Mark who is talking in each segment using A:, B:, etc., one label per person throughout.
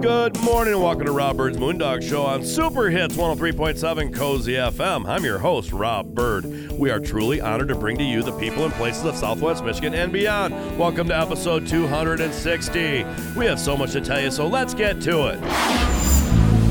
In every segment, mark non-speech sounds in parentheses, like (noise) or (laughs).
A: Good morning and welcome to Rob Bird's Moondog Show on Super Hits 103.7 Cozy FM. I'm your host, Rob Bird. We are truly honored to bring to you the people and places of Southwest Michigan and beyond. Welcome to episode 260. We have so much to tell you, so let's get to it.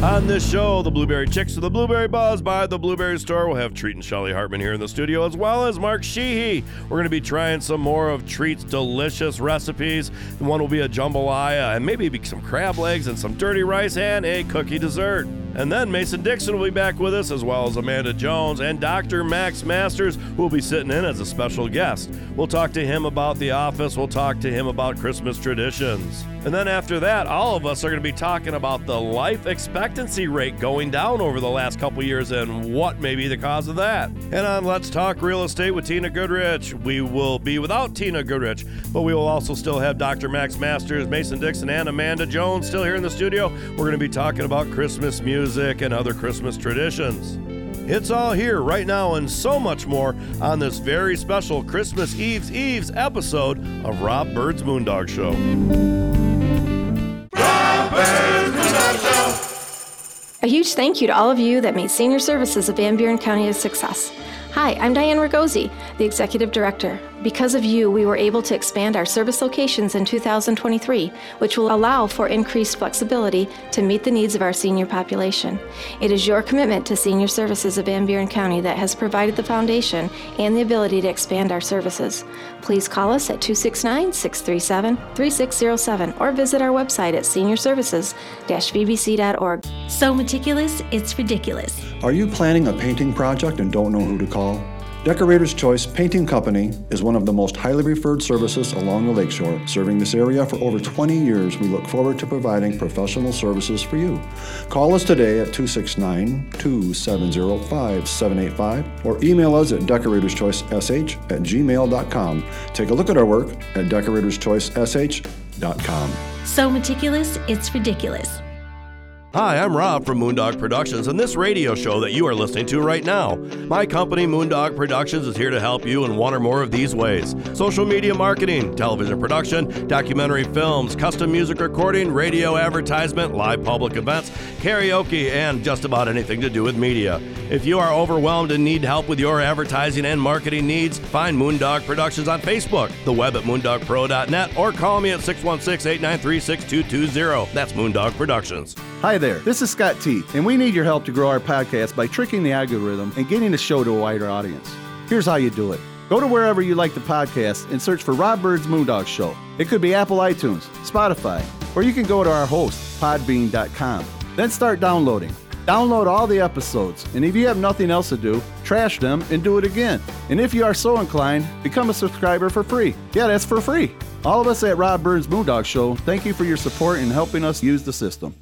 A: On this show, the Blueberry Chicks of the Blueberry Buzz by the Blueberry Store. We'll have Treat and Shelly Hartman here in the studio, as well as Mark Sheehy. We're going to be trying some more of Treat's delicious recipes. One will be a jambalaya, and maybe be some crab legs and some dirty rice and a cookie dessert. And then Mason Dixon will be back with us, as well as Amanda Jones and Dr. Max Masters, who will be sitting in as a special guest. We'll talk to him about The Office. We'll talk to him about Christmas traditions. And then after that, all of us are going to be talking about the life expectancy rate going down over the last couple years and what may be the cause of that. And on Let's Talk Real Estate with Tina Goodrich, we will be without Tina Goodrich, but we will also still have Dr. Max Masters, Mason Dixon, and Amanda Jones still here in the studio. We're going to be talking about Christmas music and other Christmas traditions. It's all here right now and so much more on this very special Christmas Eve's Eve's episode of Rob Bird's Moondog Show.
B: A huge thank you to all of you that made Senior Services of Van Buren County a success. Hi, I'm Diane Ragosi, the Executive Director. Because of you, we were able to expand our service locations in 2023, which will allow for increased flexibility to meet the needs of our senior population. It is your commitment to Senior Services of Van Buren County that has provided the foundation and the ability to expand our services. Please call us at 269 637 3607 or visit our website at seniorservices vbc.org.
C: So meticulous, it's ridiculous.
D: Are you planning a painting project and don't know who to call? Decorator's Choice Painting Company is one of the most highly referred services along the lakeshore. Serving this area for over 20 years, we look forward to providing professional services for you. Call us today at 269 270 5785 or email us at decoratorschoicesh at gmail.com. Take a look at our work at decoratorschoicesh.com.
C: So meticulous, it's ridiculous.
A: Hi, I'm Rob from Moondog Productions and this radio show that you are listening to right now. My company, Moondog Productions, is here to help you in one or more of these ways social media marketing, television production, documentary films, custom music recording, radio advertisement, live public events, karaoke, and just about anything to do with media. If you are overwhelmed and need help with your advertising and marketing needs, find Moondog Productions on Facebook, the web at moondogpro.net, or call me at 616 893 6220. That's Moondog Productions.
E: Hi there, this is Scott T, and we need your help to grow our podcast by tricking the algorithm and getting the show to a wider audience. Here's how you do it go to wherever you like the podcast and search for Rob Bird's Moondog Show. It could be Apple iTunes, Spotify, or you can go to our host, podbean.com. Then start downloading. Download all the episodes, and if you have nothing else to do, trash them and do it again. And if you are so inclined, become a subscriber for free. Yeah, that's for free. All of us at Rob Bird's Moondog Show, thank you for your support in helping us use the system.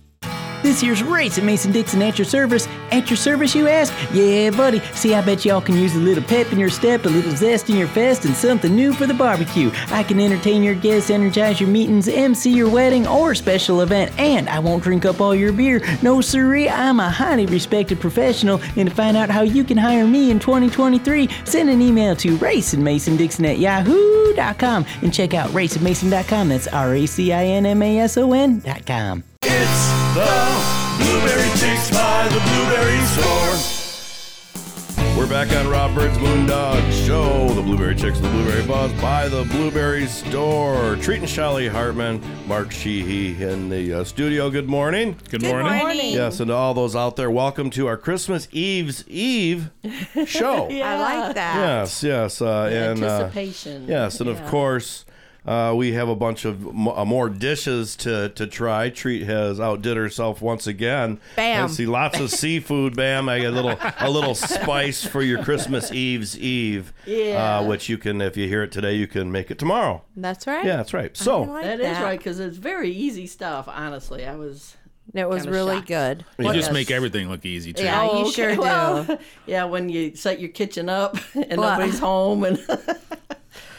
F: This year's race at Mason Dixon at your service. At your service, you ask? Yeah, buddy. See, I bet y'all can use a little pep in your step, a little zest in your fest, and something new for the barbecue. I can entertain your guests, energize your meetings, MC your wedding or special event, and I won't drink up all your beer. No, siree, I'm a highly respected professional, and to find out how you can hire me in 2023, send an email to raceandmasondixon at yahoo.com and check out raceandmason.com. That's R A C I N M A S O N.com.
A: It's the Blueberry Chicks by the Blueberry Store. We're back on Robert's Moondog Show. The Blueberry Chicks, the Blueberry Buzz by the Blueberry Store. Treating Shelly Hartman, Mark Sheehy in the uh, studio. Good morning. Good morning. Yes, and to all those out there, welcome to our Christmas Eve's Eve
G: (laughs)
A: show.
G: I like that.
A: Yes, yes, uh, and uh,
H: anticipation.
A: yes, and of course, uh, we have a bunch of m- uh, more dishes to to try. Treat has outdid herself once again.
G: Bam.
A: I see lots of seafood. Bam! I get a little a little spice for your Christmas Eve's Eve.
H: Yeah.
A: Uh, which you can, if you hear it today, you can make it tomorrow.
G: That's right.
A: Yeah, that's right. So.
G: I like
H: That is right because it's very easy stuff. Honestly, I was.
G: It was
H: Kinda
G: really
H: shocked.
G: good.
I: You
G: What
I: just
G: does-
I: make everything look easy too.
G: Yeah, you
H: okay,
G: sure
H: well, (laughs)
G: do.
H: Yeah, when you set your kitchen up (laughs) and
G: Well- (laughs)
H: nobody's home, and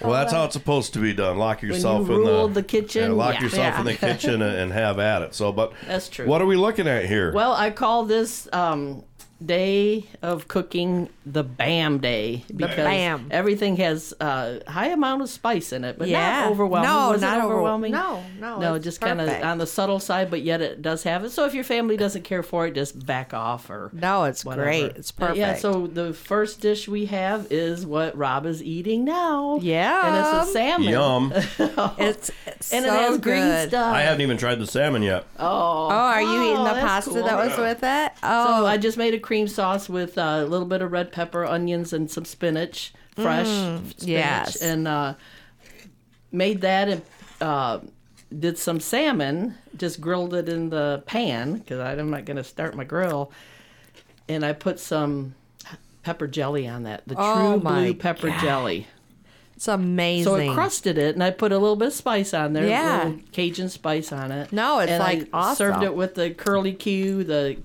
A: Well, that's how it's supposed to be done. Lock yourself in
I: rule
A: the,
I: the kitchen,
A: yeah, lock
H: yeah.
A: yourself in the
H: Yeah.
A: kitchen and, and have at it. So, but
H: That's true. (laughs)
A: What are we looking at here?
H: well, I call this um, day of cooking the BAM day because
G: BAM.
H: everything has uh, high amount of spice in it, but
G: Yeah.
H: not overwhelming.
G: No,
H: Was it
G: not over-
H: overwhelming.
G: no, no,
H: no,
G: Oh, it's
H: just kind of
G: perfect.
H: on the subtle side, but yet it does have it. So if your family doesn't care for it, just back off or
G: No, it's
H: whatever.
G: great. It's
H: But Yeah.
G: perfect.
H: So the first dish we have is what Rob is eating now. and it's
G: Yum.
H: a salmon.
A: Yum.
G: It's, it's
H: And
G: so
H: it has
G: good.
H: green stuff.
A: I haven't even tried the salmon yet.
G: Oh, are you eating
H: Oh,
G: the
H: that's
G: pasta
H: cool.
G: that was with it?
H: So
G: Oh,
H: I just made a cream sauce with uh, a little bit of red pepper, onions, and some spinach, fresh spinach,
G: Mm, yes.
H: and uh, made that and uh, did some salmon. Just grilled it in the pan because I'm not going to start my grill, and I put some pepper jelly on that, the
G: Oh,
H: true
G: my
H: blue pepper jelly.
G: it's amazing.
H: So I crusted it and I put a little bit of spice on there,
G: Yeah.
H: a little Cajun spice on it.
G: No, it's,
H: and
G: like,
H: I
G: awesome.
H: served it with the curly Q, the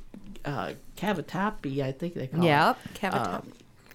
H: uh, cavatappi, I think they call
G: Yep.
H: it.
G: Cavatappi.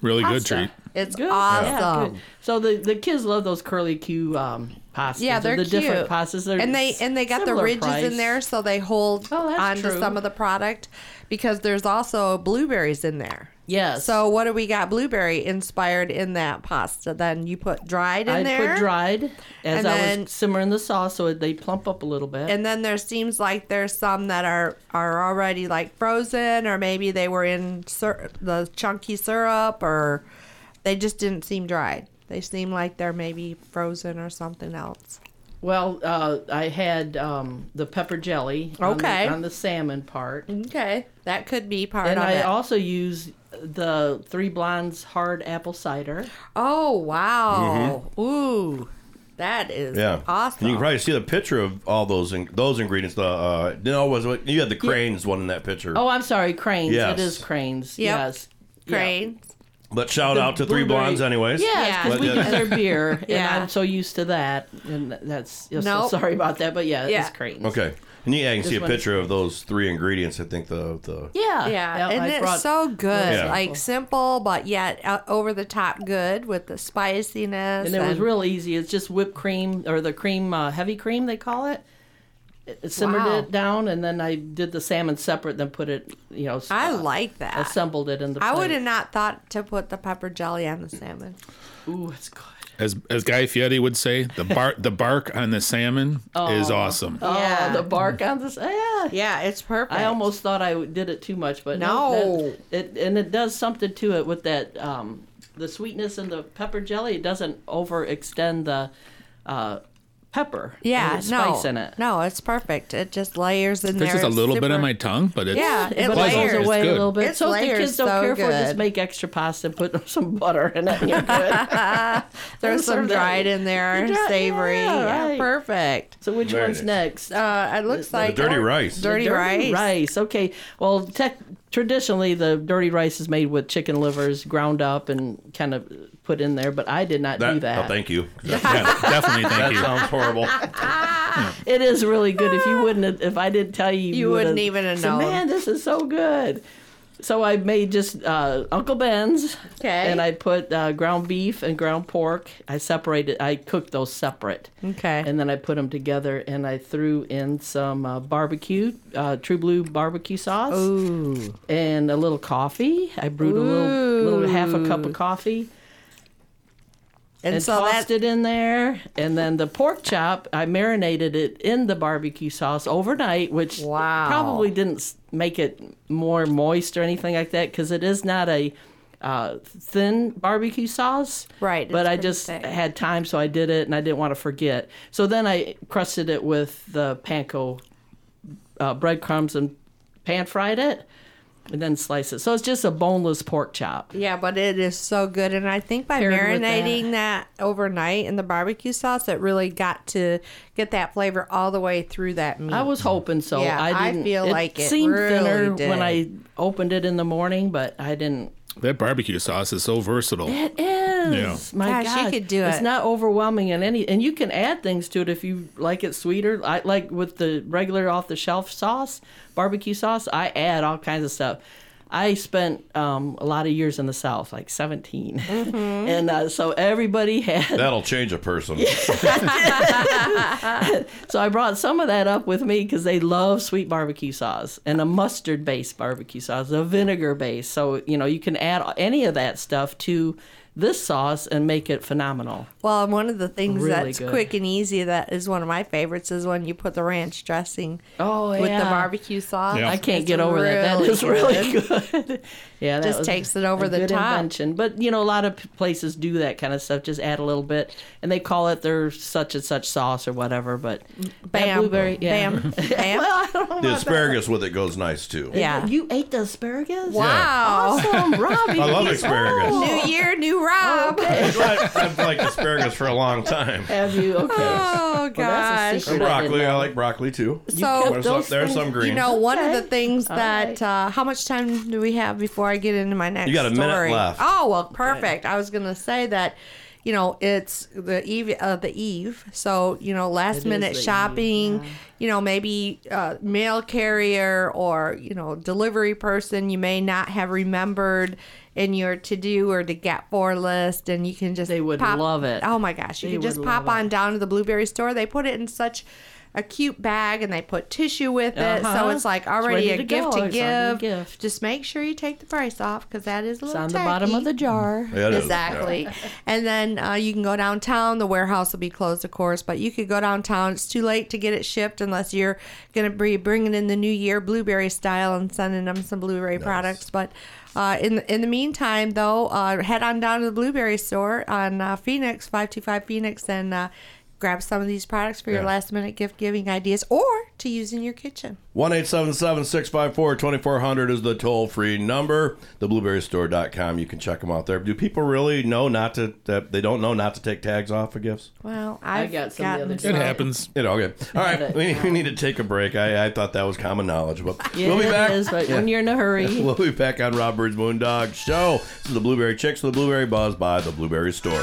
I: Really good
H: pasta.
I: treat.
G: it's
H: Good. Yeah,
G: awesome.
H: good. So the, the kids love those curly Q um, pastas.
G: Yeah, they're
H: the
G: cute.
H: different pastas. They're
G: and they and they got the
H: similar
G: ridges in
H: price.
G: there, so they hold
H: Oh, that's
G: onto
H: true.
G: some of the product because there's also blueberries in there.
H: Yes.
G: So what do we got? Blueberry inspired in that pasta. Then you put dried in
H: I
G: there.
H: put dried as
G: And
H: I
G: then-
H: was simmering the sauce, so they plump up a little bit.
G: and then there seems like there's some that are are already like frozen or maybe they were in syr- the chunky syrup or they just didn't seem dried they seem like they're maybe frozen or something else
H: well, uh, I had um, the pepper jelly on the-
G: Okay.
H: on the salmon part.
G: okay that could be part
H: And
G: of
H: I
G: it
H: also use the Three Blondes hard apple cider.
G: oh wow ooh that is
A: Mm-hmm. Yeah,
G: awesome
A: And you can probably see the picture of all those in, those ingredients. The uh, no, was it, you had the cranes one in that picture.
H: Oh, I'm sorry, cranes.
A: Yes.
H: It is cranes.
G: Yep.
H: Yes.
G: great
A: but shout out to Three
H: blueberry-
A: Blondes, anyways.
H: Yeah,
G: Yeah.
H: because we
A: But, uh,
H: use their beer,
G: (laughs) Yeah.
H: and I'm so used to that, and that's I'm
G: Nope.
H: so sorry about that, but yeah,
G: Yeah.
H: it's
A: (laughs)
H: cranes.
A: Okay, and yeah, you can see a
H: one is-
A: picture of those three ingredients. I think the the
H: Yeah,
G: yeah, and
H: I
G: it's
H: brought-
G: so good
A: Yeah.
G: like simple but yet uh, over the top good with the spiciness
H: And it was real easy. It's just whipped cream or the cream, uh, heavy cream they call it. It- it Simmered
G: Wow.
H: it down, and then I did the salmon separate, then put it, you know, s-
G: i
H: uh,
G: like that
H: assembled it in the.
G: I
H: plate.
G: would have not thought to put the pepper jelly on the salmon.
H: Ooh, it's good.
I: As as Guy Fieri would say, the bar the bark on the salmon is awesome.
G: Yeah.
H: Oh, the bark on this. Yeah.
G: Yeah, it's perfect.
H: I almost thought I did it too much, but no.
G: No.
H: that- it and it does something to it with that um, the sweetness and the pepper jelly. It doesn't overextend the uh, pepper. and
G: yeah,
H: the
G: no,
H: spice in it.
G: no, it's perfect. It just layers in
I: There's
G: there.
I: just a
G: It's
I: little bit
G: super-
I: on my tongue, but it's
G: Yeah, it
H: But
I: pleasant.
H: it
G: layers.
H: goes
I: It's
H: away a
I: good.
H: little bit.
G: It's
H: so if the
G: layered
H: kids don't
G: so
H: care for it, just
G: good.
H: make extra pasta and put (laughs) some butter in it. And you're good.
G: There's some
H: serve that.
G: dried in
H: (laughs)
G: there,
H: Yeah,
G: savory. Yeah,
H: yeah, right.
G: perfect.
H: so which
A: Very
H: one's
A: nice.
H: next?
G: Uh, it looks
A: the
G: like
A: dirty rice.
G: Dirty, rice.
H: Rice. Okay. Well, tech, traditionally the dirty rice is made with chicken livers ground up and kind of put in there, but I did not
A: That-
H: do that.
A: Oh, thank
H: (laughs)
A: you. That,
I: Yeah, definitely.
J: (laughs)
I: Thank you.
A: sounds horrible.
H: It is really good. If you wouldn't, have- if I didn't tell you,
G: You
H: would
G: wouldn't even have
H: said,
G: known.
H: Man, this is so good. So I made just uh, Uncle Ben's,
G: Okay.
H: and I put uh, ground beef and ground pork. I separated. I cooked those separate,
G: Okay.
H: and then I put them together, and I threw in some uh, barbecue, uh, True Blue barbecue sauce, and a little coffee. I brewed a little, little half a cup of coffee
G: and,
H: and,
G: so
H: tossed
G: that
H: it in there. And then the pork chop, I marinated it in the barbecue sauce overnight, which
G: Wow.
H: probably didn't s- make it more moist or anything like that because it is not a uh, thin barbecue sauce.
G: Right,
H: But
G: it's
H: I
G: pretty
H: just
G: thick.
H: had time, so I did it and I didn't want to forget. So then I crusted it with the panko uh, breadcrumbs and pan fried it. And then sliced it. So it's just a boneless pork chop.
G: yeah, but it is so good, and I think by
H: Paired with that.
G: marinating that. overnight in the barbecue sauce, it really got to get that flavor all the way through that meat.
H: I was hoping so.
G: Yeah, I
H: I didn't.
G: feel like it
H: seemed
G: really
H: thinner
G: did.
H: when I opened it in the morning, but I didn't.
I: That barbecue sauce is so versatile.
H: It is. My
G: Gosh, you
H: gosh.
G: could do
H: It's
G: it.
H: not overwhelming in any, and you can add things to it if you like it sweeter. I like with the regular off the shelf sauce, barbecue sauce. I add all kinds of stuff. I spent um, a lot of years in the South, like 17.
G: Mm-hmm.
H: (laughs) and uh, so everybody had.
A: That'll change a person.
H: (laughs) So I brought some of that up with me because they love sweet barbecue sauce and a mustard based barbecue sauce, a vinegar based. So, you know, you can add any of that stuff to this sauce and make it phenomenal.
G: Well, and one of the things
H: Really
G: that's
H: good.
G: quick and easy that is one of my favorites is when you put the ranch dressing
H: Oh,
G: with the
H: yeah.
G: barbecue sauce.
I: Yeah.
H: I can't
G: It's
H: get over that. That
G: really
H: is (laughs) really good. yeah, that
G: Just
H: was
G: takes it over
H: a
G: the
H: good
G: top.
H: Invention. But you know, a lot of p- places do that kind of stuff. Just add a little bit, and they call it their such and such sauce or whatever. But that
G: Bam,
H: blueberry,
G: (laughs)
H: yeah.
G: bam, bam.
H: (laughs) well, I don't
A: the
H: know. about that.
A: asparagus with it goes nice too.
G: yeah.
H: You ate the asparagus?
G: Wow.
H: Awesome, Robbie.
A: I love asparagus.
H: Oh.
G: New year, new Rob.
A: I, I've liked asparagus for a long time.
H: Have you?
G: (laughs)
H: Okay.
G: Oh, gosh.
H: Well, that's a secret
A: And
H: I didn't
A: broccoli, I
H: know.
A: like broccoli too.
G: So-
A: there's some, there's some green.
G: You know, one of the things that uh, how much time do we have before I get into my next?
A: You got a minute
G: story?
A: left.
G: Oh well, perfect. I was gonna say that. You know, it's the eve, uh, the eve. So you know, last minute
H: the eve,
G: shopping. You know, maybe uh, mail carrier or you know delivery person. You may not have remembered in your to do or to get for list, and you can just
H: They would
G: pop-
H: love it.
G: Oh my gosh, you
H: They
G: can
H: would
G: just pop
H: love
G: on down to the blueberry store. They put it in such a cute bag, and they put tissue with it it, So
H: Uh-huh.
G: it's like
H: It's
G: already
H: ready
G: a
H: to
G: gift
H: go.
G: to
H: It's already
G: give.
H: a gift.
G: Just make sure you take the price off because that is a little
H: on the bottom
G: tacky.
H: of the jar.
A: Yeah, it is.
G: exactly. And then uh, you can go downtown. The warehouse will be closed, of course, but you could go downtown. It's too late to get it shipped unless you're going to be bringing in the new year blueberry style and sending them some blueberry products. But uh, in in the meantime, though, uh, head on down to the blueberry store on uh, Phoenix five two five Phoenix and. Uh, Grab some of these products for your
A: Yeah.
G: last minute gift giving ideas or to use in your kitchen.
A: One eight seven seven six five four twenty four hundred is the toll free number. Theblueberrystore.com. You can check them out there. Do people really know not to? That they don't know not to take tags off of gifts.
G: Well, I've
H: got some the
G: gotten
H: other day.
I: It happens.
A: You know, okay. All right, we, we need to take a break. I, I thought that was common knowledge, but
H: Yeah,
A: we'll be
H: it
A: back.
H: is, but when you're in a hurry.
A: (laughs) We'll be back on Rob Bird's Moondog Show. This is the Blueberry Chicks, the Blueberry Buzz by the Blueberry Store.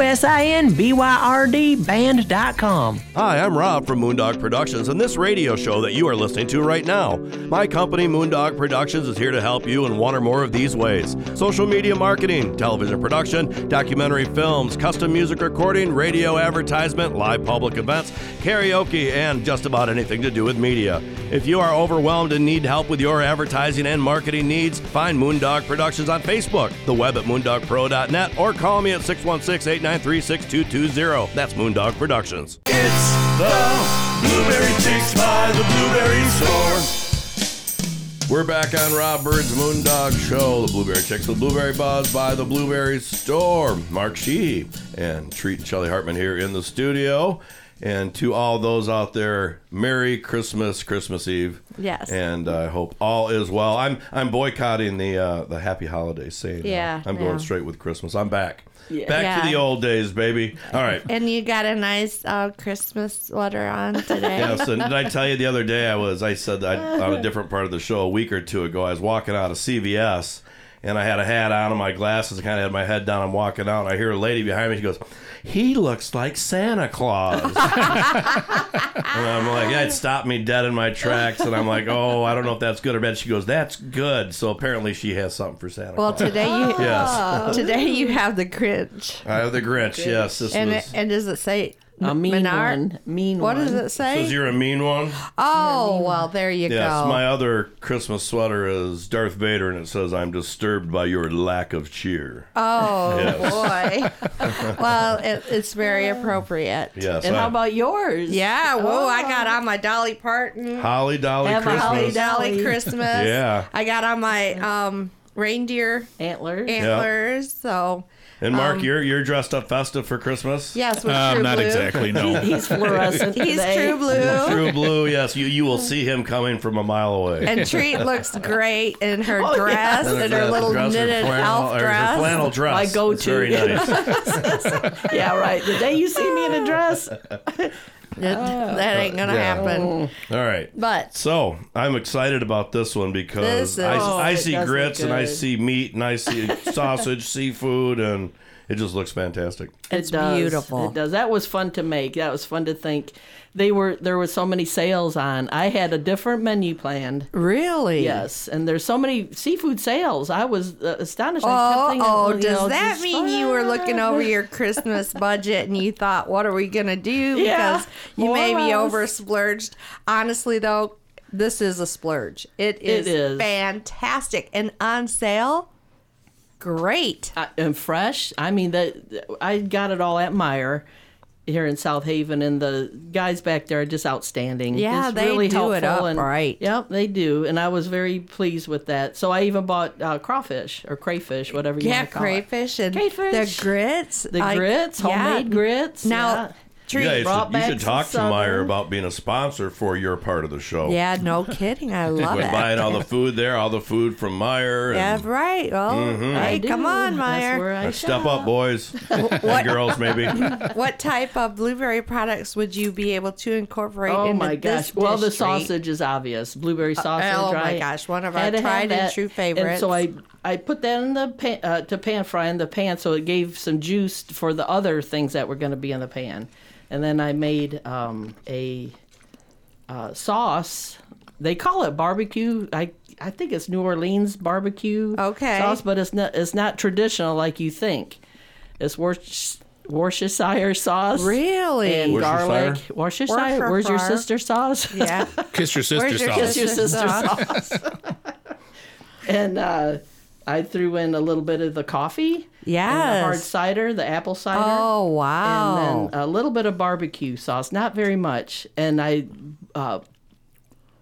F: S I N B Y R D band.com.
A: Hi, I'm Rob from Moondog Productions and this radio show that you are listening to right now. My company, Moondog Productions, is here to help you in one or more of these ways social media marketing, television production, documentary films, custom music recording, radio advertisement, live public events, karaoke, and just about anything to do with media. If you are overwhelmed and need help with your advertising and marketing needs, find Moondog Productions on Facebook, the web at moondogpro.net, or call me at 616 893 6220. That's Moondog Productions. It's the Blueberry Chicks by the Blueberry Store. We're back on Rob Bird's Moondog Show, the Blueberry Chicks, the Blueberry Buzz by the Blueberry Store. Mark Sheehy and Treat and Shelly Hartman here in the studio. And to all those out there, Merry Christmas, Christmas Eve.
G: Yes.
A: And I hope all is well. I'm I'm boycotting the uh, the Happy Holidays saying. uh,
G: Yeah,
A: I'm going
G: yeah.
A: straight with Christmas. I'm back. Back to
G: Yeah.
A: the old days, baby. All right.
G: And you got a nice uh, Christmas sweater on today.
A: Yes, and did I tell you the other day I was? I said that I,
G: (laughs)
A: on a different part of the show a week or two ago. I was walking out of CVS, and I had a hat on and my glasses. I kind of had my head down. I'm walking out, and I hear a lady behind me. She goes, "He looks like Santa Claus." (laughs) and I'm like, "Yeah," it stopped me dead in my tracks. And I'm like, "Oh, I don't know if that's good or bad." She goes, "That's good." So apparently, she has something for Santa.
G: Well,
A: Claus.
G: today you
A: yes,
G: (laughs) today you have the Grinch,
A: I have the Grinch. Yes, this
G: and
A: was.
G: it, and does it say
H: A mean
G: Menard?
H: one. Mean
G: What
H: one.
G: does it say?
A: Says you're a mean one.
G: oh, well, there you
A: Yes,
G: go.
A: my other Christmas sweater is Darth Vader, and it says, "I'm disturbed by your lack of cheer." (laughs)
G: oh,
A: Yes. (laughs)
G: boy. well, it, it's very appropriate.
A: Yes.
H: And
A: I-
H: how about yours? Oh.
G: Yeah, whoa, I got on my Dolly Parton.
A: Holly Dolly
H: Have a
A: Christmas?
H: Holly
G: Holly Dolly
H: Dolly.
G: Christmas.
A: Yeah.
G: I got on my um, reindeer
H: Antlers.
G: antlers. So, um,
A: And Mark, you're you're dressed up festive for Christmas.
G: yes, with
I: Um,
G: True
I: not
G: Blue.
I: exactly.
G: (laughs)
I: No.
H: He's fluorescent.
G: He's
H: today.
G: True Blue.
A: True blue. Yes, you you will see him coming from a mile (laughs) away.
G: And Treat looks great in her
H: Oh, yeah.
G: dress
A: Yes,
G: and her
A: yes,
G: little
A: dress, her
G: knitted
A: flannel- or
G: elf
A: her
G: dress.
A: flannel dress.
H: My
A: It's
H: go-to.
A: Very nice.
H: Yeah, right. The day you see me in a
G: (laughs)
H: dress, (laughs)
G: It- that ain't gonna
A: Yeah. Oh.
G: happen.
A: All right.
G: But
A: So I'm excited about this one because
G: This is-
A: I,
G: Oh,
A: I
H: it
A: see
H: does look
A: grits and I
H: good.
A: see meat and I see
G: (laughs)
A: sausage, seafood, and it just looks fantastic.
H: it's
G: beautiful.
H: It does. That was fun to make. That was fun to think. They were there were so many sales on. I had a different menu planned.
G: really,
H: Yes, and there's so many seafood sales. I was uh, astonished. I kept
G: Oh,
H: thinking,
G: oh,
H: you
G: does
H: know,
G: that
H: just
G: mean you were looking over your Christmas budget and you thought, what are we going to do?
H: Yeah,
G: Because you
H: more
G: may
H: or
G: be
H: less.
G: over splurged. Honestly, though, this is a splurge. It is,
H: is.
G: fantastic. And on sale, great.
H: I- and fresh. I mean, that I got it all at Meyer here in South Haven, and the guys back there are just outstanding.
G: Yeah,
H: It's
G: they
H: really
G: do it
H: helpful
G: up
H: and,
G: right.
H: Yep, they do, and I was very pleased with that. So I even bought uh, crawfish or crayfish, whatever you
G: Yeah,
H: want to call it.
G: crayfish and
H: Crayfish.
G: the grits.
H: The
G: I-
H: grits, homemade grits.
G: Now,
H: yeah.
G: treat.
A: Yeah, you
H: brought
A: should, you
H: back
A: should talk to
H: some-
A: Meyer about being a sponsor for your part of the show.
G: Yeah,
A: (laughs)
G: no kidding. I love
A: With
G: it.
A: buying all the food there, all the food from Meyer.
G: Yeah,
A: And Mm-hmm.
G: right. Well,
H: I
G: hey,
H: do.
G: come on,
H: That's where
G: Meyer.
H: I
A: Step
H: shop.
A: up,
G: (laughs)
A: boys and
G: What-
A: girls, maybe.
G: (laughs)
H: (laughs)
G: What type of blueberry products would you be able to incorporate
H: Oh
G: into
H: my gosh!
G: this
H: well, the
G: dish, Drake?
H: sausage is obvious. Blueberry sausage.
G: oh my
H: right?
G: gosh, one of
H: Had
G: our
H: to have
G: tried and
H: that.
G: true
H: And
G: favorites.
H: so I I put that in the pan, uh, to pan fry in the pan, so it gave some juice for the other things that were going to be in the pan, and then I made um, a uh, sauce. They call it barbecue. I I think it's New Orleans barbecue
G: Okay.
H: sauce, but it's not it's not traditional like you think. It's Worcestershire. Worcestershire sauce,
G: Really?
H: and
A: Worcestershire?
H: garlic. Worcestershire.
G: Worcestershire.
H: Where's your sister sauce?
G: Yeah.
H: (laughs)
I: Kiss your sister
G: Where's your
I: sauce.
H: Kiss your
G: Sister
H: sister sauce. (laughs) and uh, I threw in a little bit of the coffee. And the
G: Yes.
H: hard cider, the apple cider.
G: Oh wow.
H: And then a little bit of barbecue sauce, not very much. And I uh,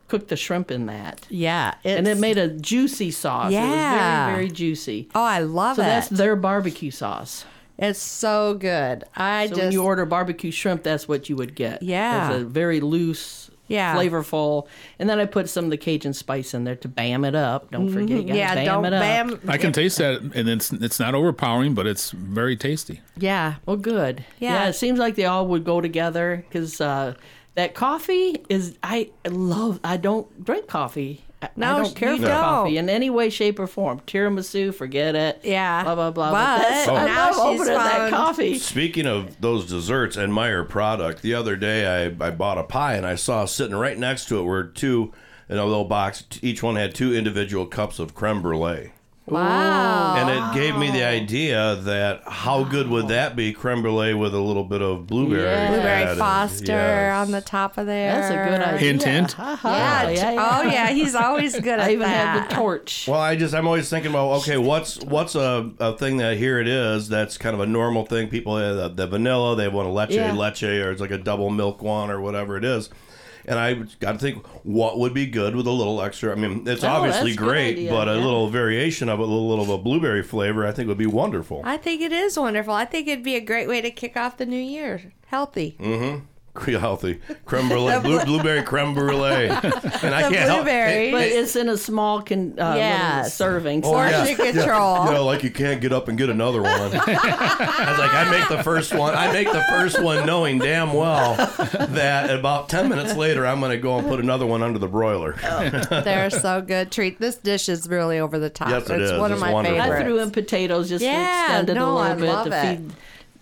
H: cooked the shrimp in that.
G: yeah.
H: And it
G: it's-
H: made a juicy sauce. It was
G: Yeah.
H: very, very juicy.
G: Oh, I love
H: so
G: it.
H: that's their barbecue sauce.
G: it's so good. I
H: So
G: just
H: when you order barbecue shrimp, that's what you would get.
G: Yeah.
H: It's a very loose,
G: Yeah.
H: flavorful. And then I put some of the Cajun spice in there to bam it up. Don't forget, you gotta
G: yeah,
H: bam
G: don't
H: it
G: bam.
H: up.
I: I can taste that, and it's it's not overpowering, but it's very tasty.
G: Yeah.
H: Well, good.
G: Yeah.
H: it seems like they all would go together because uh, that coffee is. I love. I don't drink coffee. I-
G: No,
H: I don't care
G: you
H: for coffee
G: don't.
H: in any way, shape, or form. Tiramisu, forget it.
G: Yeah.
H: Blah blah blah.
G: But
H: that's- I
G: Oh. now
H: love
G: she's
H: opening that
G: found-
H: coffee.
A: Speaking of those desserts and Meyer product, the other day I, I bought a pie and I saw sitting right next to it were two, in a little box, t- each one had two individual cups of creme brulee.
G: Wow.
A: And it gave me the idea that how good would that be, creme brulee with a little bit of blueberry?
H: Yes.
A: added.
G: Blueberry Foster
A: Yes.
G: on the top of there.
H: That's a good idea.
I: Hint, hint.
H: Ha, ha.
G: Yeah.
H: yeah, yeah.
G: Oh yeah, he's always
H: (laughs)
G: good at
H: I even
G: that.
H: have the torch.
A: Well, I just I'm always thinking about okay, what's what's a, a thing that here it is that's kind of a normal thing. People have the, the vanilla, they want a leche
H: Yeah.
A: leche, or it's like a double milk one or whatever it is. And I got to think what would be good with a little extra. I mean, it's
H: Oh,
A: obviously
H: that's a good
A: great,
H: idea,
A: but a
H: yeah.
A: little variation of it, a little, little of a blueberry flavor, I think would be wonderful.
G: I think it is wonderful. I think it'd be a great way to kick off the new year healthy.
A: Mm-hmm. Healthy creme brulee, blue, blueberry creme
H: (laughs)
A: brulee, and I
G: The
A: can't help.
G: blueberry.
H: But it's in a small con, uh, little
G: Yes.
H: serving. so-
G: Portion control.
A: Oh, You know, like you can't get up and get another
G: (laughs)
A: one. I was like, I make the first one. I make the first one knowing damn well that about 10 minutes later, I'm going to go and put another one under the broiler.
G: Oh.
A: (laughs)
G: They're so good. Treat this dish is really over the top.
A: Yes, it
G: it's
A: is.
G: one
A: It's
G: of my
A: wonderful.
H: I
G: favorites.
H: threw in potatoes just
G: Yeah,
H: to extend it
G: no,
H: a
G: I
H: little bit
G: love
H: to
G: it.
H: feed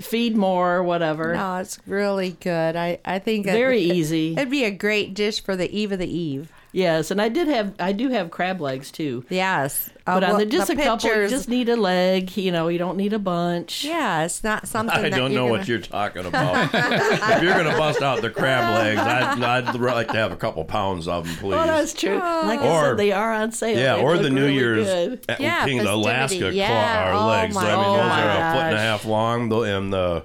H: feed more or whatever.
G: No, it's really good. I I think it-
H: Very
G: it-
H: easy.
G: It'd be a great dish for the eve of the eve.
H: Yes, and I did have I do have crab legs too.
G: Yes, Uh,
H: But on
G: well,
H: the, just
G: the
H: a couple, you
G: pictures-
H: just need a leg. You know, you don't need a bunch.
G: Yeah, it's not something.
A: I
G: that
A: don't
G: you're
A: know
G: gonna-
A: what you're talking about. if you're going to bust out the crab legs, I'd, I'd like to have a couple pounds of them, please.
H: Oh, that's true. Like I
A: Or-
H: said, they are on sale.
A: yeah,
H: They
A: or the
H: look
A: New
H: really
A: Year's
H: good.
A: at-
G: Yeah,
A: King of the Alaska
G: festivity.
A: claw
G: Yeah,
A: our
G: oh
A: legs.
G: my-
A: I mean,
G: oh
A: those
G: my
A: are a foot and a
H: gosh.
A: half long. tho- And the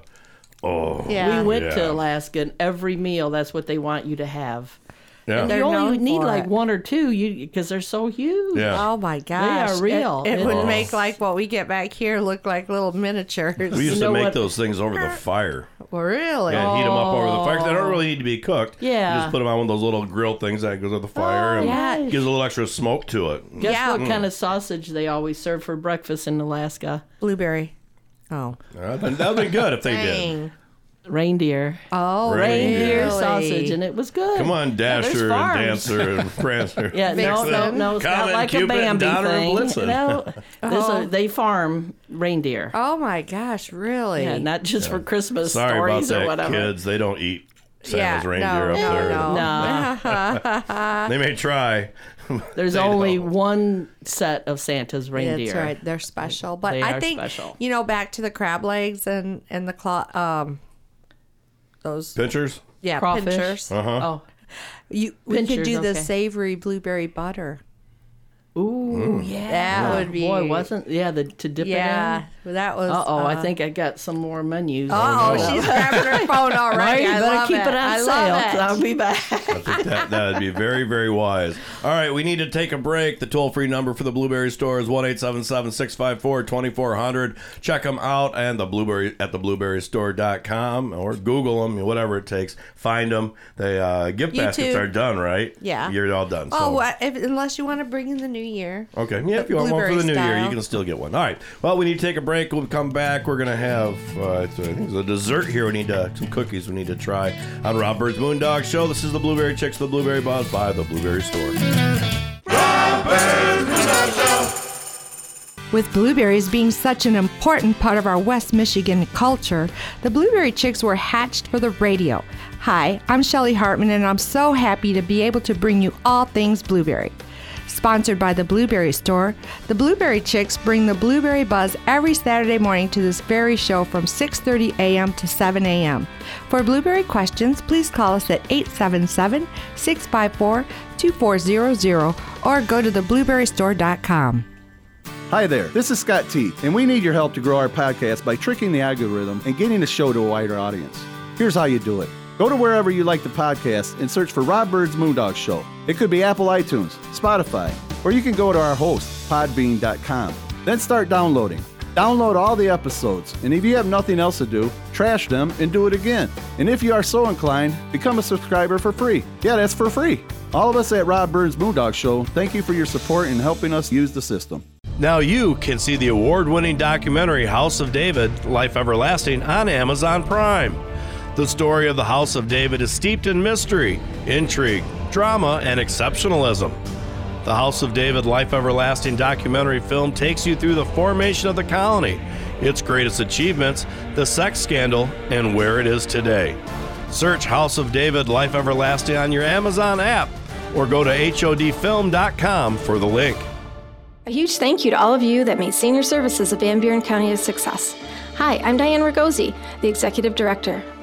A: oh,
G: Yeah.
H: We went
A: Yeah.
H: to Alaska, and every meal that's what they want you to have.
A: yeah.
H: you
G: They're
H: only
G: known
H: need
G: for
H: like
G: it.
H: one or two, you because they're so huge.
A: Yeah.
G: Oh my gosh, It-
H: real.
G: It, would
H: Oh.
G: make like what we get back here look like little miniatures.
A: we used
H: You
A: to
H: know
A: make
H: what? Ah. Oh,
A: those things over the fire
G: Well, really?
A: and heat them up over the fire. 'cause They don't really need to be cooked.
H: Yeah. Oh,
A: you just put them on one of those little grill things that goes over the fire and
H: yeah.
A: gives a little extra smoke to it.
H: Guess
G: Yeah.
H: what kind of sausage they always serve for breakfast in Alaska?
G: Blueberry. Oh.
A: Yeah, That'd that'd be good if they did.
G: Dang.
H: Reindeer.
G: Oh,
A: Reindeer
H: Reindeer
G: really?
H: sausage, and it was good.
A: Mm. Come on,
H: Yeah, there's
A: Dasher and
H: farms.
A: Dancer and Prancer.
H: Yeah, no,
A: Vixen,
H: no, no. It's
A: Comet,
H: not like
A: Cupid,
H: a Bambi
A: Donner, and
H: thing.
A: Blitzen. (laughs)
H: No, there's a- they farm (laughs) reindeer.
G: Oh my gosh, really?
H: Yeah, not just for Christmas
A: Sorry about
H: stories or
A: that,
H: whatever.
A: kids. They don't eat
G: Yeah,
A: Santa's reindeer
G: no,
A: up
G: no,
A: there.
G: no.
A: (laughs)
H: Nah, (laughs)
A: They may try. (laughs)
H: there's
A: They
H: only
A: don't.
H: one set of Santa's reindeer.
G: That's right. They're special. But
H: They
G: I
H: are
G: think
H: special.
G: you know, back to the crab legs and and the claw um those
A: Pinchers? Uh-huh.
G: yeah,
H: Crawfish.
G: pinchers.
H: Oh,
G: You we could
H: Pinchers,
G: do the
H: okay.
G: savory blueberry butter.
A: Mm.
H: ooh, yeah.
G: That would be
H: Mm. Boy, wasn't yeah the to dip
G: Yeah.
H: it in.
G: Well, That was
H: Uh oh, I think I got some more menus.
G: Oh, she's grabbing
H: (laughs)
G: her phone already.
H: Right, you
G: I
H: better
G: love
H: keep
G: it.
H: it, on
G: I
H: sale.
G: love
H: 'cause
G: it.
H: I'll be back.
A: I think that that would be very, very wise. All right, we need to take a break. The toll free number for the Blueberry Store is 1 877 654 2400. Check them out and the blueberry at theblueberrystore.com or Google them, whatever it takes. Find them. They uh, gift baskets
G: too.
A: are done, right?
G: Yeah.
A: You're all done.
G: Oh,
A: so.
G: well, if, unless you want to bring in the new year.
A: Okay. Yeah, if you want one for the new
G: Blueberry
A: year, you
G: style.
A: can still get one. All right. Well, we need to take a break. We'll come back. We're gonna have uh, it's a, there's a dessert here. We need to, some cookies. We need to try on Rob Bird's Moondog Show. This is the Blueberry Chicks, the Blueberry Buzz by the Blueberry Store.
G: With blueberries being such an important part of our West Michigan culture, the Blueberry Chicks were hatched for the radio. Hi, I'm Shelly Hartman, and I'm so happy to be able to bring you all things blueberry. Sponsored by the Blueberry Store, the Blueberry Chicks bring the blueberry buzz every Saturday morning to this very show from 6:30 a.m. to 7 a.m. For blueberry questions, please call us at 877-654-2400 or go to theblueberrystore.com.
E: Hi there, this is Scott T, and we need your help to grow our podcast by tricking the algorithm and getting the show to a wider audience. Here's how you do it go to wherever you like the podcast and search for Rob Bird's Moondog Show. It could be Apple iTunes, Spotify, or you can go to our host, podbean.com. Then start downloading. Download all the episodes, and if you have nothing else to do, trash them and do it again. And if you are so inclined, become a subscriber for free. Yeah, that's for free. All of us at Rob Bird's Moondog Show, thank you for your support and helping us use the system.
A: Now you can see the award winning documentary House of David Life Everlasting on Amazon Prime. The story of the House of David is steeped in mystery, intrigue, drama, and exceptionalism. The House of David Life Everlasting documentary film takes you through the formation of the colony, its greatest achievements, the sex scandal, and where it is today. Search House of David Life Everlasting on your Amazon app or go to HODfilm.com for the link.
B: A huge thank you to all of you that made Senior Services of Van Buren County a success. Hi, I'm Diane Ragosi, the Executive Director.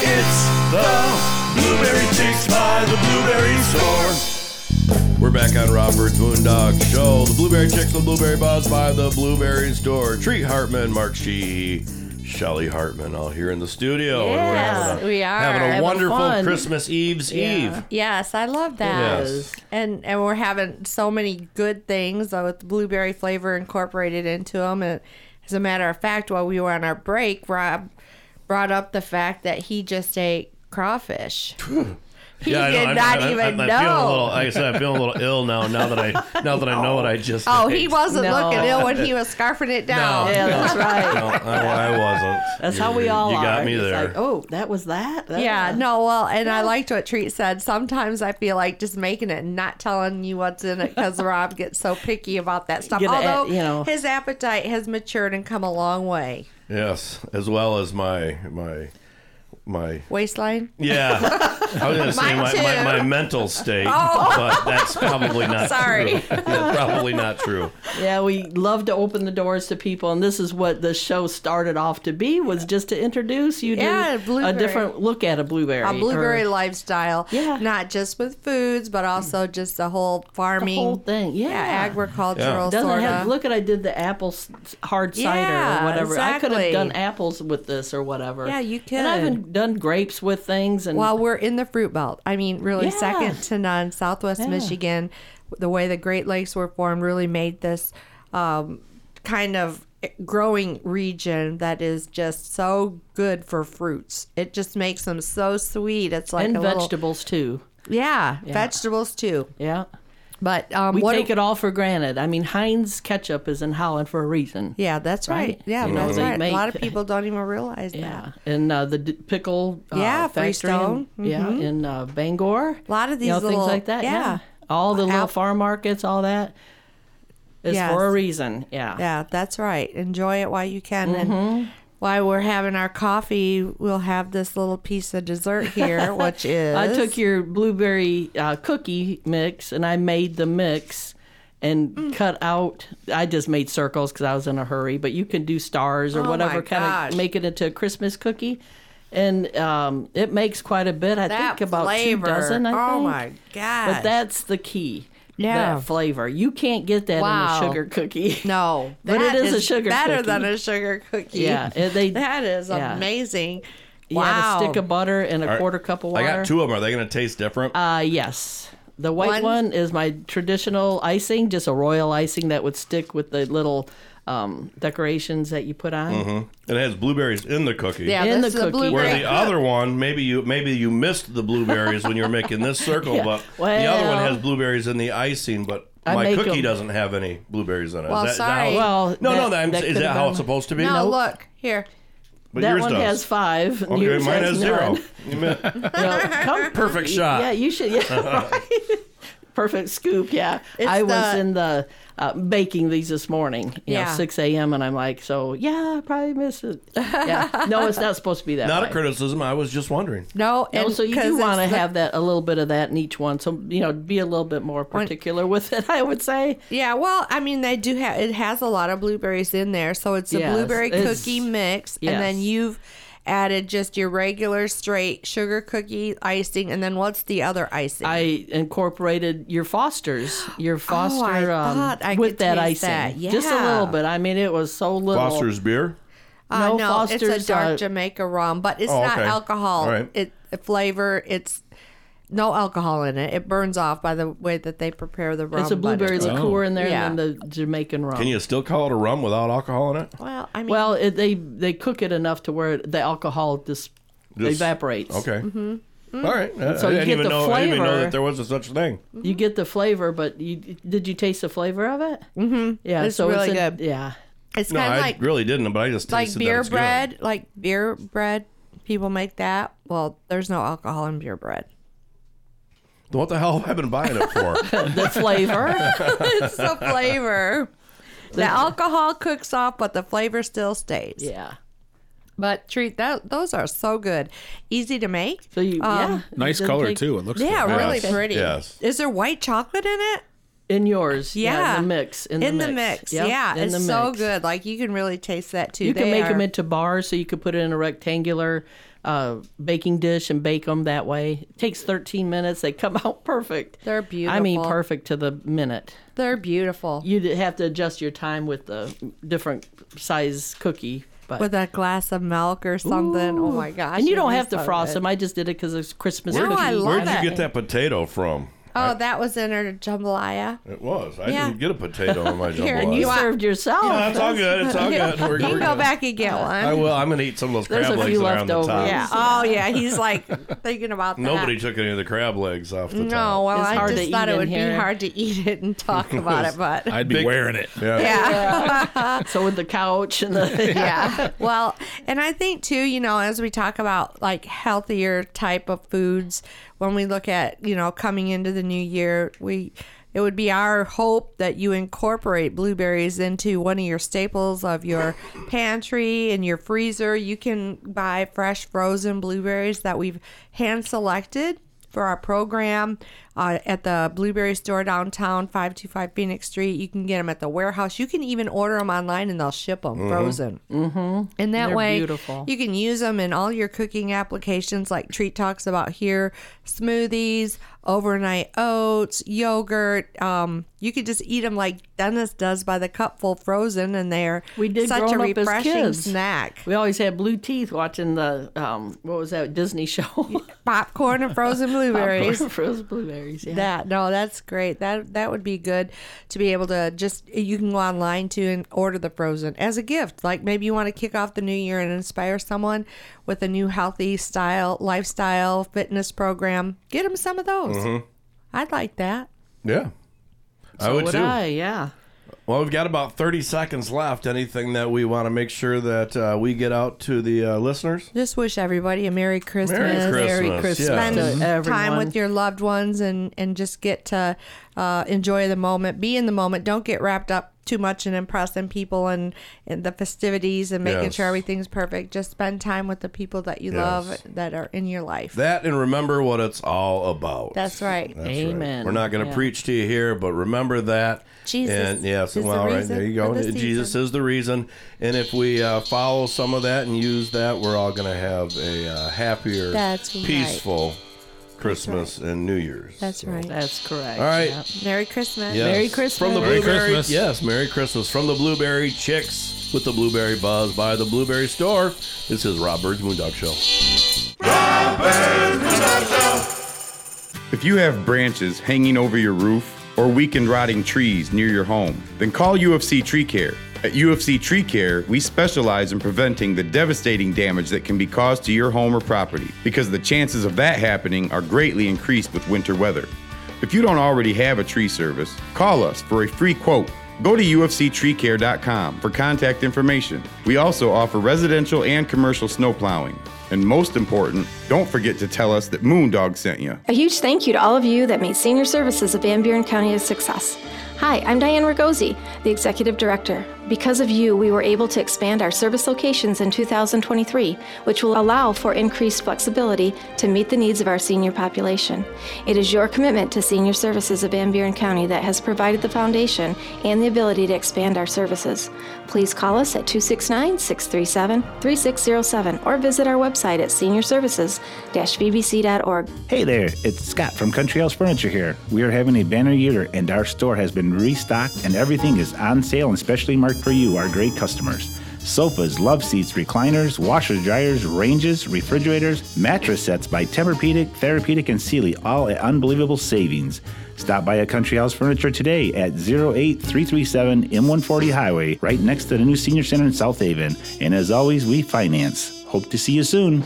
A: It's the Blueberry Chicks by the Blueberry Store. We're back on Robert's Moondog Show. The Blueberry Chicks, the Blueberry Buzz by the Blueberry Store. Treat Hartman, Mark Sheehy, Shelly Hartman, all here in the studio. and we're having a,
G: we are.
A: having a
G: Having
A: wonderful
H: fun.
A: Christmas Eve's Eve.
G: Yes, I love that.
A: Yes.
G: And and we're having so many good things uh, with blueberry flavor incorporated into them. And as a matter of fact, while we were on
A: (laughs)
G: our break, Rob brought up the fact that he just ate crawfish. He
A: I know.
G: did
A: I'm-
G: not
A: I'm-
G: even
A: I'm, I'm feeling a
G: know.
A: little. Like I said, I'm feeling a little ill now. Now that I now that I know what I just.
G: (laughs) Oh,
A: ate.
G: he wasn't
H: No.
G: looking ill when he was scarfing it down.
H: Yeah,
G: (laughs)
H: that's right.
A: (laughs) No, I, I wasn't.
H: That's
A: You-
H: how we all
A: You
H: are.
A: got me
H: It's
A: there.
H: like, oh, that was that. That-
G: Yeah, no, well, and I liked what Treat said. Sometimes I feel like just making it and not telling you what's in it because Rob gets so picky about that stuff.
H: Get a-
G: Although,
H: you know.
G: his appetite has matured and come a long way.
A: Yes, as well as my my my.
G: Waistline? (laughs)
A: Yeah, I was gonna say
G: Mine
A: my, my,
G: too.
A: my mental state,
G: Oh.
A: but that's probably not
G: (laughs) Sorry.
A: true. That's probably not true.
H: Yeah, we love to open the doors to people, and this is what the show started off to be was just to introduce you to
G: Yeah, blueberry.
H: a different look at a blueberry.
G: A blueberry
H: or
G: lifestyle.
H: Yeah.
G: Not just with foods, but also just the whole farming.
H: thing, yeah.
G: agricultural
H: doesn't
G: sort
H: have.
G: of.
H: Look at I did the apple s- hard cider
G: Yeah,
H: or whatever. I could
G: exactly.
H: have done apples with this or whatever.
G: Yeah, you
H: And I've
G: could.
H: even done grapes with things and
G: Well, we're in the fruit belt. I mean, really,
H: Yeah.
G: second to none. Southwest Michigan, the way the Great Lakes were formed, really made this um, kind of growing region that is just so good for fruits. It just makes them so sweet. It's like
H: and
G: a little-
H: vegetables too.
G: yeah, vegetables too.
H: Yeah.
G: But um,
H: We
G: what
H: take it all for granted. I mean, Heinz ketchup is in Holland for a reason.
G: Yeah, that's right.
H: Right?
G: Yeah,
H: You know,
G: that's
H: they
G: right. A lot of
H: make-
G: people don't even realize that.
H: Yeah, and uh, the d- pickle. Uh,
G: Yeah,
H: factory
G: Freestone. Mm-hmm.
H: In, Yeah, in uh, Bangor.
G: A lot of these
H: you know,
G: little-
H: things like that. Yeah.
G: yeah.
H: all the little
G: App-
H: farm markets, all that is
G: Yes.
H: for a reason. Yeah. Mm-hmm.
G: Yeah, that's right. Enjoy it while you can. And while we're having our coffee, we'll have this little piece of dessert
H: (laughs)
G: here, which is.
H: I took your blueberry uh, cookie mix and I made the mix and
G: Mm.
H: cut out. I just made circles because I was in a hurry, but you can do stars or
G: Oh my
H: whatever kind
G: gosh.
H: of make it into a Christmas cookie. And um, it makes quite a bit. I
G: That
H: think about
G: flavor.
H: two dozen. I
G: Oh
H: think.
G: my gosh.
H: But that's the key.
G: Yeah.
H: That flavor. You can't get that
G: Wow.
H: in a sugar cookie.
G: No,
H: (laughs) But
G: that
H: it is a sugar
G: better
H: cookie.
G: than a sugar cookie.
H: Yeah, and
G: (laughs)
H: they-
G: that is
H: yeah.
G: amazing.
H: You
G: Wow,
H: had a stick of butter and a
A: All right.
H: quarter cup of water.
A: I got two of them. Are they going to taste different?
H: Uh, yes. The white
G: One-
H: one, is my traditional icing, just a royal icing that would stick with the little um, decorations that you put on.
A: Mm-hmm. it has blueberries in the cookie.
G: yeah,
H: in
G: this
H: the
G: is a
H: cookie.
G: blueberry
A: Where the
G: cookie.
A: other one, maybe you maybe you missed the blueberries when you were making this circle,
H: Yeah.
A: but the other one
H: Well-
A: has blueberries in the icing, but
H: I
A: my
H: make
A: cookie
H: 'em-
A: doesn't have any blueberries in it. Is
G: Well,
A: that- is that
G: sorry.
A: how,
H: Well,
A: no, no,
H: that-
A: that,
H: that
A: is
H: could've
A: that how
H: been-
A: it's supposed to be?
G: No, look here.
A: but
H: That
A: yours
H: one
A: does.
H: has five. and
A: Okay,
H: yours
A: mine has
H: has
A: zero.
H: none. (laughs) No, come-
A: Perfect shot.
H: Yeah, you should. Yeah, (laughs) right. Perfect scoop. Yeah,
G: It's
H: I was
G: the-
H: in the uh, baking these this morning. You
G: Yeah.
H: know, six a.m. and I'm like, so yeah, I probably missed it. Yeah, no, it's not supposed to be that.
A: Not
H: way.
A: a criticism. I was just wondering.
G: No,
H: No,
G: and
H: so you
G: 'cause
H: do
G: it's
H: want to
G: the-
H: have that a little bit of that in each one. So you know, be a little bit more particular with it. (laughs) I would say.
G: Yeah, well, I mean, they do have. It has a lot of blueberries in there, so it's a
H: Yes,
G: blueberry
H: it's-
G: cookie mix, and then
H: yes.
G: you've added just your regular straight sugar cookie icing, and then what's the other icing? Oh,
H: I incorporated your Foster's, your Foster
G: I
H: um,
G: thought I
H: with
G: could
H: that
G: taste
H: icing,
G: that.
H: just a
G: Yeah.
H: little bit. I mean, it was so little.
A: Foster's beer.
G: uh,
H: no,
G: no, it's
H: Foster's,
G: a dark
H: uh,
G: Jamaica rum, but it's
A: Oh,
G: not
A: okay.
G: alcohol.
A: All right.
G: It a flavor. It's no alcohol in it. It burns off by the way that they prepare the rum.
H: It's a
G: but
H: blueberry
A: Oh.
H: liqueur in there,
G: Yeah.
H: and then the Jamaican rum.
A: Can you still call it a rum without alcohol in it?
G: Well, I mean,
H: well, it, they they cook it enough to where the alcohol just,
A: Just-
H: evaporates.
A: Okay.
G: Mm-hmm.
A: All right. I-
H: So
A: I
H: you
A: didn't
H: get
A: even
H: the
A: know. I didn't even know
H: flavor.
A: that there was a such thing.
G: Mm-hmm.
H: You get the flavor, but you did you taste the flavor of it? Mm-hmm. Yeah,
G: It's
H: so
G: really
H: it's in-
G: good.
H: Yeah,
G: it's
A: No,
G: kind
A: I
G: of like
A: really didn't. But I just
G: like
A: tasted that
G: beer
A: it's good.
G: bread, like beer bread. People make that. Well, there's no alcohol in
A: (laughs)
G: beer bread.
A: Then What the hell have I been buying it for?
H: (laughs) the flavor.
G: (laughs) it's the flavor. The alcohol cooks off, but the flavor still stays.
H: yeah.
G: But treat that; those are so good, easy to make.
H: So you, yeah,
G: Um,
I: Nice
H: Doesn't
I: color
H: take-
I: too. It looks.
G: Yeah,
I: good.
G: really
A: Yes,
G: pretty.
A: yes.
G: Is there white chocolate in it?
H: In yours, yeah,
G: Yeah.
H: in the mix, in,
G: in
H: the mix, Yep,
G: yeah,
H: in
G: it's
H: the
G: so
H: mix.
G: good. Like you can really taste that too.
H: You can
G: They
H: make them
G: are-
H: into bars, so you could put it in a rectangular uh, baking dish and bake them that way. It takes 13 minutes. They come (laughs) out perfect.
G: They're
H: I mean,
G: beautiful.
H: perfect to the minute.
G: They're beautiful
H: You'd have to adjust your time with the different size cookie, but
G: with a glass of milk or something. Oh my gosh!
H: and you
G: it'd
H: don't
G: be
H: have to
G: so
H: frost
G: good.
H: them. I just did it because it's Christmas.
G: No,
H: cookies.
G: I love
A: Where'd
G: it.
A: you get that potato from?
G: Oh, that was in her jambalaya.
A: It was. I
G: Yeah.
A: didn't get a potato in my
G: (laughs) Here,
A: jambalaya.
G: you
H: You
G: Wow.
H: served yourself.
A: No, it's all good.
H: (laughs)
A: It's all
G: You
A: good. We're,
G: can
A: we're
G: go
A: good.
G: back and get one.
A: I will. I'm gonna eat some of those
H: There's
A: crab
H: a
A: legs
H: few
A: that are on the
H: leftovers.
A: top.
G: Yeah. Oh, yeah. He's
A: (laughs)
G: like thinking about that.
A: Nobody took any of the crab legs off the
G: No,
A: top.
G: well,
H: It's
G: I
H: hard
G: just
H: to
G: thought
H: eat
G: it
H: in
G: would be
H: here.
G: hard to eat it
A: (laughs)
G: and talk about it, but
I: I'd be
A: Big-
I: wearing it.
G: (laughs)
A: Yeah.
G: yeah.
H: (laughs) So with the
A: (laughs)
H: couch and (laughs) the
G: yeah. (laughs) Well, and I think too, you know, as we talk about like healthier type of foods, when we look at, you know, coming into the new year, we it would be our hope that you incorporate blueberries into one of your staples of your pantry and your freezer. You can buy fresh frozen blueberries that we've hand selected for our program uh, at the Blueberry Store downtown, 525 Phoenix Street. You can get them at the warehouse. You can even order them online and they'll ship them frozen. Mm-hmm. And that
H: They're
G: way,
H: beautiful.
G: you can use them in all your cooking applications like Treat Talks about here, smoothies, overnight oats, yogurt. Um, you could just eat them like Dennis does by the cupful frozen, and they're
H: We did
G: such a
H: growing up as
G: refreshing
H: kids.
G: snack.
H: we always had blue teeth watching the um what was that
G: (laughs)
H: Disney show? (laughs)
G: Popcorn and frozen blueberries.
H: Frozen blueberries. Yeah.
G: that no that's great that that would be good to be able to just you can go online too and order the frozen as a gift like maybe you want to kick off the new year and inspire someone with a new healthy style lifestyle fitness program get them some of those i'd like that
A: Mm-hmm. Yeah. I would,
H: Would
A: too.
H: I? Yeah.
A: Well, we've got about 30 seconds left. Anything that we want to make sure that uh, we get out to the uh, listeners?
G: just wish everybody a merry christmas,
H: Merry Christmas
A: yeah.
G: spend
H: to
G: time
H: everyone.
G: with your loved ones and and just get to uh, enjoy the moment be in the moment don't get wrapped up too much in impressing people and, and the festivities and making
A: Yes.
G: sure everything's perfect just spend time with the people that you love that are in your life
A: That and remember what it's all about.
G: that's right
H: Amen.
A: We're not going to
H: Yeah.
A: preach to you here, but remember that.
G: Jesus
A: And yes,
G: is the
A: well, right
G: reason
A: there you go.
G: for the
A: Jesus
G: season.
A: is the reason. And if we uh, follow some of that and use that, we're all going to have a uh, happier,
G: That's right.
A: peaceful Christmas and New Year's.
G: that's right
H: That's correct.
A: all right.
H: yeah.
G: merry christmas
A: Yes.
H: Merry Christmas.
A: From the
H: Merry
A: blueberry,
I: Christmas.
A: Yes, Merry Christmas. From the Blueberry Chicks with the Blueberry Buzz by the Blueberry Store. This is Rob Bird's Moondog Show.
K: If you have branches hanging over your roof or weakened rotting trees near your home, then call UFC Tree Care. At UFC Tree Care, we specialize in preventing the devastating damage that can be caused to your home or property because the chances of that happening are greatly increased with winter weather. If you don't already have a tree service, call us for a free quote. Go to ufctreecare.com for contact information. We also offer residential and commercial snow plowing. And most important, don't forget to tell us that Moondog sent you.
B: A huge thank you to all of you that made Senior Services of Van Buren County a success. Hi, I'm Diane Ragosi, the Executive Director. Because of you, we were able to expand our service locations in 2023, which will allow for increased flexibility to meet the needs of our senior population. It is your commitment to Senior Services of Van Buren County that has provided the foundation and the ability to expand our services. Please call us at 269 637 3607 or visit our website at seniorservices-vbc.org.
L: Hey there, it's Scott from Country House Furniture here. We are having a banner year, and our store has been restocked, and everything is on sale and specially marked for you, our great customers. Sofas, love seats, recliners, washers, dryers, ranges, refrigerators, mattress sets by Tempur-Pedic, Therapeutic, and Sealy, all at unbelievable savings. Stop by a Country House Furniture today at 08337 M140 Highway, right next to the new Senior Center in South Haven. And as always, we finance. Hope to see you soon.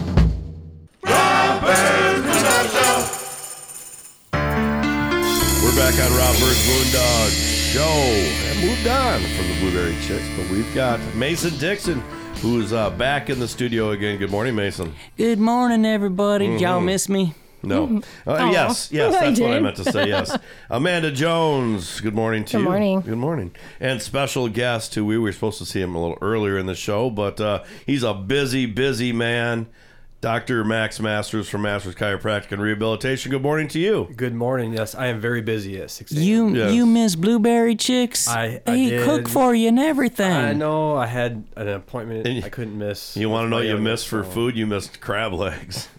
A: We're back on Rob Bird's Moondog Show. And moved on from the Blueberry Chicks, but we've got Mason Dixon, who's uh, back in the studio again. Good morning, Mason.
F: Good morning, everybody. Did Y'all miss me?
A: Mm-hmm.
C: (laughs)
A: (laughs) No. Uh, yes, yes,
C: I
A: that's what I
C: did.
A: meant to say,
C: (laughs)
A: yes. Amanda Jones, good morning to
C: Good
A: you.
C: morning.
A: Good morning. And special guest who we were supposed to see him a little earlier in the show, but uh, he's a busy, busy man. Dr. Max Masters from Masters Chiropractic and Rehabilitation. Good morning to you.
J: Good morning. Yes, I am very busy at 6 a.m.
F: You
A: Yes.
F: you miss blueberry chicks?
J: I- I
F: they
J: did.
F: cook for you and everything.
J: I know I had an appointment
A: And you-
J: I couldn't miss.
A: You want to know what you
J: Yeah,
A: missed for
J: so-
A: food? You missed crab legs.
F: (laughs)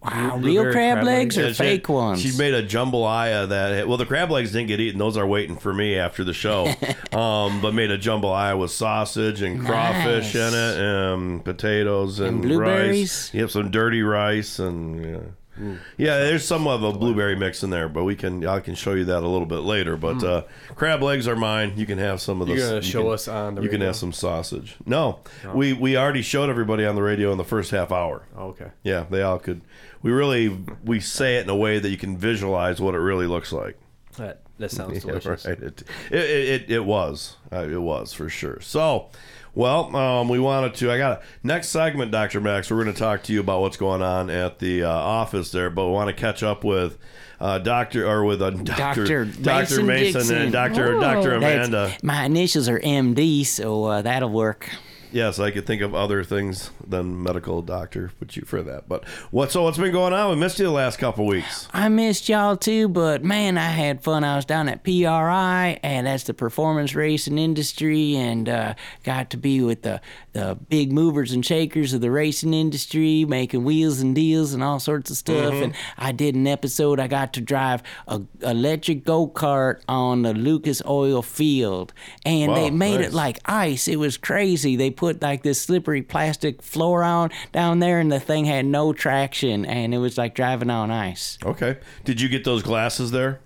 F: Wow,
J: Blueberry
F: real crab
J: crab
F: legs
J: legs.
F: or
A: Yeah, she-
F: fake ones?
A: She made a jambalaya that well, the crab legs didn't get eaten; those are waiting for me after the
F: (laughs)
A: show. um, but made a jambalaya with sausage and crawfish in
F: Nice.
A: it, and potatoes and,
F: And blueberries.
A: Rice. Yep, some dirty rice and yeah.
J: Hmm.
A: Yeah, there's some of a blueberry mix in there, but we can I can show you that a little bit later. But
F: Hmm.
J: Mm.
A: uh, crab legs are mine. You can have some of
J: You're
A: this.
J: gonna
A: you
J: show
A: can-
J: us on the
A: You can
J: radio?
A: have some sausage. No,
J: No.
A: we we already showed everybody on the radio in the first half hour.
J: Oh, okay.
A: Yeah, they all could. We really we say it in a way that you can visualize what it really looks like.
J: That, that sounds
A: (laughs) Yeah,
J: delicious.
A: right. It, it, it, it was. Uh, it was for sure. So, well, um, we wanted to. I got a next segment, Dr. Max. We're going to talk to you about what's going on at the uh, office there, but we want to catch up with. Uh, doctor or with a doctor,
M: Dr.
A: Dr. Mason, Oh. and Dr. Dr.
M: That's-
A: Amanda.
M: my initials are MD, so uh, that'll work.
A: Yes, I could think of other things than medical doctor, but you for that. But what? So what's been going on? We missed you the last couple weeks.
M: I missed y'all too, but man, I had fun. I was down at PRI, and that's the Performance Racing Industry, and uh, got to be with the, the big movers and shakers of the racing industry, making wheels and deals and all sorts of stuff.
N: Mhm.
M: And I did an episode. I got to drive a electric go kart on the Lucas Oil Field, and they
N: Wow,
M: made
N: nice.
M: it like ice. It was crazy. They put like this slippery plastic floor on down there, and the thing had no traction, and it was like driving on ice.
A: Okay. Did you get those glasses there?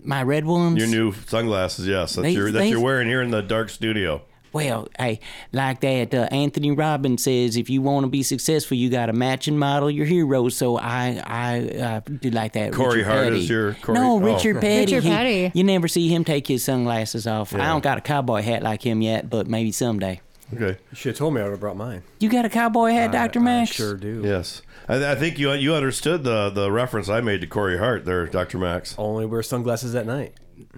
M: My red ones.
J: Um,
A: Your new sunglasses, yes, that
M: They-
A: you're that
M: they-
A: you're wearing here in the dark studio.
M: Well, hey, like that, uh, Anthony Robbins says, if you want to be successful, you got to match and model your heroes. So I, I uh, do like that.
A: Corey
M: Richard
A: Hart
M: Petty.
A: is your- Corey-
M: no,
A: oh.
M: Richard Petty.
N: Richard
M: he-
N: Petty.
M: you never see him take his sunglasses off. I
J: Yeah.
M: don't got a cowboy hat like him yet, but maybe someday.
A: Okay.
J: You should have told me I would have brought mine.
M: You got a cowboy hat,
J: I-
M: Doctor
J: I
M: Max?
J: sure do.
A: Yes, I, I think you you understood the the reference I made to Corey Hart there, Doctor Max.
J: Only wear sunglasses at night.
A: You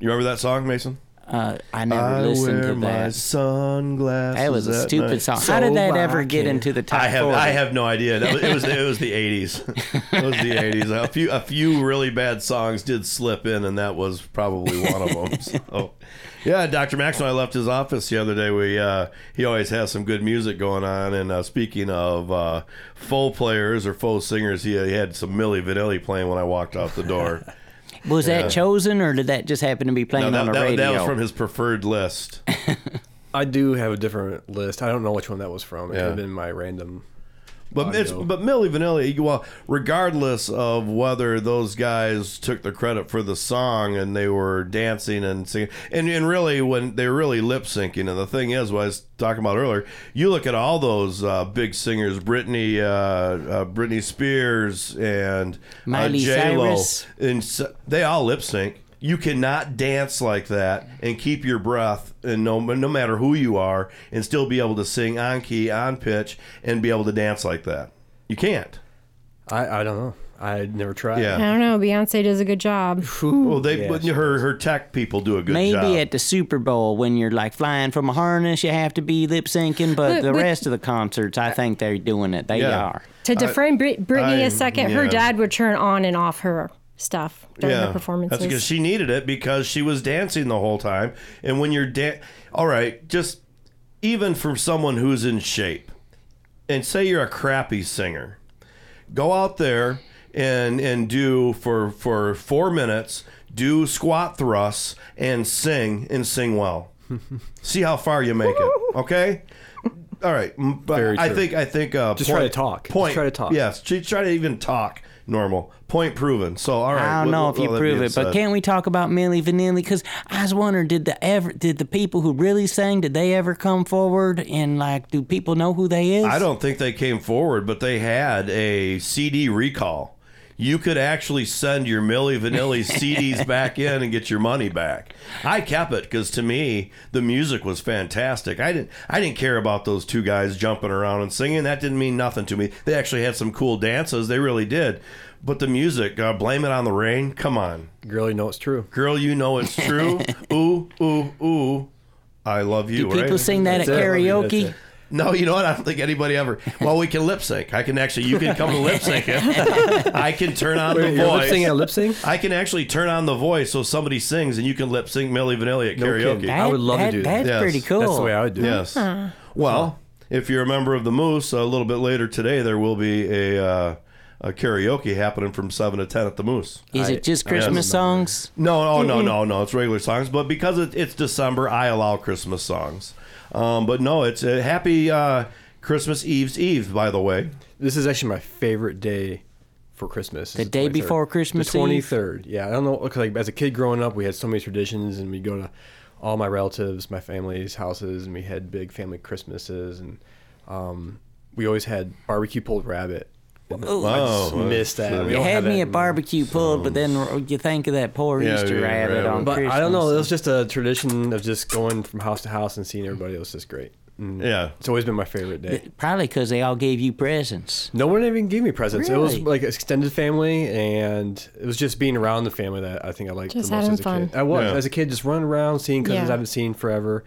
A: remember that song, Mason?
M: Uh, I never listened
A: wear
M: to
A: My
M: that.
A: sunglasses.
M: That was a
A: at
M: stupid
A: night.
M: song. How did that ever get into the top
A: I have
M: 40?
A: I have no idea. That was, it was it was the
M: (laughs)
A: eighties. It was the eighties. A few a few really bad songs did slip in, and that was probably one of them. So, yeah, Doctor Max when I left his office the other day, we uh, he always has some good music going on. And uh, speaking of uh, faux players or faux singers, he, he had some Milli Vanilli playing when I walked out the door.
M: Was
A: Yeah.
M: that chosen, or did that just happen to be (laughs) playing
A: No, that-
M: on a
A: that-
M: radio?
A: that was from his preferred list.
J: I do have a different list. I don't know which one that was from. It
A: Yeah.
J: could have been my random.
A: But it's
J: audio.
A: but Milli Vanilli. Well, regardless of whether those guys took the credit for the song and they were dancing and singing, and, and really when they were really lip syncing. And the thing is, what I was talking about earlier, you look at all those uh, big singers, Britney, uh, uh, Britney Spears, and uh,
M: Miley
A: J Lo,
M: Cyrus.
A: and so, they all lip sync. You cannot dance like that and keep your breath, and no no matter who you are, and still be able to sing on key, on pitch, and be able to dance like that. You can't.
J: I, I don't know. I never tried.
A: Yeah.
N: I don't know. Beyonce does a good job.
A: Well, they but her her tech people do a good
M: Maybe
A: job.
M: at the Super Bowl when you're like flying from a harness, you have to be lip syncing. But
N: But-
M: the
N: but-
M: rest of the concerts, I think they're doing it. They
A: Yeah. Uh,
M: are.
N: To defend Brit- Britney
A: I-
N: a second, her
A: yeah.
N: dad would turn on and off her stuff during her performances.
A: That's because she needed it because she was dancing the whole time. And when you're dan, all right, just even from someone who's in shape, and say you're a crappy singer, go out there and and do for for four minutes, do squat thrusts and sing and sing
J: (laughs)
A: well. See how far you make it. Okay. All right, m- but
J: Very
A: I
J: true.
A: think I think uh,
J: Just try to talk. Just
A: Point.
J: try to talk.
A: Yes, just try to even talk. Normal. Point proven. So all right.
M: I don't
A: with-
M: know
A: with
M: if you
A: all that
M: prove
A: being
M: it, but
A: said.
M: can we talk about Millie Vanilli? Because I was wondering, did the ever did the people who really sang did they ever come forward and like do people know who they is?
A: I don't think they came forward, but they had a CD recall. You could actually send your Milli
M: (laughs)
A: Vanilli CDs back in and get your money back. I kept it because to me the music was fantastic. I didn't I didn't care about those two guys jumping around and singing. That didn't mean nothing to me. They actually had some cool dances. They really did. But the music, uh, blame it on the rain. Come on,
J: girl, you know it's true.
A: Girl, you know it's
J: (laughs)
A: true. ooh, ooh, ooh. I love you.
M: Do people
A: right?
M: sing that That's at it. karaoke? That's it.
A: No, you know what? I don't think anybody ever. Well, we can lip sync. I can actually. You can come to lip sync. it. I can turn on
J: Wait,
A: the
J: you're
A: voice.
J: lip syncing at lip sync?
A: I can actually turn on the voice so somebody sings and you can lip sync Millie Vanilli at
J: No
A: karaoke.
J: kidding. I would love to That- do that. that's pretty cool. That's the way I would do it.
A: Yes.
J: Huh.
A: Well, if you're a member of the Moose, a little bit later today there will be a. Uh, a karaoke happening from seven to ten at the Moose.
M: Is it just Christmas songs?
A: No, no, oh, no,
O: Mm-hmm.
M: Mm-mm. (laughs)
A: no, no. It's regular songs, but because it, it's December, I allow Christmas songs. Um, but no, it's a happy uh, Christmas Eve's Eve. By the way,
J: This is actually my favorite day before Christmas.
M: The day before Christmas
J: The
M: Eve?
J: twenty third. Yeah, I don't know. Cause like as a kid growing up, we had so many traditions, and we'd go to all my relatives, my family's houses, and we had big family Christmases, and um, we always had barbecue pulled rabbit. And
M: Ooh.
J: I
A: uh,
J: just
M: Wow.
J: missed that. We
M: You
J: don't
M: had
J: have
M: me
J: that
M: at barbecue pulled, but then you think of that poor Easter rabbit on
J: But
M: Christmas.
J: I don't know. It was just a tradition of just going from house to house and seeing everybody. It was just great. And
A: Yeah.
J: it's always been my favorite day.
M: Probably because they all gave you presents.
J: No one even gave me presents. It was
M: Really?
J: like extended family, and it was just being around the family that I think I liked
N: Just
J: the most
N: having
J: as a
N: fun.
J: kid. I was
N: Yeah.
J: as a kid just running around, seeing cousins
N: Yeah.
J: I haven't seen forever.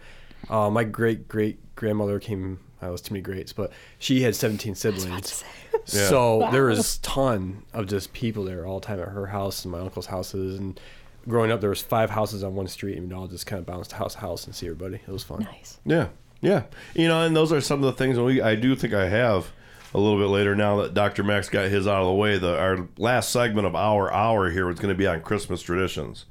J: Uh, my great great grandmother came. I was too many greats, but she had seventeen siblings.
A: Yeah.
N: (laughs)
J: So
A: Wow.
J: there was ton of just people there all the time at her house and my uncle's houses and. Growing up, there was five houses on one street, and we'd all just kind of bounced house to house and see everybody. It was fun. Nice.
A: Yeah, yeah. You know, and those are some of the things that we I do think I have a little bit later now that Dr. Max got his out of the way. The our last segment of our hour here was going to be on Christmas traditions.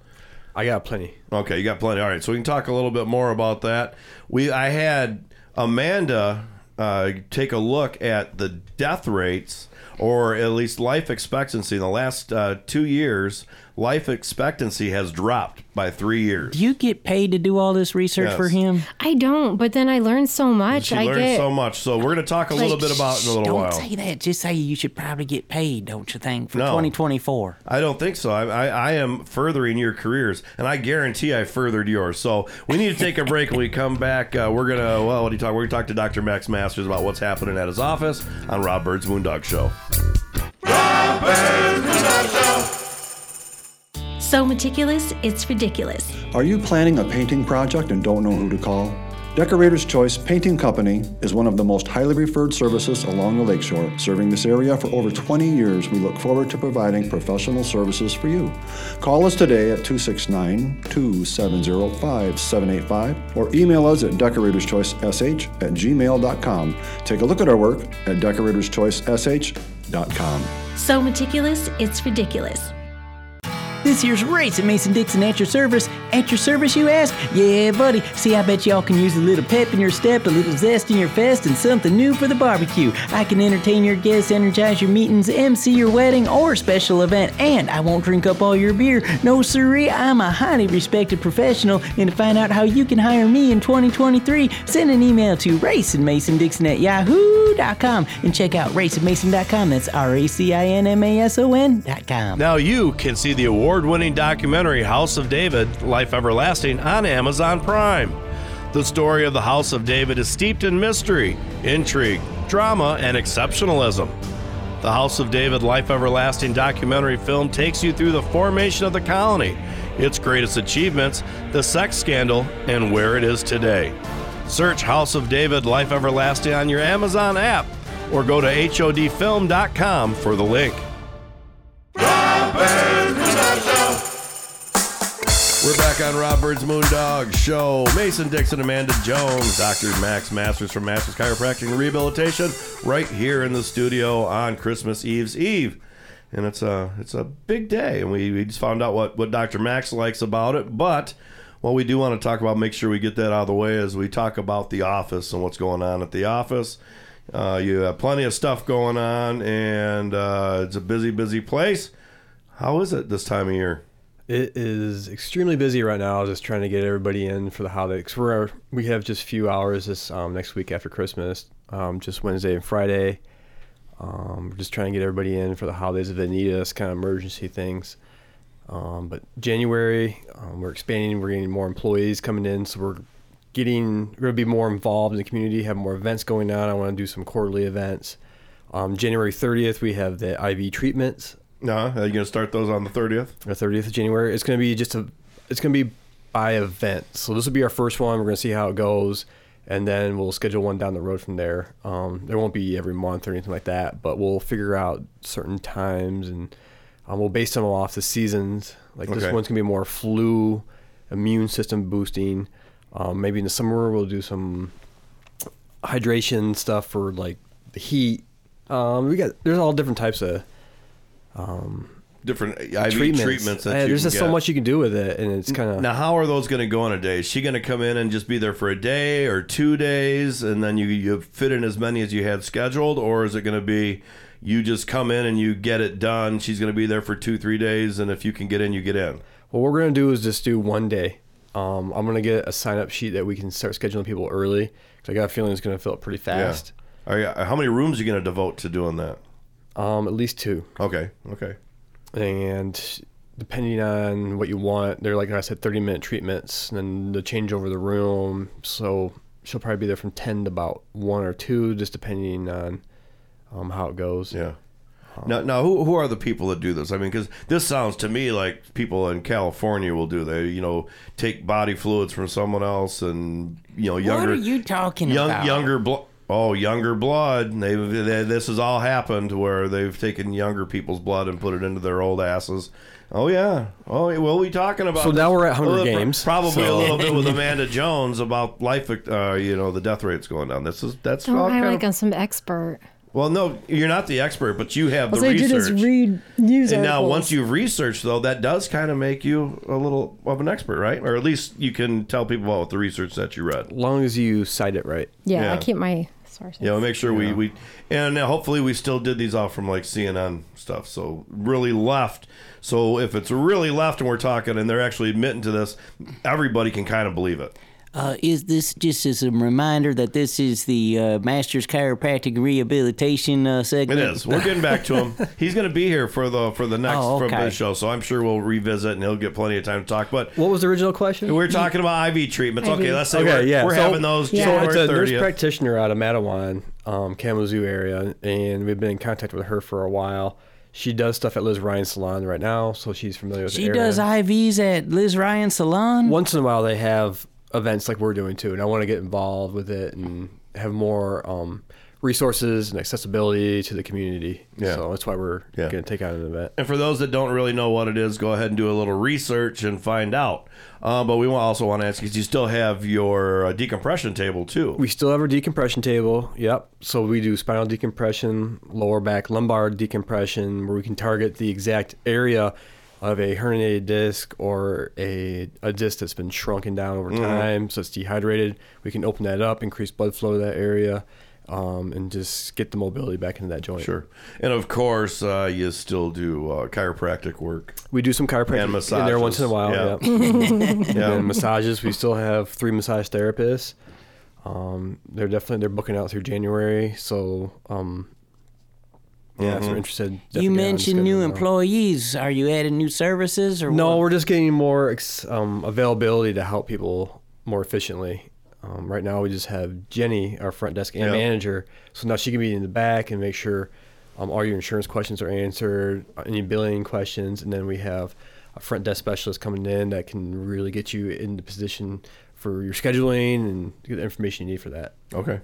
J: I got plenty.
A: Okay, you got plenty. All right, so we can talk a little bit more about that. We I had Amanda uh, take a look at the death rates or at least life expectancy in the last uh, two years. Life expectancy has dropped by three years.
M: Do you get paid to do all this research
A: Yes.
M: for him?
N: I don't, but then I learn so much.
A: She
N: I
A: learned
N: get
A: so much. So we're going to talk a little bit about it in a little
M: don't
A: while.
M: say that. Just say you should probably get paid, don't you think, for
A: No.
M: 2024?
A: I don't think so. I, I, I am furthering your careers, and I guarantee I furthered yours. So we need to take a break. When we come back, uh, we're gonna well, what do you talk? We're gonna talk to Dr. Max Masters about what's happening at his office on Rob Bird's Moondog Show.
C: So meticulous, it's ridiculous.
D: Are you planning a painting project and don't know who to call? Decorator's Choice Painting Company is one of the most highly referred services along the lakeshore. Serving this area for over 20 years, we look forward to providing professional services for you. Call us today at 269 270 5785 or email us at decoratorschoicesh at gmail.com. Take a look at our work at decoratorschoicesh.com.
C: So meticulous, it's ridiculous.
F: This year's race at Mason Dixon at your service. At your service, you ask? Yeah, buddy. See, I bet y'all can use a little pep in your step, a little zest in your fest, and something new for the barbecue. I can entertain your guests, energize your meetings, MC your wedding or special event, and I won't drink up all your beer. No, siree, I'm a highly respected professional, and to find out how you can hire me in 2023, send an email to racinmasondixon at yahoo.com and check out racinmason.com. That's R A C I N M A S O N.com.
A: Now you can see the award-winning documentary House of David: Life Everlasting on Amazon Prime. The story of the House of David is steeped in mystery, intrigue, drama, and exceptionalism. The House of David Life Everlasting documentary film takes you through the formation of the colony, its greatest achievements, the sex scandal, and where it is today. Search House of David Life Everlasting on your Amazon app or go to HODfilm.com for the link. We're back on Rob Bird's Moondog Show. Mason Dixon, Amanda Jones, Dr. Max Masters from Masters Chiropractic and Rehabilitation, right here in the studio on Christmas Eve's Eve. And it's a it's a big day, and we, we just found out what, what Dr. Max likes about it. But what we do want to talk about, make sure we get that out of the way as we talk about the office and what's going on at the office. Uh, you have plenty of stuff going on, and uh, it's a busy, busy place. How is it this time of year?
J: It is extremely busy right now, just trying to get everybody in for the holidays. We're we have just a few hours this um, next week after Christmas, um, just Wednesday and Friday. Um, we're just trying to get everybody in for the holidays if they need us, kind of emergency things. Um, but January, um, we're expanding. We're getting more employees coming in, so we're getting we're gonna be more involved in the community, have more events going on. I want to do some quarterly events. Um, January thirtieth, we have the IV treatments.
A: No, are you gonna start those on the thirtieth?
J: The thirtieth of January. It's gonna be just a. It's gonna be by event. So this will be our first one. We're gonna see how it goes, and then we'll schedule one down the road from there. Um, there won't be every month or anything like that, but we'll figure out certain times and um, we'll base them off the seasons. Like this
A: Okay.
J: one's gonna be more flu, immune system boosting. Um, maybe in the summer we'll do some hydration stuff for like the heat. Um, we got there's all different types of um,
A: different IV treatments, that
J: Yeah,
A: you
J: there's
A: can
J: just so
A: get.
J: much you can do with it, and it's kind of
A: Now, how are those going to go in a day? Is she going to come in and just be there for a day or two days, and then you you fit in as many as you had scheduled, or is it going to be you just come in and you get it done? She's going to be there for two three days, and if you can get in, you get in.
J: What we're gonna do is just do one day. Um, I'm gonna get a sign up sheet that we can start scheduling people early 'cause I got a feeling it's gonna fill up pretty fast.
A: Are you, Oh, how many rooms are you gonna devote to doing that?
J: Um, at least two.
A: Okay. Okay.
J: And depending on what you want, they're like I said, 30 minute treatments, and then the change over the room. So she'll probably be there from 10 to about one or two, just depending on um, how it goes.
A: Yeah. Now, now who, who are the people that do this? I mean, because this sounds to me like people in California will do. They, you know, take body fluids from someone else, and you know, younger.
M: what are you talking
A: young,
M: about?
A: Younger blood. Oh, younger blood. They, they, this has all happened where they've taken younger people's blood and put it into their old asses. Oh yeah. Oh, yeah. what are we talking about?
J: So now we're at Hunger
A: Well, pro-
J: Games.
A: Probably a
J: So-
A: little bit with Amanda Jones about life. Uh, you know, the death rates going down. This is that's all
N: Don't I
A: kind
N: like
A: of.
N: I'm some expert.
A: Well, no, you're not the expert, but you have
N: All
A: the
N: I
A: research.
N: did is read news
A: And now,
N: articles.
A: once you've researched, though, that does kind of make you a little of an expert, right? Or at least you can tell people about the research that you read.
J: long as you cite it right.
N: yeah, I keep my sources.
A: Yeah, we make sure we, we and uh, hopefully we still did these off from like CNN stuff. So really left. So if it's really left and we're talking and they're actually admitting to this, everybody can kind of believe it.
M: Uh, is this just as a reminder that this is the uh, Masters Chiropractic Rehabilitation uh,
A: It
M: segment?
A: is. We're getting back to
J: (laughs)
A: him. He's going to be here for the for the next
M: Oh,
A: from
M: okay.
A: the show, so I'm sure we'll revisit and he'll get plenty of time to talk. But
J: what was the original question?
A: We're talking about IV treatments. Okay, let's say
J: Okay,
A: we're,
J: yeah.
A: we're
J: So-
A: having those January
J: So it's a nurse
A: 30th.
J: practitioner out of Mattawan, um, Kalamazoo area, and we've been in contact with her for a while. She does stuff at Liz Ryan Salon right now, so she's familiar
M: (laughs)
J: with
M: She
J: the area.
M: does IVs at Liz Ryan Salon.
J: Once in a while, they have events like we're doing too, and I want to get involved with it and have more um, resources and accessibility to the community.
A: Yeah.
J: So that's why we're
A: Yeah.
J: going to take on an event.
A: And for those that don't really know what it is, go ahead and do a little research and find out. Uh, but we wa- also want to ask because you still have your uh, decompression table too.
J: We still have our decompression table. Yep. So we do spinal decompression, lower back, lumbar decompression, where we can target the exact area of a herniated disc or a, a disc that's been shrunken down over
A: Mhm.
J: time, so it's dehydrated. We can open that up, increase blood flow to that area, um, and just get the mobility back into that joint.
A: Sure. And of course, uh, you still do uh, chiropractic work.
J: We do some chiropractic
A: And
J: in there once in a while.
A: massages.
J: Yeah.
A: Yeah.
J: And
A: Yeah.
J: (laughs) then massages. We still have three massage therapists. Um, they're definitely they're booking out through January. So um, yeah,
A: Mm-hmm.
J: if
M: Mhm.
J: you're interested,
M: you
J: definitely get on
M: mentioned new
J: schedule now.
M: employees. Are you adding new services or
J: No,
M: what?
J: we're just getting more ex- um, availability to help people more efficiently. Um, right now, we just have Jenny, our front desk and
A: Yeah.
J: manager. So now she can be in the back and make sure um, all your insurance questions are answered, uh, any billing questions, and then we have a front desk specialist coming in that can really get you in the position for your scheduling and get the information you need for that.
A: Okay.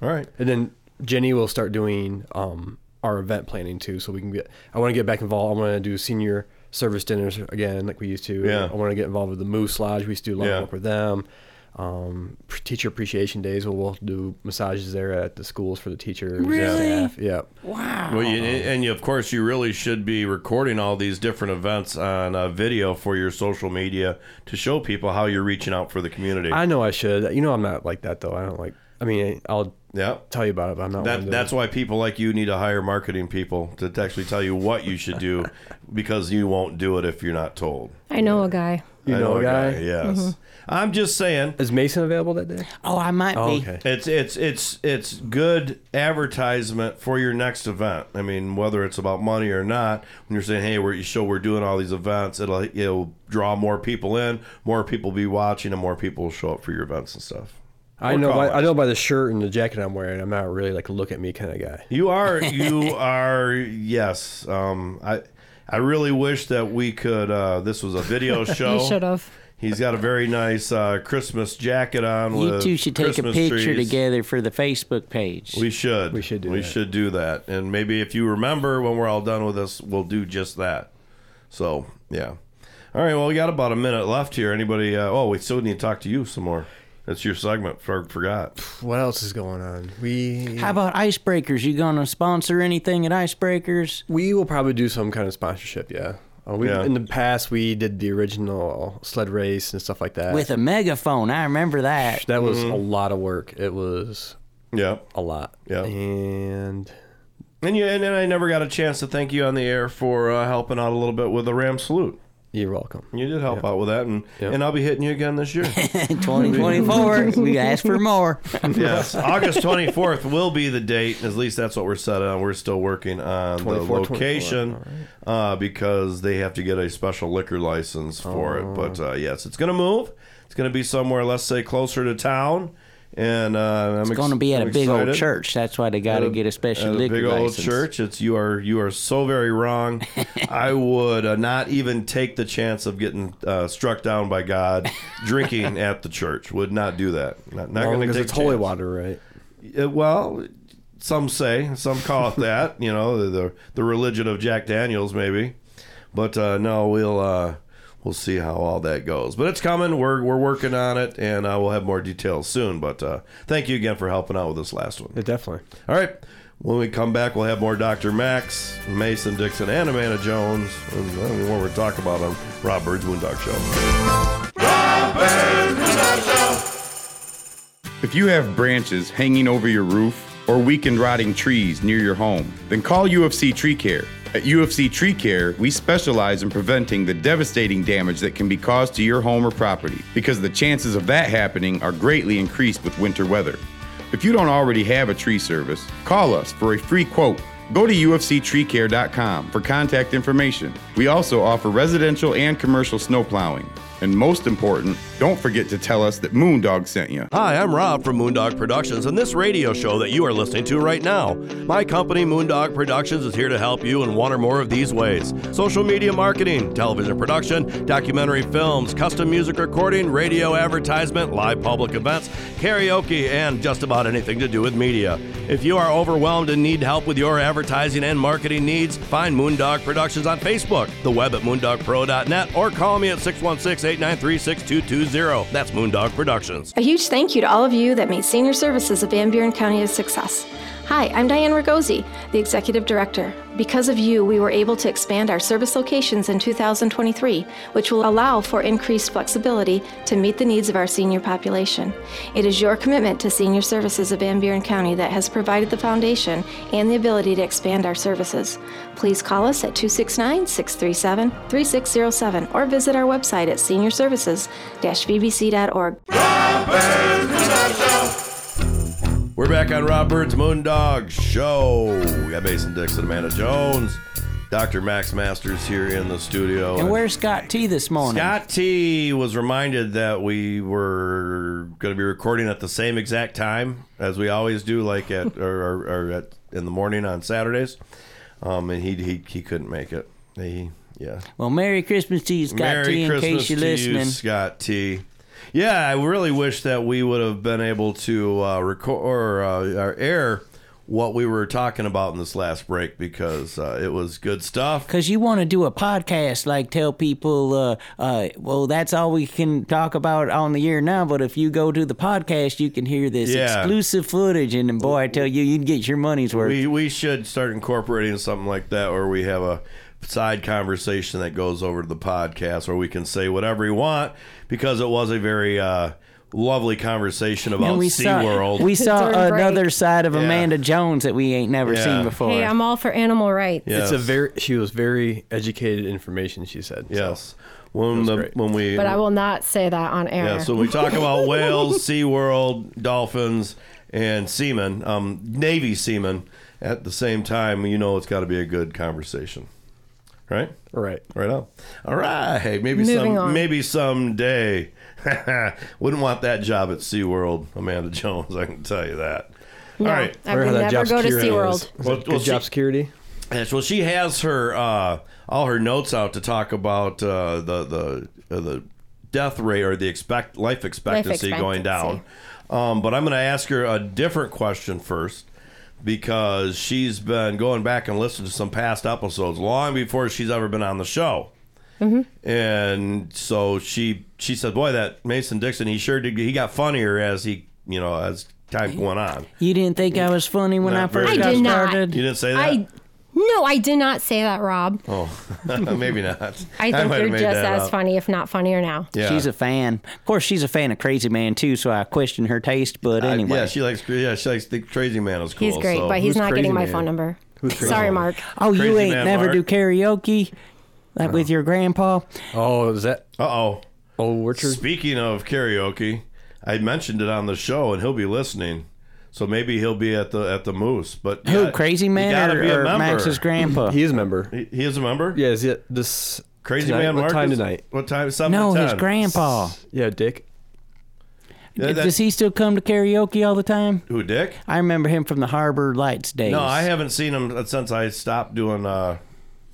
A: All right.
J: And then Jenny will start doing um, our event planning too. So we can get, I want to get back involved. I want to do senior service dinners again, like we used to.
A: Yeah.
J: I want to get involved with the Moose Lodge. We used to do a lot
A: Yeah.
J: of work with them. Um, p- teacher appreciation days. Where we'll do massages there at the schools for the teachers. and
A: Really?
J: Staff. Yep.
M: Wow.
A: Well, you, and you, of course, you really should be recording all these different events on uh, video for your social media to show people how you're reaching out for the community.
J: I know I should. You know I'm not like that though. I don't like. I mean, I'll
A: yeah
J: tell you about it, but I'm not. one
A: That,
J: to-
A: that's why people like you need to hire marketing people to actually tell you what you should do because you won't do it if you're not told.
N: I know a guy.
A: I know a guy, yes.
N: Mhm.
A: I'm just saying.
J: Is Mason available that day?
M: Oh, I might be.
A: It's it's it's it's good advertisement for your next event. I mean, whether it's about money or not, when you're saying, "Hey, we're you show we're doing all these events," it'll it'll draw more people in, more people be watching, and more people will show up for your events and stuff.
J: I
A: Or
J: know.
A: call
J: By, I know by the shirt and the jacket I'm wearing. I'm not really like a look at me kind of guy.
A: You
J: (laughs)
A: are you are yes. Um, I I really wish that we could. Uh, this was a video show.
N: You should've.
A: He's got a very nice uh, Christmas jacket on.
M: You
A: with
M: two should take
A: Christmas
M: a picture
A: trees.
M: together for the Facebook page.
A: We should. We should do. We should do that. And maybe if you remember when we're all done with this, we'll do just that. So yeah. All right. Well, we got about a minute left here. Anybody? Uh, oh, we still need to talk to you some more. That's your segment. For, forgot.
J: What else is going on? We
M: How about Icebreakers? You gonna sponsor anything at Icebreakers?
J: We will probably do some kind of sponsorship. Yeah. Uh, we
M: Yeah.
J: in the past we did the original sled race and stuff like that.
M: With a megaphone. I remember that.
J: that
A: Mm-hmm.
J: was a lot of work. It was
A: yeah
J: a lot.
A: Yeah.
J: And
A: And you and, and I never got a chance to thank you on the air for uh, helping out a little bit with the Ram salute.
J: You're welcome.
A: You did help out with that, and
M: (laughs)
A: and I'll be hitting you again this year.
M: 2024. we asked for more.
A: (laughs) yes,
M: (laughs)
A: August 24th will be the date. At least that's what we're set on. We're still working on the
J: 24,
A: location uh, because they have to get a special liquor license for it. But
M: Oh.
A: uh, yes, it's going to move. It's going to be somewhere, let's say, closer to town. And uh, I'm
M: It's going to be at a big old
A: excited.
M: church. That's why they got to
A: At
M: get a special
A: at
M: liquor
A: big old
M: license.
A: church. It's you are you are so very wrong. I would uh, not even take the chance of getting uh, struck down by God drinking at the church. Would not do that. Not, not
J: Well,
A: going to
J: because
A: take
J: it's holy
A: chance.
J: water, right?
A: Uh, well, some say, some call it that. (laughs) You know, the the, the religion of Jack Daniels, maybe. But uh, no, we'll uh, we'll see how all that goes. But it's coming. We're we're working on it, and uh, we'll have more details soon. But uh, thank you again for helping out with this last one.
J: definitely.
A: All right. When we come back, we'll have more Dr. Max, Mason Dixon, and Amanda Jones. And uh, more we're talking about on Rob Bird's Moondog Show.
K: If you have branches hanging over your roof or weakened rotting trees near your home, then call UFC Tree Care. At UFC Tree Care, we specialize in preventing the devastating damage that can be caused to your home or property because the chances of that happening are greatly increased with winter weather. If you don't already have a tree service, call us for a free quote. Go to ufctreecare.com for contact information. We also offer residential and commercial snow plowing. And most important, don't forget to tell us that Moondog sent you.
A: Hi, I'm Rob from Moondog Productions and this radio show that you are listening to right now. My company, Moondog Productions, is here to help you in one or more of these ways social media marketing, television production, documentary films, custom music recording, radio advertisement, live public events, karaoke, and just about anything to do with media. If you are overwhelmed and need help with your advertising and marketing needs, find Moondog Productions on Facebook, the web at moondogpro.net, or call me at 616 893 6220. That's Moondog Productions.
B: A huge thank you to all of you that made Senior Services of Van Buren County a success. Hi, I'm Diane Ragosi, the Executive Director. Because of you, we were able to expand our service locations in 2023, which will allow for increased flexibility to meet the needs of our senior population. It is your commitment to Senior Services of Van Buren County that has provided the foundation and the ability to expand our services. Please call us at 269 637 3607 or visit our website at seniorservices vbc.org.
A: We're back on Rob Bird's Moondog Show. We got Mason Dixon, Amanda Jones, Dr. Max Masters here in the studio.
M: And where's Scott T this morning?
A: Scott T was reminded that we were going to be recording at the same exact time as we always do, like at (laughs) or, or, or at in the morning on Saturdays. Um, and he he he couldn't make it. He yeah.
M: Well, Merry Christmas to you, Scott T, in case you're
A: to you,
M: listening.
A: Scott T. Yeah, I really wish that we would have been able to uh, record or, uh, or air what we were talking about in this last break because uh, it was good stuff.
M: Because you want to do a podcast, like tell people, uh, uh, well, that's all we can talk about on the air now. But if you go to the podcast, you can hear this
A: Yeah.
M: exclusive footage. And boy, I tell you, you'd get your money's worth.
A: We we should start incorporating something like that where we have a side conversation that goes over to the podcast where we can say whatever we want because it was a very uh, lovely conversation about
M: and we saw,
A: SeaWorld.
M: we saw
N: During break.
M: another side of Amanda Jones that we ain't never
A: Yeah.
M: seen before.
N: Hey, I'm all for animal rights.
J: It's a very. She was very educated information. She said. Yes.
A: When the when we
N: but I will not say that on air.
A: Yeah, so we talk
N: (laughs)
A: about whales, SeaWorld, dolphins, and seamen, um, Navy seamen at the same time, you know it's got to be a good conversation. Right?
J: Right.
A: Right on. All right. Maybe
N: Moving
A: some
N: on.
A: maybe someday. (laughs) Wouldn't want that job at SeaWorld, Amanda Jones, I can tell you that.
N: No,
A: All right.
N: I would Wonder how that never job go to security is. SeaWorld. Is it
A: Well,
J: good
A: well,
J: job
A: she-
J: security?
A: Yes, well, she has her uh, all her notes out to talk about uh, the the uh, the death rate or the expect life expectancy, going down.
P: expectancy.
A: Um, but I'm going to ask her a different question first because she's been going back and listening to some past episodes long before she's ever been on the show.
N: Mhm.
A: And so she she said, "Boy, that Mason Dixon, he sure did. He got funnier as he, you know, as time went on."
M: You didn't think I was funny when I
A: Not very
M: first got
A: good.
M: started?
A: You didn't say that.
N: I no, I did not say
A: (laughs)
N: that, Rob.
A: oh, maybe (laughs) not.
M: might
N: I think
M: have
N: you're
M: made
N: just
M: that
N: as
M: up.
N: funny, if not funnier now.
M: She's a fan. Of course, she's a fan of Crazy Man too, so I question her taste. But
A: I-
M: anyway,
A: yeah, she likes. Yeah, she likes the Crazy Man. Is cool.
N: He's great,
A: so-
N: but he's not getting my phone number.
A: Who's Crazy
N: Sorry,
A: Man?
N: Mark.
M: Oh, you
A: Crazy
M: ain't
A: Man
M: never
A: Mark.
M: do karaoke, like with your grandpa.
A: Oh, is that? Uh oh. Oh, Richard. Speaking of karaoke, I mentioned it on the show, and he'll be listening. So maybe he'll be at the at the Moose. But
M: Who,
A: yeah,
M: Crazy
A: you
M: Man
A: gotta
M: or-
A: be a
M: or
A: member.
M: Max's grandpa?
J: (laughs) He is a member.
A: He, he is a member.
J: Yeah, is it this
A: Crazy
J: tonight?
A: Man
J: What
A: Mark
J: time
A: is-
J: tonight?
A: What time? Seven.
M: No,
A: to
M: his
A: 10.
M: grandpa.
J: Yeah, Dick.
A: Yeah, that-
M: Does he still come to karaoke all the time?
A: Who, Dick?
M: I remember him from the Harbor Lights days.
A: No, I haven't seen him since I stopped doing uh,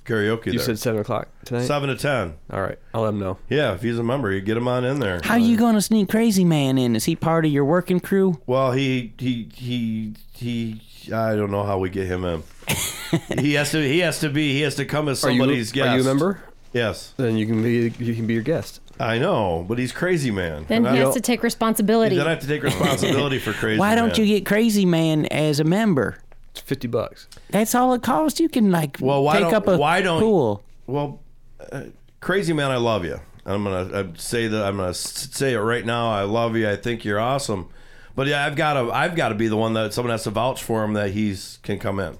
A: karaoke.
J: You said seven o'clock tonight.
A: Seven to ten.
J: All right, I'll let him know.
A: Yeah, if he's a member, you get him on in there.
M: How you gonna sneak Crazy Man in? Is he part of your working crew?
A: Well, he he he he. uh, I don't know how we get him in. (laughs) he has to. He has to be. He has to come as
J: Are you-
A: somebody's guest.
J: are you a member?
A: Yes.
J: Then you can be you can be your guest.
A: I know, but he's crazy man.
N: Then
A: And
N: he
A: I
N: has
A: don't-
N: to take responsibility.
A: Then I have to take responsibility
M: (laughs)
A: for crazy.
M: Why don't
A: man.
M: you get Crazy Man as a member?
J: It's fifty bucks.
M: That's all it costs. You can like
A: Well, why
M: take
A: don't
M: up a
A: why don't
M: pool.
A: Well, uh, crazy man, I love you. I'm gonna I say that I'm gonna s- say it right now. I love you. I think you're awesome. But yeah, I've got to I've got to be the one that someone has to vouch for him that he's can come in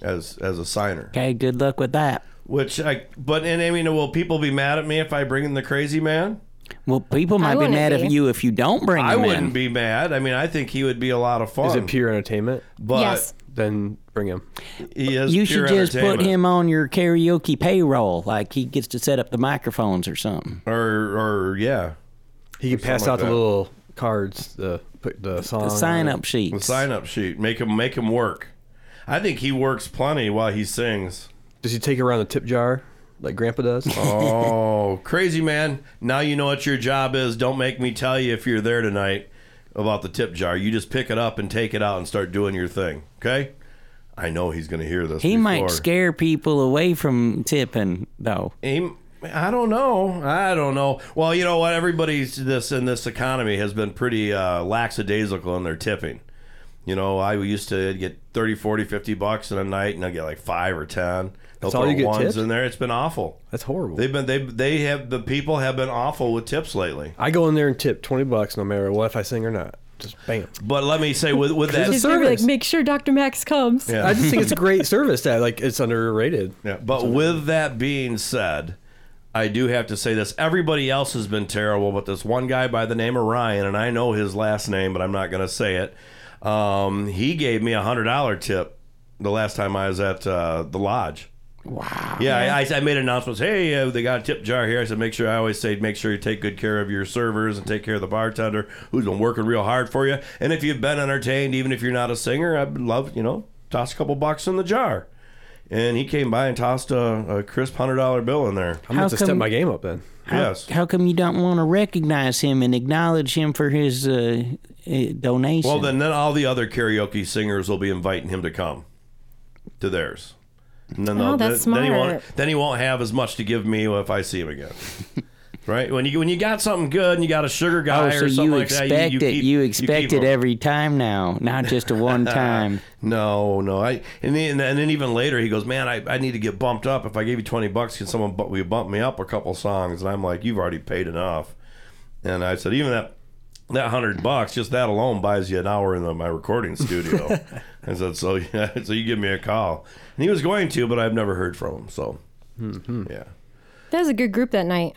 A: as as a signer.
M: Okay, good luck with that.
A: Which I but and I mean, will people be mad at me if I bring in the crazy man?
M: Well, people
A: I
M: might be
A: wouldn't
M: mad
A: be.
M: at you if you don't bring
A: I
M: him
A: wouldn't
M: in.
A: be mad. I mean, I think he would be a lot of fun.
J: Is it pure entertainment?
A: But Yes.
J: Then bring him.
A: He is
M: you should
A: pure
M: just put
A: entertainment.
M: him on your karaoke payroll, like he gets to set up the microphones or something.
A: Or or yeah,
J: He could pass
A: something
J: out
A: like
J: the
A: that.
J: little cards, the put the song,
M: sign-up sheet.
A: The sign up sheet. Make him make him work. I think he works plenty while he sings.
J: Does he take around the tip jar like Grandpa does?
A: (laughs) Oh, crazy man! Now you know what your job is. Don't make me tell you if you're there tonight about the tip jar. You just pick it up and take it out and start doing your thing. Okay? I know he's going to hear this.
M: He might
A: before.
M: scare people away from tipping, though.
A: Aim- I don't know. I don't know. Well, you know what? Everybody's this in this economy has been pretty uh, lackadaisical in their tipping. You know, I used to get 30, 40, 50 bucks in a night, and I get like five or ten. They'll
J: That's all you
A: put
J: get
A: ones
J: tipped?
A: in there. It's been awful.
J: That's horrible.
A: They've been they they have the people have been awful with tips lately.
J: I go in there and tip twenty bucks, no matter what if I sing or not. Just bam.
A: But let me say with with
J: There's
A: that
J: a
N: He's gonna be like,
J: service.
N: make sure Dr. Max comes.
A: Yeah.
J: I just
N: (laughs)
J: think it's a great service that like it's underrated.
A: Yeah, but with that being said, I do have to say this. Everybody else has been terrible, but this one guy by the name of Ryan, and I know his last name, but I'm not going to say it. Um, he gave me a hundred dollar tip the last time I was at uh, the lodge. Wow. Yeah, I, I, I made announcements. Hey, uh, they got a tip jar here. I said, make sure I always say, make sure you take good care of your servers and take care of the bartender who's been working real hard for you. And if you've been entertained, even if you're not a singer, I'd love you know toss a couple bucks in the jar. And he came by and tossed a, a crisp hundred dollar bill in there.
M: I'm gonna How have to step come- my
J: game up then.
M: How,
A: yes.
M: How come you don't want to recognize him and acknowledge him for his uh, uh, donation?
A: Well, then, then all the other karaoke singers will be inviting him to come to theirs. And then,
N: Oh,
A: they'll-
N: that's
A: then, then he won't.
N: smart.
A: Then he won't have as much to give me if I see him again. (laughs) right when you when you got something good and you got a sugar guy
M: Oh,
A: or
M: so
A: something
M: you
A: like
M: expect
A: that, you, you
M: it.
A: keep
M: you expect
A: keep 'em.
M: it every time now, not just
A: (laughs)
M: a one time.
A: No, no. I and then, and then even later he goes, man, I, I need to get bumped up. If I gave you twenty bucks, can someone bu- will you bump me up a couple songs? And I'm like, you've already paid enough. And I said, even that that hundred bucks, just that alone buys you an hour in the, my recording studio. I said, so yeah, (laughs) so you give me a call. And he was going to, but I've never heard from him. So yeah,
N: That was a good group that night.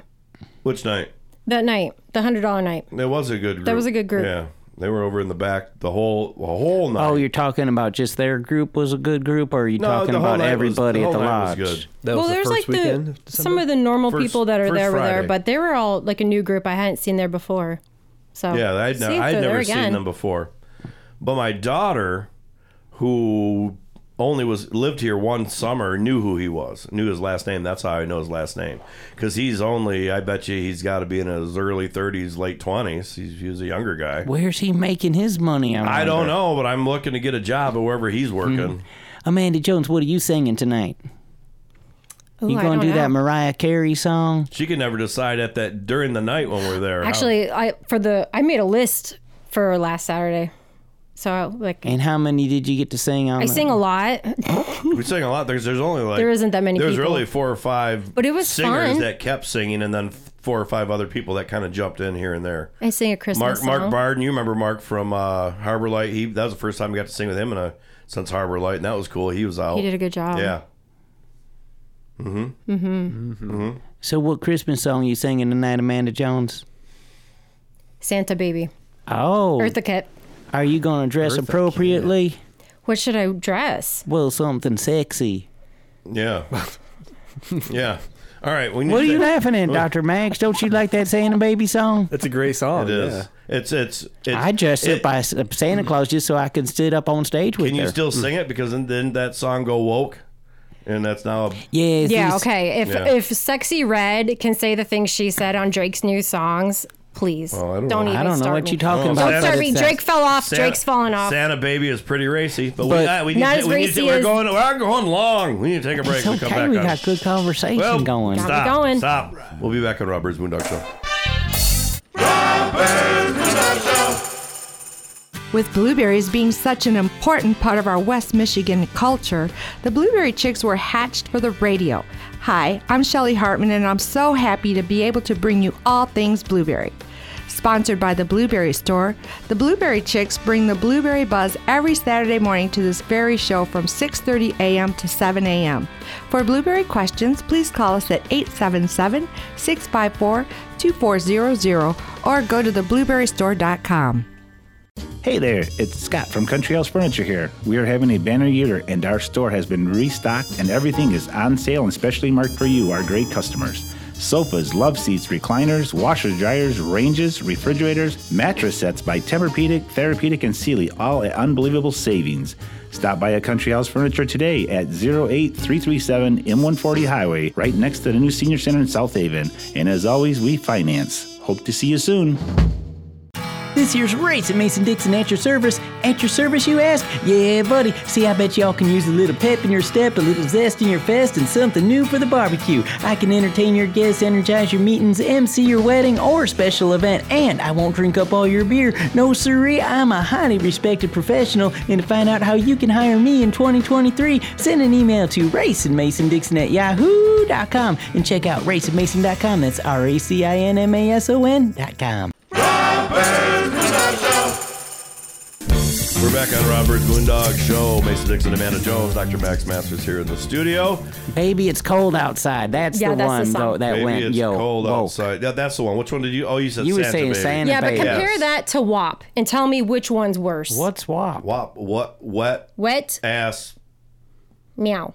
A: which night?
N: That night, the hundred dollar night.
A: It was a good. group.
N: That was a good group.
A: Yeah, they were over in the back the whole the whole night.
M: Oh, you're talking about just their group was a good group, or are you
A: No,
M: talking
A: the whole
M: about
A: night was-
M: everybody
A: the
M: at the
A: whole night
M: lodge?
A: was good. That
N: well, there's like the some of the normal
A: First-
N: people that are
A: first
N: there were there,
A: Friday.
N: but they were all like a new group I hadn't seen there before. So
A: Yeah, I'd,
N: see
A: ne-
N: if
A: I'd
N: they're there
A: never
N: again.
A: seen them before. But my daughter, who only was lived here one summer, knew who he was, knew his last name. That's how I know his last name because he's only. I bet you he's got to be in his early thirties, late twenties. He's, he's a younger guy.
M: Where's he making his money? I,
A: I don't
M: wonder?
A: know, but I'm looking to
N: Hmm.
A: get a job at wherever he's working.
M: Amanda Jones, what are you singing tonight?
N: Ooh,
M: you
N: I
M: gonna
N: don't
M: do that
N: know.
M: Mariah Carey song?
A: She could never decide at that during the night when we're there.
N: Actually, I for the I made a list for last Saturday, so like
M: And how many did you get to sing on?
N: I
M: the-
N: sing a lot.
A: we sang a lot. There's there's only like
N: There isn't that many
A: There's
N: people.
A: really four or five.
N: But it was
A: singers
N: fun.
A: that kept singing, and then four or five other people that kind of jumped in here and there.
N: I sing a Christmas
A: Mark
N: song.
A: Mark Barden, you remember Mark from uh, Harbor Light? He that was the first time we got to sing with him in a since Harbor Light, and that was cool. He was out.
N: He did a good job.
A: Yeah. Mm-hmm.
N: (laughs) Mm-hmm.
A: Mm-hmm.
M: So what Christmas song you singing tonight, Amanda Jones?
N: Santa baby,
M: Oh,
N: Eartha Kitt.
M: are you gonna dress
N: Eartha Kitt.
M: appropriately?
N: What should I dress?
M: Well, something sexy.
A: Yeah. yeah. All right. We need
M: What are
A: to-
M: you
A: (laughs)
M: laughing at, Doctor Max? Don't you like that Santa baby song?
J: It's a great song.
A: It is. It's it's. it's
M: I dressed
A: it-
M: up by S- uh, Santa Claus just so I could sit up on stage with
A: Can you
M: her.
A: still sing it? Because then, then that song go woke, and that's now. A,
M: yeah.
N: yeah, okay. If
A: Yeah.
N: if sexy red can say the things she said on Drake's new songs, please
A: Well, I
N: don't,
A: don't know.
N: even
A: I don't know
N: start
M: what
N: me.
M: you're talking
N: Don't
M: about, but
N: start me.
M: it's-
N: Drake fell off.
A: Santa-
N: Drake's fallen off.
A: Santa baby is pretty racy, but, we,
M: But-
A: uh, we need
N: Not
A: to,
N: as
A: we need
N: racy
A: to, we're
N: as-
A: going we're going long. We need to take a break.
M: It's
A: we come
M: okay.
A: back
M: We
A: on.
M: got good conversation
A: Well,
M: going.
A: Stop, Stop. We'll be back on Robert's Moondog Show.
G: With blueberries being such an important part of our West Michigan culture, the Blueberry Chicks were hatched for the radio. Hi, I'm Shelly Hartman, and I'm so happy to be able to bring you all things blueberry. Sponsored by the Blueberry Store, the Blueberry Chicks bring the blueberry buzz every Saturday morning to this very show from 6:30 a.m. to 7 a.m. For blueberry questions, please call us at 877-654-2400 or go to theblueberrystore.com.
L: Hey there, it's Scott from Country House Furniture here. We are having a banner year and our store has been restocked and everything is on sale and specially marked for you, our great customers. Sofas, love seats, recliners, washer dryers, ranges, refrigerators, mattress sets by Tempur-Pedic, Therapeutic, and Sealy, all at unbelievable savings. Stop by a Country House Furniture today at 08337 M140 Highway, right next to the new Senior Center in South Haven. And as always, we finance. Hope to see you soon.
F: This year's race at Mason Dixon at your service. At your service, you ask? Yeah, buddy. See, I bet y'all can use a little pep in your step, a little zest in your fest, and something new for the barbecue. I can entertain your guests, energize your meetings, MC your wedding or special event, and I won't drink up all your beer. No, siree, I'm a highly respected professional, and to find out how you can hire me in 2023, send an email to racinmasondixon at yahoo.com and check out racinmason.com. That's R A C I N M A S O N.com.
A: We're back on Robert's Moondog Show. Mason Dixon, Amanda Jones, Dr. Max Masters here in the studio.
M: Baby, it's cold outside. That's
N: Yeah,
M: the
N: that's the
M: one
N: song.
M: though, that
A: Maybe
M: went
A: it's
M: yo.
A: cold outside. Yeah, that's the one. Which one did you? Oh, you said
M: You were
A: Santa
M: saying
A: baby.
M: Santa
N: yeah, but
M: baby.
N: compare
A: Yes.
N: that to WAP and tell me which one's worse.
M: What's WAP?
A: Wop, what, wet
N: Wet
A: ass.
N: meow.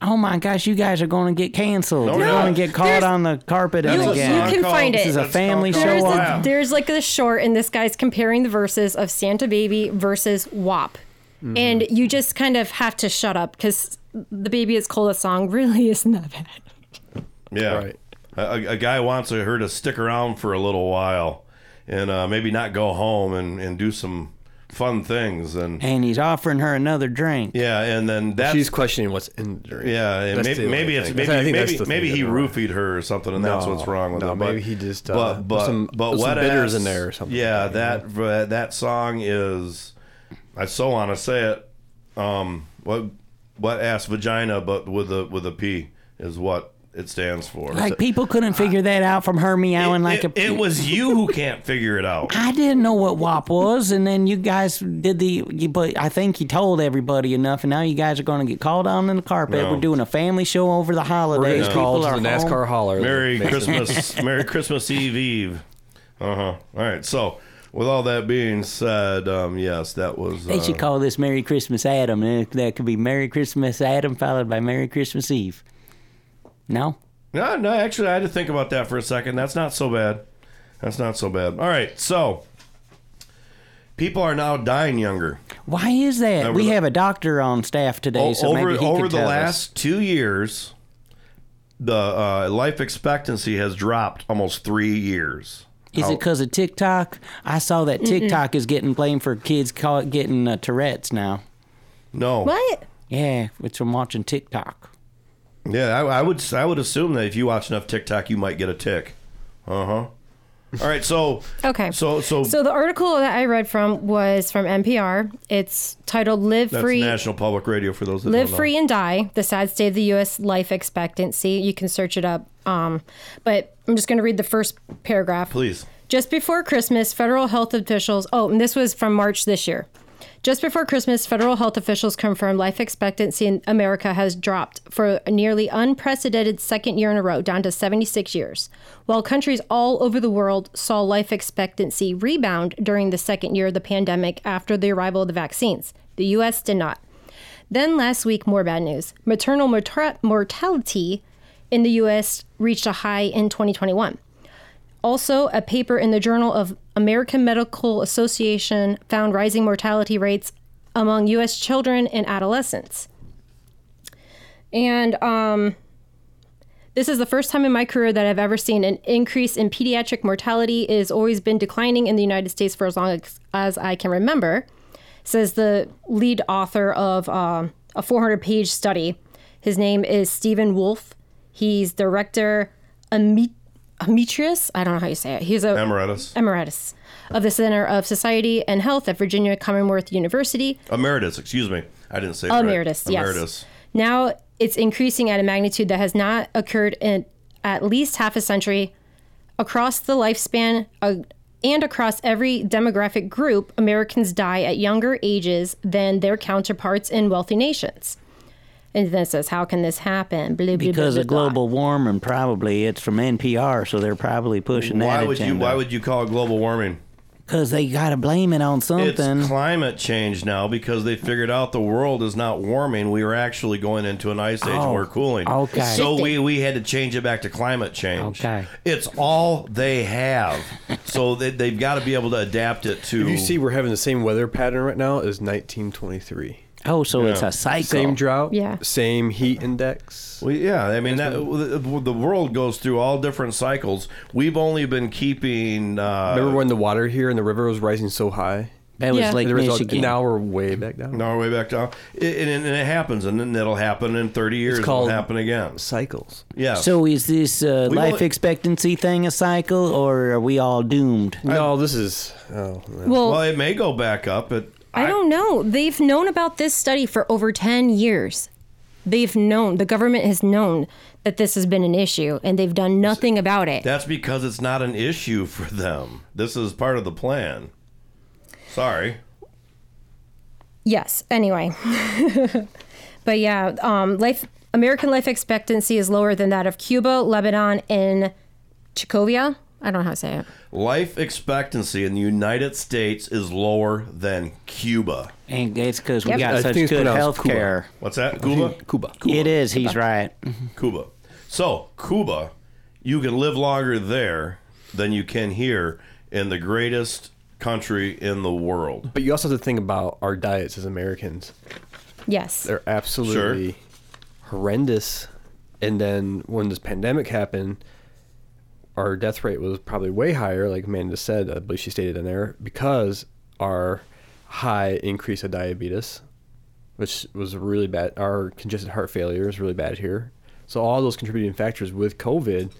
M: Oh my gosh, you guys are going to get canceled.
A: No,
M: You're
A: we're
M: going
A: not.
M: to get caught
A: There's-
M: on the carpet
A: That's a
M: again.
A: song You can called- find
M: this
A: it.
M: is a
A: That's
M: family
A: called-
M: show.
N: There's,
A: Wow.
N: a, there's like this short, and this guy's comparing the verses of Santa Baby versus WAP.
M: Mm-hmm.
N: And you just kind of have to shut up because the Baby is Cold a song really isn't that bad.
A: Yeah. Right. A, a guy wants her to stick around for a little while and uh, maybe not go home and, and do some fun things. And
M: And he's offering her another drink.
A: yeah, and then that's.
J: She's questioning what's in the drink.
A: yeah, and maybe
J: That's the only
A: maybe it's
J: thing.
A: maybe
J: I think that's
A: maybe,
J: the thing
A: maybe
J: that
A: he
J: they're wrong.
A: roofied her or something, and that's
J: No,
A: what's wrong with
J: no,
A: him.
J: maybe
A: but,
J: he just, uh,
A: but
J: put
A: but
J: some-
A: but
J: put some
A: wet
J: bitters
A: ass-
J: in there or something.
A: Yeah, that but that song is. I so want to say it. Um, what what ass vagina, but with a with a p is what it stands for.
M: Like people couldn't figure that out from her meowing like
A: it,
M: a.
A: it was you who can't figure it out.
M: I didn't know what WAP was, and then you guys did the. you- But I think you told everybody enough, and now you guys are going to get called on in the carpet.
A: No.
M: We're doing a family show over the
A: No.
M: holidays. (laughs) People are home.
A: Merry Christmas. (laughs) Merry Christmas Eve Eve. Uh huh. All right. So, with all that being said, um, yes, that was. Uh,
M: (laughs) They should call this Merry Christmas Adam, and it- that could be Merry Christmas Adam followed by Merry Christmas Eve. No,
A: no, no. Actually, I had to think about that for a second. That's not so bad. That's not so bad. All right. So, people are now dying younger.
M: why is that?
A: Over
M: we
A: the-
M: have a doctor on staff today,
A: O-
M: so
A: over
M: maybe he
A: over
M: could
A: the
M: tell us.
A: last two years, the uh, life expectancy has dropped almost three years.
M: Is it
A: How-
M: because of TikTok? I saw that TikTok is getting blamed for kids call getting uh, Tourette's now.
A: No.
N: What?
M: Yeah, it's from watching TikTok.
A: Yeah, I, I would. s- I would assume that if you watch enough TikTok, you might get a tick. Uh huh. All right. So
N: Okay.
A: So so
N: So the article that I read from was from NPR. It's titled "Live
A: that's
N: Free."
A: National Public Radio for those that
N: Live
A: don't know.
N: free and die. The sad state of the U.S. life expectancy. You can search it up. Um, but I'm just going to read the first paragraph.
A: Please.
N: Just before Christmas, federal health officials. Oh, and this was from March this year. Just before Christmas, federal health officials confirmed life expectancy in America has dropped for a nearly unprecedented second year in a row, down to 76 years. While countries all over the world saw life expectancy rebound during the second year of the pandemic after the arrival of the vaccines, the U.S. did not. Then last week, more bad news. Maternal morta- mortality in the U.S. reached a high in 2021. Also, a paper in the Journal of American Medical Association found rising mortality rates among U.S. children and adolescents. And um, this is the first time in my career that I've ever seen an increase in pediatric mortality. It has always been declining in the United States for as long as, as I can remember, says the lead author of um, a 400 page study. His name is Stephen Wolf. He's director Ame- Emetrius. I don't know how you say it. He's a
A: Emeritus.
N: Emeritus of the Center of Society and Health at Virginia Commonwealth University.
A: Emeritus. Oh, Excuse me. I didn't say it right.
N: Emeritus, Oh, yes.
A: Emeritus.
N: Now it's increasing at a magnitude that has not occurred in at least half a century. Across the lifespan uh, and across every demographic group, Americans die at younger ages than their counterparts in wealthy nations. And then it says, how can this happen? Blah, blah, blah,
M: Because
N: blah,
M: of
N: blah.
M: global warming, probably it's from NPR, so they're probably pushing
A: Why
M: that
A: would you?
M: agenda.
A: Why would you call it global warming?
M: Because they gotta blame it on something.
A: It's climate change now because they figured out the world is not warming. We were actually going into an ice age and
M: Oh,
A: we're cooling.
M: okay.
A: So we, we had to change it back to climate change. Okay. It's all they have. so they, they've got to be able to adapt it to.
J: If you see, we're having the same weather pattern right now as 1923.
M: Oh, so it's a cycle.
J: Same drought.
N: Yeah.
J: Same heat index.
A: Well, yeah. I mean, that, the the world goes through all different cycles. We've only been keeping. Uh,
J: Remember when the water here in the river was rising so high?
A: That was Yeah. Lake
J: The result-
A: Michigan.
J: Now we're way back down.
A: No, we're way back down. It, and, and it happens, and then it'll happen in 30 years.
J: called
A: it'll happen again.
J: Cycles.
A: Yeah.
M: So is this uh,
A: We
M: life
A: only-
M: expectancy thing a cycle, or are we all doomed?
J: No, this is. Oh,
N: Well-
A: well, it may go back up, but
N: I don't know. They've known about this study for over 10 years. They've known, the government has known that this has been an issue and they've done nothing about it.
A: That's because it's not an issue for them. This is part of the plan. Sorry.
N: Yes. Anyway, (laughs) but yeah, um, life American life expectancy is lower than that of Cuba, Lebanon, and Checovia. I don't know how to say it.
A: Life expectancy in the United States is lower than Cuba.
M: And it's because we
A: Yep.
M: got
A: I
M: such
A: think it's
M: good
A: pronounced
M: health
A: Cuba.
M: care.
A: What's that? Cuba? Cuba.
M: It is. He's right.
A: Cuba. So, Cuba, you can live longer there than you can here in the greatest country in the world.
J: But you also have to think about our diets as Americans.
N: Yes.
J: They're absolutely horrendous. And then when this pandemic happened, our death rate was probably way higher, like Amanda said. I believe she stated in there because our high increase of diabetes, which was really bad. Our congested heart failure is really bad here. So all those contributing factors with COVID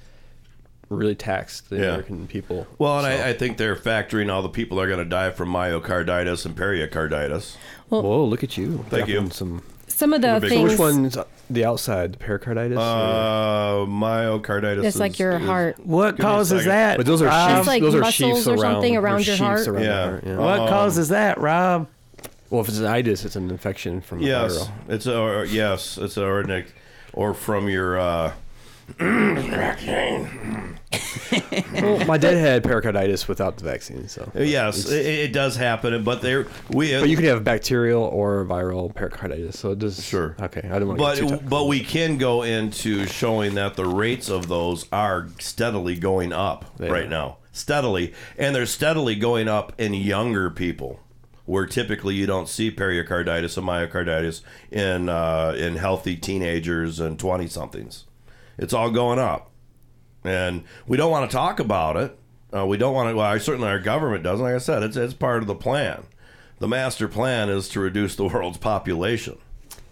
J: really taxed the
A: Yeah.
J: American people.
A: Well, and I, I think they're factoring all the people that are going to die from myocarditis and pericarditis.
N: Well-
J: Whoa, look at you!
A: Thank you.
J: Some
N: Some of the
A: Big-
J: So
N: things.
J: which one's the outside, the pericarditis?
A: Uh, myocarditis.
N: It's like your heart.
M: What
A: Give me a
M: causes
A: second.
M: that?
J: But those are
M: Rob?
J: sheaths.
N: like
J: those are
N: muscles
J: sheaths
N: or
J: around,
N: something
J: they're
N: around your
J: sheaths
N: heart?
J: around
A: Yeah.
J: the heart, yeah.
M: What causes that, Rob?
J: Well, if it's an itis, it's an infection from
A: Yes,
J: the viral.
A: it's a or, yes, it's a or, Nick, or from your. Uh,
J: (laughs) Well, my dad had pericarditis without the vaccine, so
A: Uh, yes, it, it does happen, but there we.
J: But you can have bacterial or viral pericarditis, so it does. Sure. Okay, I don't want to. Get too
A: but but we can go into showing that the rates of those are steadily going up right now, steadily, and they're steadily going up in younger people, where typically you don't see pericarditis and myocarditis in uh, in healthy teenagers and twenty somethings. It's all going up, and we don't want to talk about it. Uh, we don't want to. Well, I- certainly our government doesn't. Like I said, it's it's part of the plan. The master plan is to reduce the (laughs) world's population.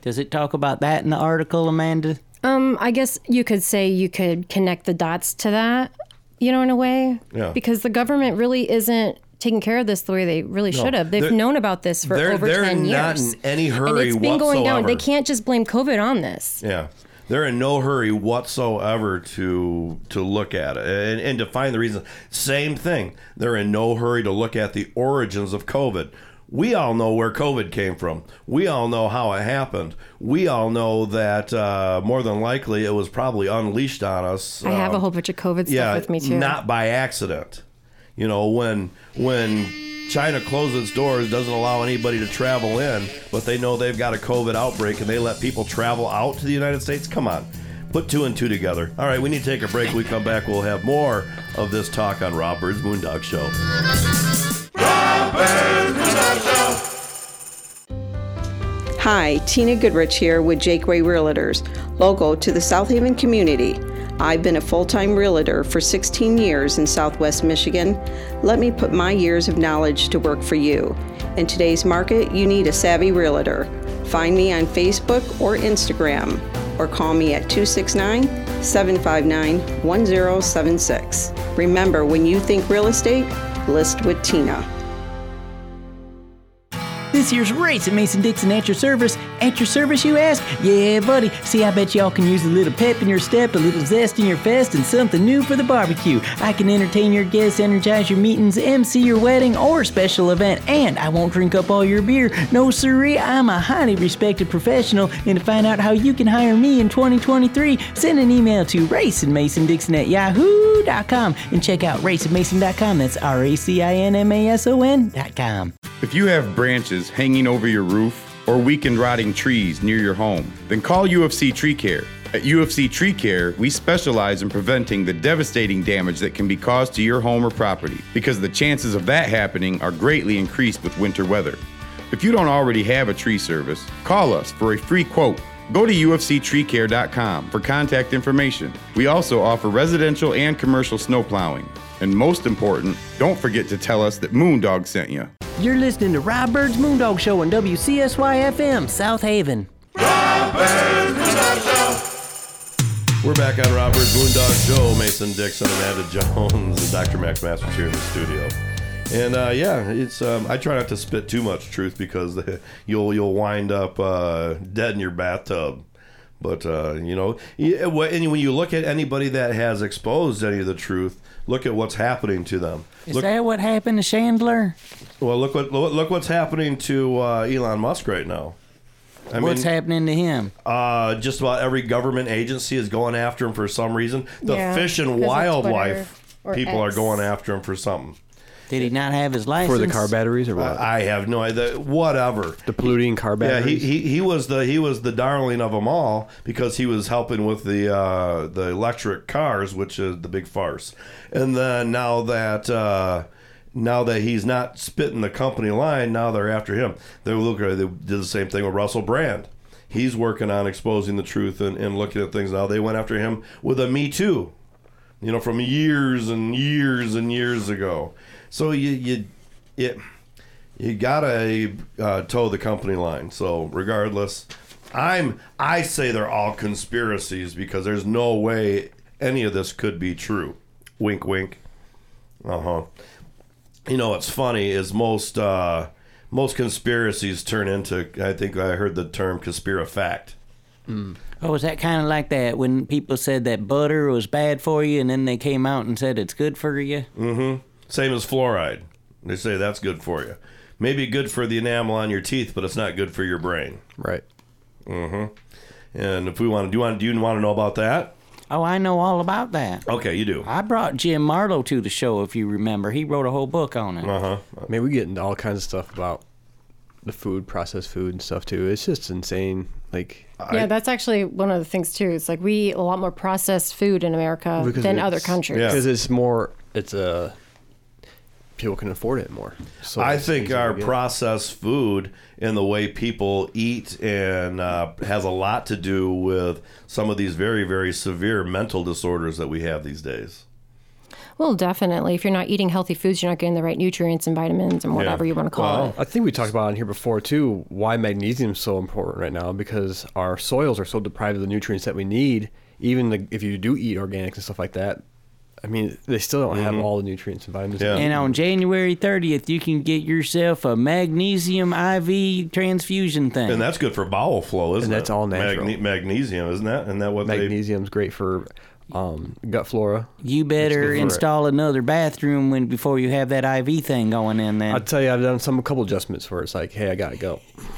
M: Does it talk about that in the article, Amanda?
N: Um, I guess you could say you could connect the dots to that, you know, in a way.
A: Yeah.
N: Because the government really isn't taking care of this the way they really
A: No.
N: should have. They've
A: They're-
N: known about this for
A: they're-
N: over
A: they're
N: 10 years.
A: not in any
N: and
A: hurry
N: it's been going down.
A: whatsoever.
N: They can't just blame COVID on this.
A: Yeah. They're in no hurry whatsoever to to look at it and, and to find the reason. Same thing. They're in no hurry to look at the origins of COVID. We all know where COVID came from. We all know how it happened. We all know that uh, more than likely it was probably unleashed on us.
N: I have a
A: um,
N: whole bunch of COVID
A: yeah,
N: stuff with me too.
A: Not by accident. You know, when when China closes its doors, doesn't allow anybody to travel in, but they know they've got a COVID outbreak and they let people travel out to the United States. Come on. Put two and two together. All right, we need to take a break. We come back, we'll have more of this talk on Rob Bird's Moondog Show.
P: Hi, Tina Goodrich here with Jake Way Realtors, local to the South Haven community. I've been a full time realtor for 16 years in southwest Michigan. Let me put my years of knowledge to work for you. In today's market, you need a savvy realtor. Find me on Facebook or Instagram, or call me at 269 759 1076. Remember, when you think real estate, list with Tina.
F: This year's race at Mason Dixon at your service. At your service, you ask? Yeah, buddy. See, I bet y'all can use a little pep in your step, a little zest in your fest, and something new for the barbecue. I can entertain your guests, energize your meetings, MC your wedding or special event, and I won't drink up all your beer. No, siree, I'm a highly respected professional, and to find out how you can hire me in 2023, send an email to racingmasondixon at yahoo.com and check out racingmason.com. That's R A C I N M A S O N.com.
K: If you have branches hanging over your roof or weakened rotting trees near your home, then call UFC Tree Care. At UFC Tree Care, we specialize in preventing the devastating damage that can be caused to your home or property because the chances of that happening are greatly increased with winter weather. If you don't already have a tree service, call us for a free quote. Go to ufctreecare.com for contact information. We also offer residential and commercial snow plowing. And most important, don't forget to tell us that Moondog sent you.
F: You're listening to Rob Bird's Moondog Show on WCSY FM, South Haven.
A: We're back on Rob Bird's Moondog Show. Mason Dixon, Amanda Jones, and Dr. Max Masters here in the studio. And uh, yeah, it's um, I try not to spit too much truth because you'll you'll wind up uh, dead in your bathtub. But uh, you know, yeah, wh- and when you look at anybody that has exposed any of the truth, look at what's happening to them.
M: Is
A: Look,
M: that what happened to Chandler?
A: well, look what look look what's happening to uh, Elon Musk right now. I
M: What's
A: mean,
M: happening to him?
A: uh, just about every government agency is going after him for some reason. The
M: Yeah,
A: fish and
M: because of
A: wildlife
M: Twitter or
A: people
M: X.
A: are going after him for something.
M: Did he not have his license?
J: for the car batteries or what?
A: I have no idea. Whatever.
J: The polluting car batteries.
A: Yeah, he, he, he was the he was the darling of them all because he was helping with the uh, the electric cars, which is the big farce. And then now that uh, now that he's not spitting the company line, now they're after him. They look they did the same thing with Russell Brand. He's working on exposing the truth and, and looking at things now. They went after him with a Me Too you know, from years and years and years ago. So you you it you gotta uh, toe the company line. So regardless, I'm I say they're all conspiracies because there's no way any of this could be true. Wink, wink. Uh huh. You know what's funny is most uh, most conspiracies turn into. I think I heard the term conspirafact.
M: Oh, is that kind of like that when people said that butter was bad for you and then they came out and said it's good for you?
A: Mm-hmm. Same as fluoride. They say that's good for you. Maybe good for the enamel on your teeth, but it's not good for your brain.
J: Right.
A: Mm-hmm. And if we want to, do you want, do you want to know about that?
M: Oh, I know all about that.
A: Okay, you do.
M: I brought Jim Marlowe to the show, if you remember. He wrote a whole book on it.
A: Uh huh.
J: I mean, we get into all kinds of stuff about the food, processed food, and stuff too. It's just insane. Like,
N: yeah, that's actually one of the things too. It's like we eat a lot more processed food in America uh, than other countries.
J: because it's more. It's a people can afford it more. So
A: I
J: it's
A: think
J: easier
A: our
J: to get.
A: processed food and the way people eat and uh, has a lot to do with some of these very, very severe mental disorders that we have these days.
N: Well, definitely. If you're not eating healthy foods, you're not getting the right nutrients and vitamins and whatever you want to call it.
J: I think we talked about on here before too why magnesium is so important right now because our soils are so deprived of the nutrients that we need. Even the, if you do eat organics and stuff like that, I mean, they still don't have all the nutrients and vitamins.
M: And on January 30th, you can get yourself a magnesium IV transfusion thing.
A: And that's good for bowel flow, isn't
J: And
A: it?
J: that's all natural.
A: Magne- magnesium, isn't that? And that what they-
J: magnesium's great for um, gut flora.
M: you better
J: good for it.
M: install another bathroom when before you have that IV thing going in
J: I'll
M: then.
J: tell you, I've done some a couple adjustments where it's like, hey, I gotta (laughs) go.
A: (laughs)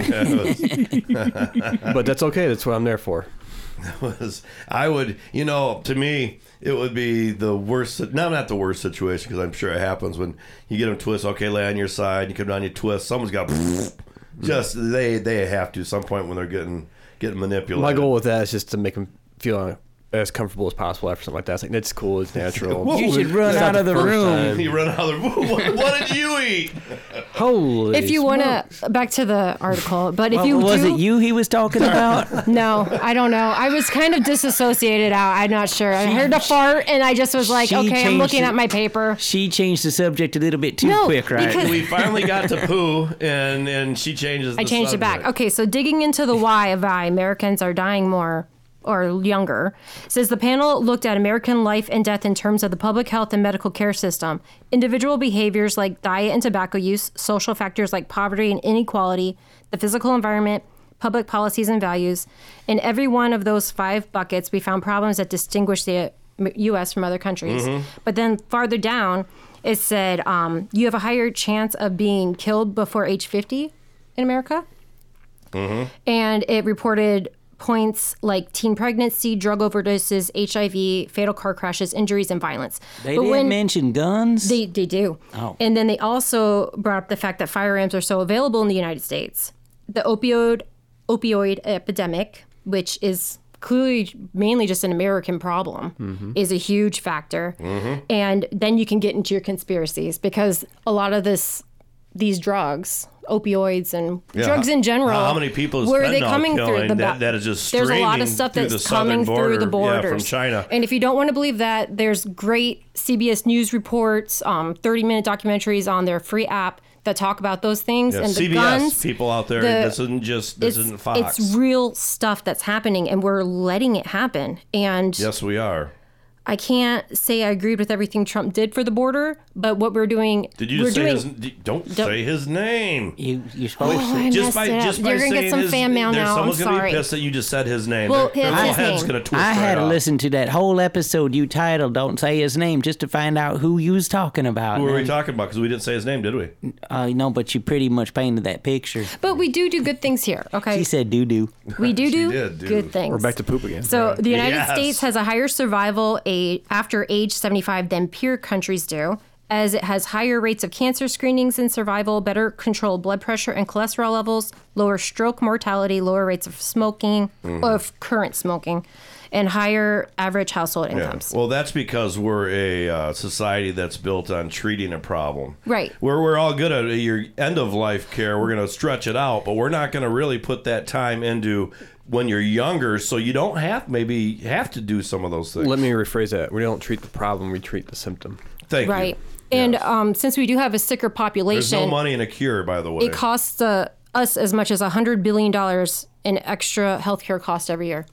J: but that's okay. That's what I'm there for.
A: That was I would you know to me it would be the worst no not the worst situation because I'm sure it happens when you get them twist okay lay on your side you come down you twist someone's got (laughs) just they they have to some point when they're getting getting manipulated
J: My goal with that is just to make them feel as comfortable as possible after something like that. It's like that's cool. It's natural.
A: You should run
J: It's not
A: out of the
J: first
A: room. (laughs)
J: time.
A: You run out of the room. What, what did you eat?
J: Holy.
N: If you want to, back to the article, but if you
M: was
N: do,
M: it you he was talking about?
N: (laughs) no, I don't know. I was kind of disassociated out. I'm not sure. I heard a fart and I just was like,
M: She
N: okay, I'm
M: changed
N: looking
M: it.
N: at my paper.
M: She changed the subject a little bit too
N: No,
M: quick, right?
N: because-
A: we finally got to poo and and she changes.
N: I
A: the
N: changed it back.
A: subject.
N: Okay, so digging into the why of why Americans are dying more or younger It says the panel looked at American life and death in terms of the public health and medical care system, individual behaviors like diet and tobacco use, social factors like poverty and inequality, the physical environment, public policies and values. In every one of those five buckets, we found problems that distinguish the uh, U.S. from other countries.
C: Mhm.
N: But then farther down, it said um, you have a higher chance of being killed before age 50 in America.
C: Mm-hmm.
N: And it reported points like teen pregnancy, drug overdoses, HIV, fatal car crashes, injuries, and violence.
M: They didn't mention guns?
N: They, they do.
M: Oh.
N: And then they also brought up the fact that firearms are so available in the United States. The opioid opioid epidemic, which is clearly mainly just an American problem,
M: Mm-hmm.
N: is a huge factor.
A: Mm-hmm.
N: And then you can get into your conspiracies because a lot of this, these drugs, opioids and
A: Yeah.
N: drugs in general,
A: How many people is
N: where are they
A: fentanyl
N: coming through
A: killing
N: the
A: that-
N: bo-
A: that is just
N: There's a lot
A: streaming
N: of stuff
A: through
N: that's
A: the southern
N: coming through the
A: border, yeah,
N: borders
A: from China.
N: And if you don't want to believe that, there's great CBS News reports, um, 30 minute documentaries on their free app that talk about those things
A: Yeah,
N: and the
A: CBS
N: guns.
A: people out there.
N: the-
A: this isn't just this
N: it's,
A: isn't Fox.
N: it's real stuff that's happening, and we're letting it happen. And
A: yes, we are.
N: I can't say I agreed with everything Trump did for the border, but what we're doing,
A: Did you
N: we're
A: just say
N: doing,
A: his? Don't,
N: Don't-
A: say his name.
M: You you
N: supposed Oh, to. I messed it up. You're gonna get some fan mail now, I'm
A: Someone's gonna
N: sorry.
A: be pissed that you just said his name.
N: Well,
A: their, their
N: it's
A: little
N: his
A: head's
N: name.
A: gonna twist.
M: I had
A: right
M: to
A: off.
M: listen to that whole episode you titled "Don't Say His Name" just to find out who you was talking about.
A: Who were we
M: And-
A: talking about? Because we didn't say his name, did we?
M: Uh, no, but you pretty much painted that picture.
N: but we do do good things here. Okay,
M: She said doo doo.
A: (laughs)
N: we do do, good things.
M: to poop again.
N: So the United
M: Yes.
N: States has a higher survival age after age 75 than peer countries do, as it has higher rates of cancer screenings and survival, better controlled blood pressure and cholesterol levels, lower stroke mortality, lower rates of smoking,
A: Mhm.
N: of current smoking, and higher average household incomes.
A: Well, that's because we're a uh, society that's built on treating a problem.
N: Right.
A: We're, we're all good at your end of life care. We're going to stretch it out, but we're not going to really put that time into when you're younger, so you don't have maybe have to do some of those things.
J: Let me rephrase that. We don't treat the problem; we treat the symptom.
A: Thank
N: right. And um, since we do have a sicker
A: you. There's no
N: population,
A: money in a cure, by the way.
N: it costs uh, us as much as $100 billion in extra healthcare costs every year.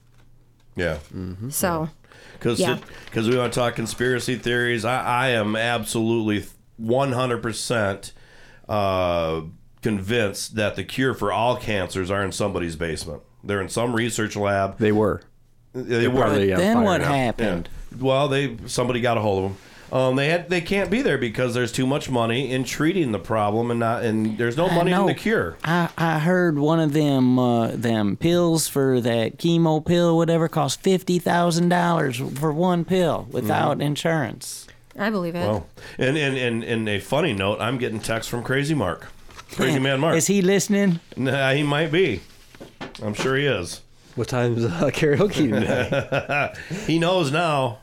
A: Mm-hmm. yeah.
N: So.
A: Because
N: Yeah.
A: because we want to talk conspiracy theories. I, I am absolutely one hundred percent uh, convinced that the cure for all cancers are in somebody's basement. They're in some research lab.
J: They were.
A: They,
J: They're
A: were.
J: probably on Then fire what now. happened?
A: Yeah. Well, they somebody got a hold of them. Um, they had they can't be there because there's too much money in treating the problem and not and there's no
M: I
A: money in
M: know.
A: the cure.
M: I, I heard one of them uh, them pills for that chemo pill, whatever, cost fifty thousand dollars for one pill without
A: Mhm.
M: insurance.
N: I believe it.
A: Well, and and and and a funny note, I'm getting texts from Crazy Mark, Crazy Man Mark.
M: Is he listening?
A: Nah, he might be. I'm sure he is.
J: What time's uh,
A: (laughs)
J: karaoke
A: he knows now.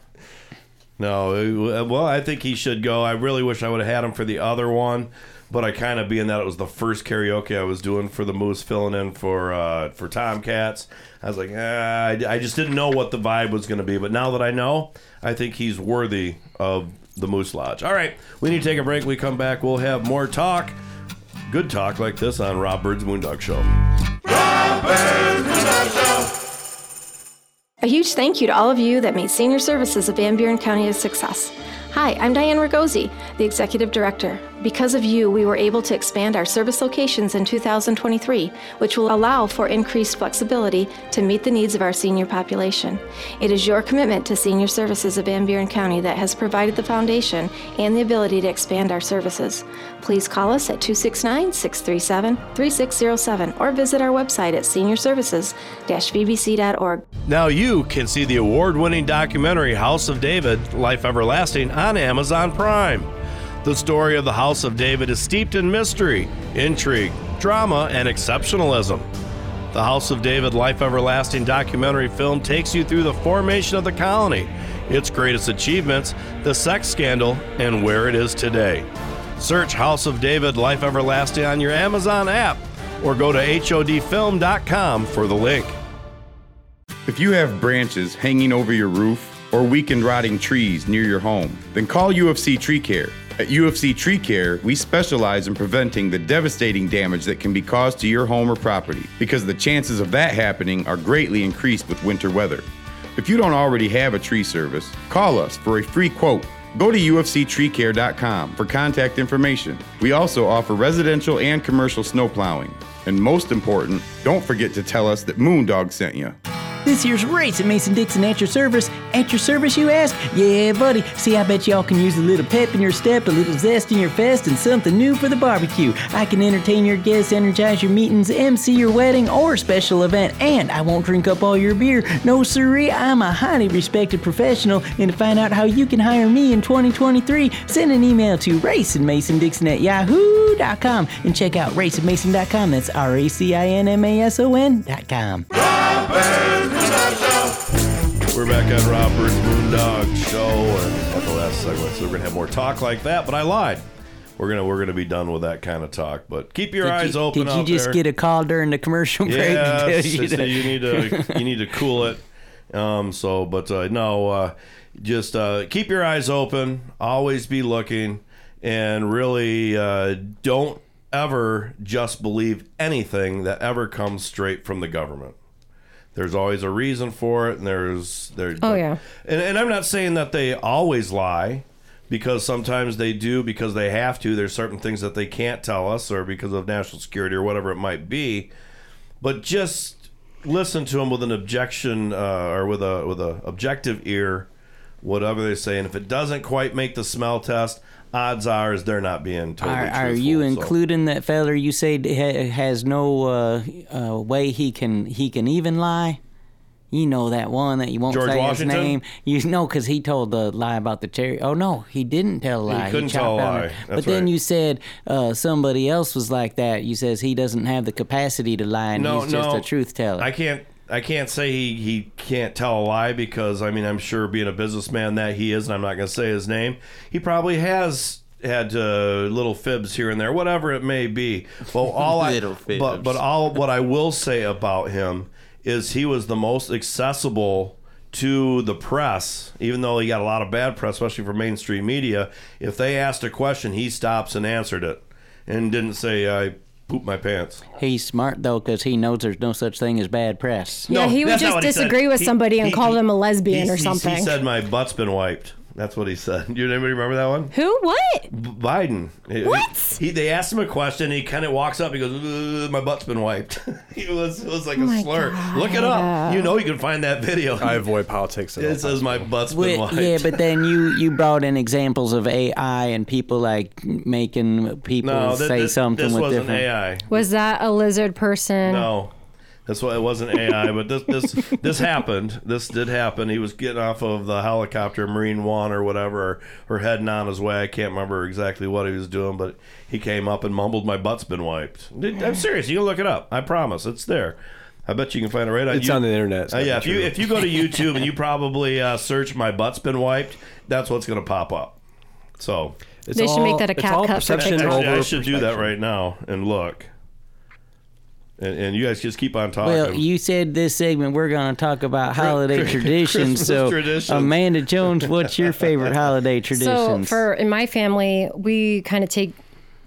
A: No, it- uh, well, I think he should go. I really wish I would have had him for the other one, but I kind of being that it was the first karaoke I was doing for the Moose, filling in for uh, for Tomcats. I was like, ah, I, I just didn't know what the vibe was going to be, but now that I know, I think he's worthy of the Moose Lodge. All right, we need to take a break. We come back. We'll have more talk, good talk like this on Rob Bird's Moondog Show.
B: A huge thank you to all of you that made Senior Services of Van Buren County a success. Hi, I'm Diane Ragosi, the Executive Director. Because of you, we were able to expand our service locations in 2023, which will allow for increased flexibility to meet the needs of our senior population. It is your commitment to Senior Services of Van Buren County that has provided the foundation and the ability to expand our services. Please call us at 269 637 3607 or visit our website at seniorservices vbc.org.
A: Now you can see the award winning documentary House of David Life Everlasting on Amazon Prime. The story of the House of David is steeped in mystery, intrigue, drama, and exceptionalism. The House of David Life Everlasting documentary film takes you through the formation of the colony, its greatest achievements, the sex scandal, and where it is today. Search House of David Life Everlasting on your Amazon app or go to HODfilm.com for the link.
K: If you have branches hanging over your roof or weakened rotting trees near your home, then call UFC Tree Care. At UFC Tree Care, we specialize in preventing the devastating damage that can be caused to your home or property because the chances of that happening are greatly increased with winter weather. If you don't already have a tree service, call us for a free quote. Go to ufctreecare.com for contact information. We also offer residential and commercial snow plowing. And most important, don't forget to tell us that Moondog sent you.
F: This year's rates at Mason Dixon at your service. At your service, you ask? Yeah, buddy. See, I bet y'all can use a little pep in your step, a little zest in your fest, and something new for the barbecue. I can entertain your guests, energize your meetings, MC your wedding or special event, and I won't drink up all your beer. No, siree, I'm a highly respected professional, and to find out how you can hire me in 2023, send an email to racinmasondixon at yahoo.com and check out racinmason.com. That's R A C I N M A S O N.com.
A: We're back on Robert's Moondog Show and at the last segment, so we're gonna have more talk like that. But I lied. We're gonna we're gonna be done with that kind of talk. But keep your
F: Did
A: eyes
F: you-
A: open.
F: Did you
A: out
F: just
A: there.
F: get a (laughs) call during the commercial break? to tell
A: Yes,
F: you
A: you,
F: that?
A: you need to you need to cool it. Um, so, but uh, no, uh, just uh, keep your eyes open. Always be looking, and really uh, don't ever just believe anything that ever comes straight from the government. There's always a reason for it, and there's there.
N: Oh, yeah.
A: and, and I'm not saying that they always lie, because sometimes they do because they have to. There's certain things that they can't tell us, or because of national security, or whatever it might be. But just listen to them with an objection uh, or with a with a objective ear, whatever they say. And if it doesn't quite make the smell test, odds are is they're not being totally
M: Are, are
A: truthful,
M: you
A: so.
M: including that feller you say d- ha- has no uh, uh, way he can he can even lie? You know that one that you won't
A: George
M: say
A: Washington?
M: his name. You know because he told the lie about the cherry. Oh no, he didn't tell a
A: He
M: lie.
A: couldn't
M: chopped
A: tell a
M: down
A: lie.
M: it. But
A: That's
M: then
A: right.
M: you said uh, somebody else was like that. You says he doesn't have the capacity to lie and
A: No,
M: he's just
A: no.
M: a truth teller.
A: I can't. I can't say he, he can't tell a lie because I mean I'm sure being a businessman that he is, and I'm not going to say his name. He probably has had uh, little fibs here and there, whatever it may be.
M: (laughs)
A: Well, all I
Q: Little
A: but but all what I will say about him is he was the most accessible to the press, even though he got a lot of bad press, especially for mainstream media. If they asked a question, he stops and answered it, and didn't say I pooped my pants.
M: He's smart though because he knows there's no such thing as bad press.
N: yeah, he would
A: that's not
N: just
A: what he said.
N: disagree with
A: He-
N: somebody and
A: he-
N: call them a lesbian
A: He-
N: or
A: he-
N: something.
A: He said, "My butt's been wiped." That's what he said. (laughs) You anybody remember that one?
N: Who? What?
A: B- Biden. What? He, they asked him a question. He kind of walks up. He goes, "Uh, "My butt's been wiped." (laughs) it was it was like
N: Oh
A: a
N: my
A: slur. Look it up. You know you can find that video. I
J: avoid politics.
A: (laughs) It says my butt's been
M: Well,
A: wiped.
M: yeah, but then you you brought in examples of AI and people like making people
A: no, th-
M: say
A: this,
M: something
A: this
M: with
A: wasn't
M: different.
A: AI.
N: Was that a lizard person?
A: No, Oh, that's why it wasn't AI. but this this this happened. This did happen. He was getting off of the helicopter, Marine One or whatever, or, or heading on his way. I can't remember exactly what he was doing, but he came up and mumbled, "My butt's been wiped." I'm serious. You can look it up. I promise. It's there. I bet you can find it right on.
J: It's on the internet, so
A: Uh, yeah,
J: that's
A: if you
J: true.
A: if you go to YouTube and you probably uh, search "my butt's been wiped," that's what's going to pop up. So
N: It's They should all- make that a it's cap all cut for perception TikTok. over
A: Actually, I should do that
N: perception.
A: right now and look. And, and you guys just keep on talking.
M: Well, you said this segment we're going to talk about holiday traditions.
A: Christmas
M: So,
A: traditions.
M: Amanda Jones, what's your favorite holiday
N: (laughs) So
M: traditions?
N: for in my family, we kind of take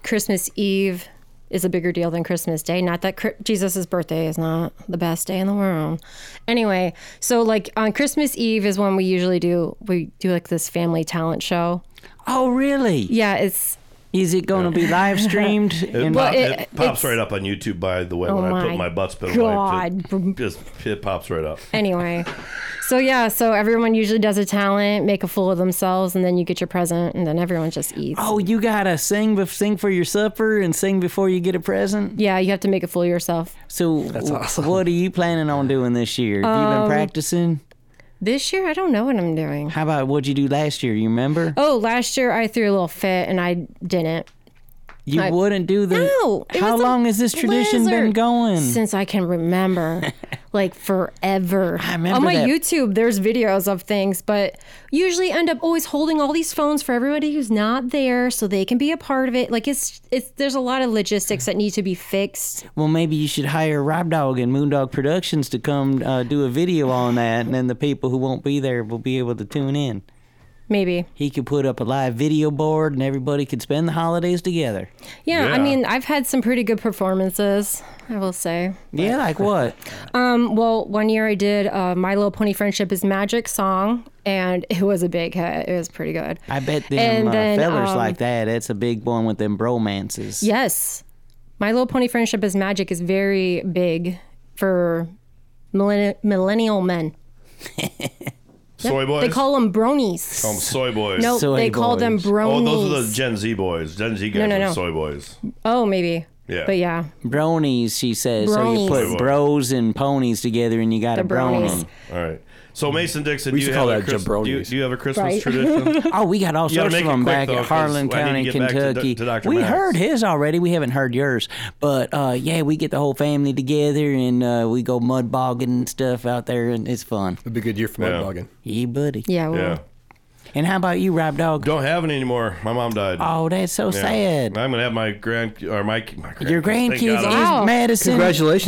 N: Christmas Eve is a bigger deal than Christmas Day. Not that Chri- Jesus's birthday is not the best day in the world. Anyway, so like on Christmas Eve is when we usually do we do like this family talent show.
M: Oh, really?
N: Yeah, it's
M: Is it going to be live
N: (laughs)
A: (laughs)
M: streamed?
A: It,
M: in-
A: pop- it pops right up on YouTube, by the way,
N: Oh
A: when I
N: my
A: put my butt spin away.
N: God.
A: Just, it pops right up.
N: anyway. So yeah, so everyone usually does a talent, make a fool of themselves, and then you get your present, and then everyone just eats.
M: Oh, you gotta sing, bef- sing for your supper, and sing before you get a present.
N: Yeah, you have to make a fool of yourself.
M: So,
N: That's
M: w- what are you planning on doing this year? Have you
N: Um,
M: been practicing?
N: This year, I don't know what I'm doing.
M: How about what'd you do last year? You remember?
N: Oh, last year I threw a little fit and I didn't.
M: You
N: I-
M: wouldn't do the.
N: No. it
M: How
N: was a
M: long has this tradition been
N: blizzard.
M: going?
N: Since I can
M: (laughs)
N: remember, like forever. I
M: remember
N: On my
M: that.
N: YouTube, there's videos of things, but usually end up always holding all these phones for everybody who's not there, so they can be a part of it. Like it's it's there's a lot of logistics that need to be fixed.
M: Well, maybe you should hire Rob Dog and Moondog Productions to come uh, do a video on that, and then the people who won't be there will be able to tune in.
N: Maybe.
M: He could put up a live video board, and everybody could spend the holidays together.
N: Yeah, I
M: Yeah.
N: mean, I've had some pretty good performances, I will say.
M: Yeah, like what?
N: Um, well, one year I did uh, My Little Pony Friendship is Magic song, and it was a big hit. It was pretty good.
M: I bet them
N: And
M: uh,
N: then,
M: fellers
N: um,
M: like that. That's a big one with them bromances.
N: Yes. My Little Pony Friendship is Magic is very big for millenni- millennial men. Yeah,
A: (laughs) Soy boys?
N: They call them bronies.
A: Call 'em soy boys.
N: No, Soy they call them boys.
A: Oh, those are
N: bronies.
A: the Gen Z boys. Gen Z guys
N: No, no,
A: are
N: no.
A: soy boys.
N: Oh, maybe.
A: Yeah.
N: But yeah,
M: Bronies, she says. So
N: Bronies.
M: you put bros and ponies together, and you got
N: They're
M: a brony.
N: bronies.
A: All right. So Mason Dixon,
M: We
A: do
M: used
A: you
M: to
A: have
M: call
A: a
M: that
A: Christ- do, you,
M: jabronis.
A: do you have a Christmas
M: Right.
A: tradition?
M: (laughs)
N: (laughs)
M: oh, we got all
A: You gotta
M: sorts of
A: make it
M: them
A: quick,
M: back
A: though,
M: at
A: 'cause I
M: Harlan
A: need to
M: County,
A: get back to
M: Kentucky.
A: Doc- to Dr.
M: We
A: Max.
M: heard his already. We haven't heard yours, but uh, yeah, we get the whole family together and uh, we go mud bogging and stuff out there, and it's fun.
J: It'd be a good year for mud bogging.
M: Yeah, buddy.
N: Yeah.
A: well. Yeah.
M: And how about you, Rob Dog?
A: Don't have any anymore. My mom died.
M: Oh, that's so
A: Yeah.
M: sad.
A: I'm gonna have my grand or my, my grandkids.
M: Your
A: Thank
M: grandkids is
A: God.
M: Madison.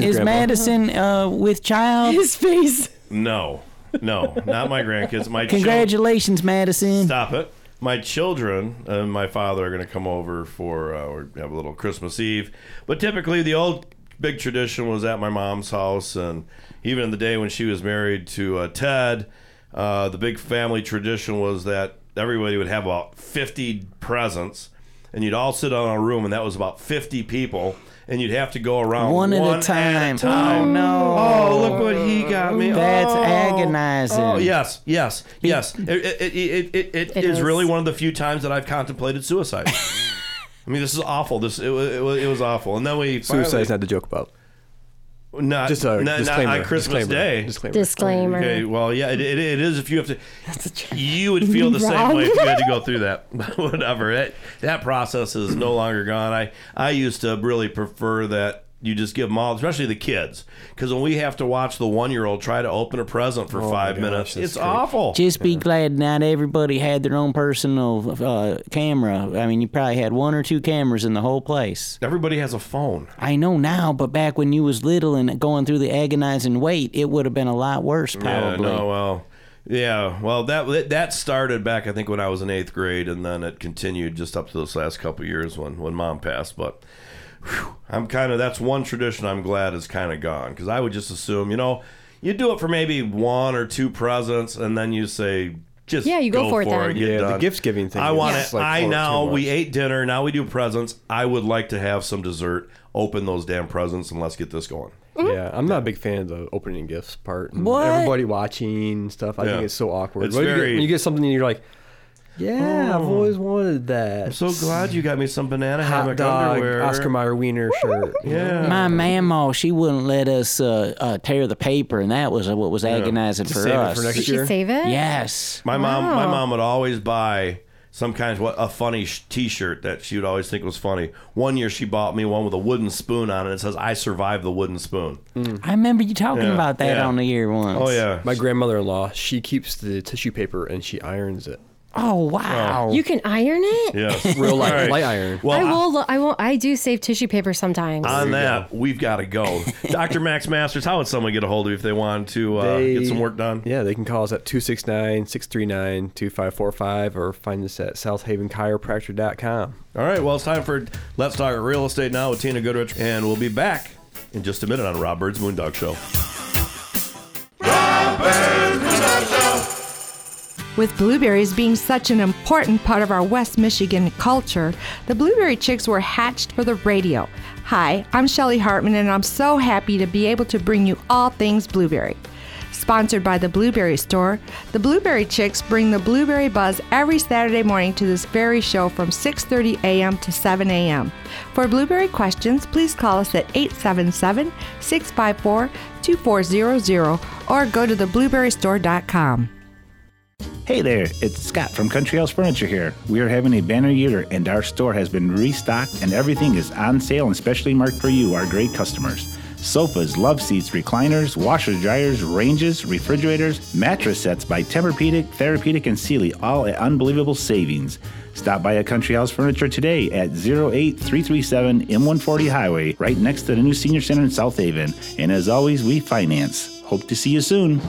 M: Is Madison uh, with
N: (laughs)
M: child? His
N: face.
A: No, no, not my grandkids. My children.
M: Congratulations, Madison.
A: Stop it. My children and my father are going to come over for uh, or have a little Christmas Eve. But typically, the old big tradition was at my mom's house, and even in the day when she was married to uh, Ted, uh, the big family tradition was that everybody would have about fifty presents, and you'd all sit on a room, and that was about fifty people. And you'd have to go around
M: One at a
A: time.
M: Oh, no.
A: Oh, look what he got me.
M: That's
A: Oh.
M: agonizing.
A: Oh yes, yes, yes. It, it, it, it, it, it
M: It
A: is,
M: is.
A: really one of the few times that I've contemplated
M: (laughs)
A: suicide. I mean, this is awful. This it, wa- it, wa- it was awful. And then we finally,
J: Suicide's not to joke about.
A: not
J: Just a
A: not, not
J: disclaimer,
A: on Christmas
J: disclaimer,
A: Day.
J: disclaimer.
N: Disclaimer.
A: Okay, well, yeah, it, it, it is. If you have to, you would feel the same
N: Wrong.
A: way if you had to go through that. (laughs) But Whatever. It, that process is no longer gone. I I used to really prefer that. You just give them all, especially the kids, because when we have to watch the one-year-old try to open a present
J: Oh
A: for five minutes, it's awful.
M: Just be glad not everybody had their own personal uh, camera. I mean, you probably had one or two cameras in the whole place.
A: Everybody has a phone.
M: I know now, but back when you was little and going through the agonizing wait, it would have been a lot worse, probably.
A: Yeah, no, uh, well, yeah, well, that that started back, I think, when I was in eighth grade, and then it continued just up to those last couple of years when when mom passed. But whew, I'm kind of that's one tradition I'm glad is kind of gone because I would just assume, you know, you do it for maybe one or two presents, and then you say. Just
N: Yeah, you go for it then.
A: get
J: Yeah, the
A: done.
J: gift-giving thing
A: I
J: is
A: want
J: just
A: it.
J: like,
A: I
J: oh, too
A: now
J: much.
A: we ate dinner. Now we do presents. I would like to have some dessert. Open those damn presents and let's get this going.
J: Yeah, I'm not a big fan of the opening gifts part. and
A: What?
J: Everybody watching and stuff. I
A: Yeah.
J: think it's so awkward.
A: It's
J: when, you
A: very- Oh.
J: get, when you get something and you're like, yeah, I've always wanted that. I'm
A: so glad you got me some banana
J: Hot
A: hammock
J: dog,
A: underwear.
J: Oscar Mayer wiener shirt.
A: Yeah.
M: My mamma, she wouldn't let us uh, uh, tear the paper, and that was uh, what was agonizing
A: Just
M: for
A: save it
M: us.
A: for next Did she year? save it?
M: Yes.
A: My mom, my
M: Wow.
A: mom would always buy some kind of what a funny sh- T-shirt that she would always think was funny. One year she bought me one with a wooden spoon on it. It says "I survived the wooden spoon."
M: I remember you talking
A: Mm. Yeah,
M: about that
A: yeah.
M: on the year once.
A: Oh yeah,
J: My grandmother-in-law, she keeps the tissue paper and she irons it.
M: Oh wow!
N: You can iron it.
A: Yes.
J: (laughs) Real light-
A: All
J: light iron.
A: Well,
N: I will. lo- I will. I do save tissue paper sometimes.
A: on that, we've got to go. Dr. Max Masters, how would someone get a hold of you if they wanted to uh, get some work done?
J: Yeah, they can call us at 269 639 2545 or find us at southhavenchiropractor.com.
A: All right, well, it's time for Let's Talk Real Estate Now with Tina Goodrich, and we'll be back in just a minute on Rob Bird's Moondog Show.
G: With blueberries being such an important part of our West Michigan culture, the blueberry chicks were hatched for the radio. Hi, I'm Shelly Hartman, and I'm so happy to be able to bring you all things blueberry. Sponsored by the Blueberry Store, the Blueberry Chicks bring the blueberry buzz every Saturday morning to this very show from 6:30 a.m. to 7 a.m. For blueberry questions, please call us at 877-654-2400 or go to theblueberrystore.com.
L: Hey there, it's Scott from Country House Furniture here. We are having a banner year and our store has been restocked and everything is on sale and specially marked for you, our great customers. Sofas, love seats, recliners, washer dryers, ranges, refrigerators, mattress sets by Tempur-Pedic, Therapeutic, and Sealy, all at unbelievable savings. Stop by a Country House Furniture today at 08337 M140 Highway, right next to the new Senior Center in South Haven. And as always, we finance. Hope to see you soon.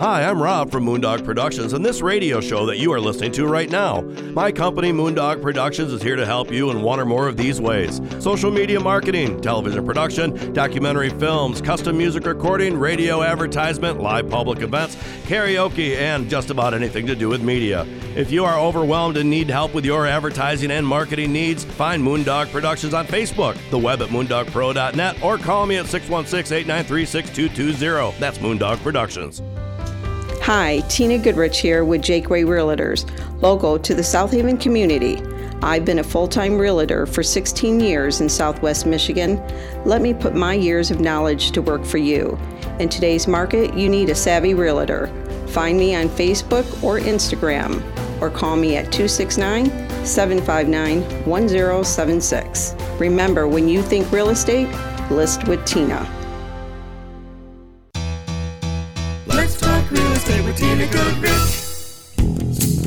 A: Hi, I'm Rob from Moondog Productions and this radio show that you are listening to right now. My company, Moondog Productions, is here to help you in one or more of these ways social media marketing, television production, documentary films, custom music recording, radio advertisement, live public events, karaoke, and just about anything to do with media. If you are overwhelmed and need help with your advertising and marketing needs, find Moondog Productions on Facebook, the web at moondogpro.net, or call me at 616 893 6220. That's Moondog Productions.
P: Hi, Tina Goodrich here with Jake Way Realtors, logo to the South Haven community. I've been a full time realtor for 16 years in southwest Michigan. Let me put my years of knowledge to work for you. In today's market, you need a savvy realtor. Find me on Facebook or Instagram, or call me at 269 759 1076. Remember, when you think real estate, list with Tina.
A: Let's talk real estate with Tina Goodrich.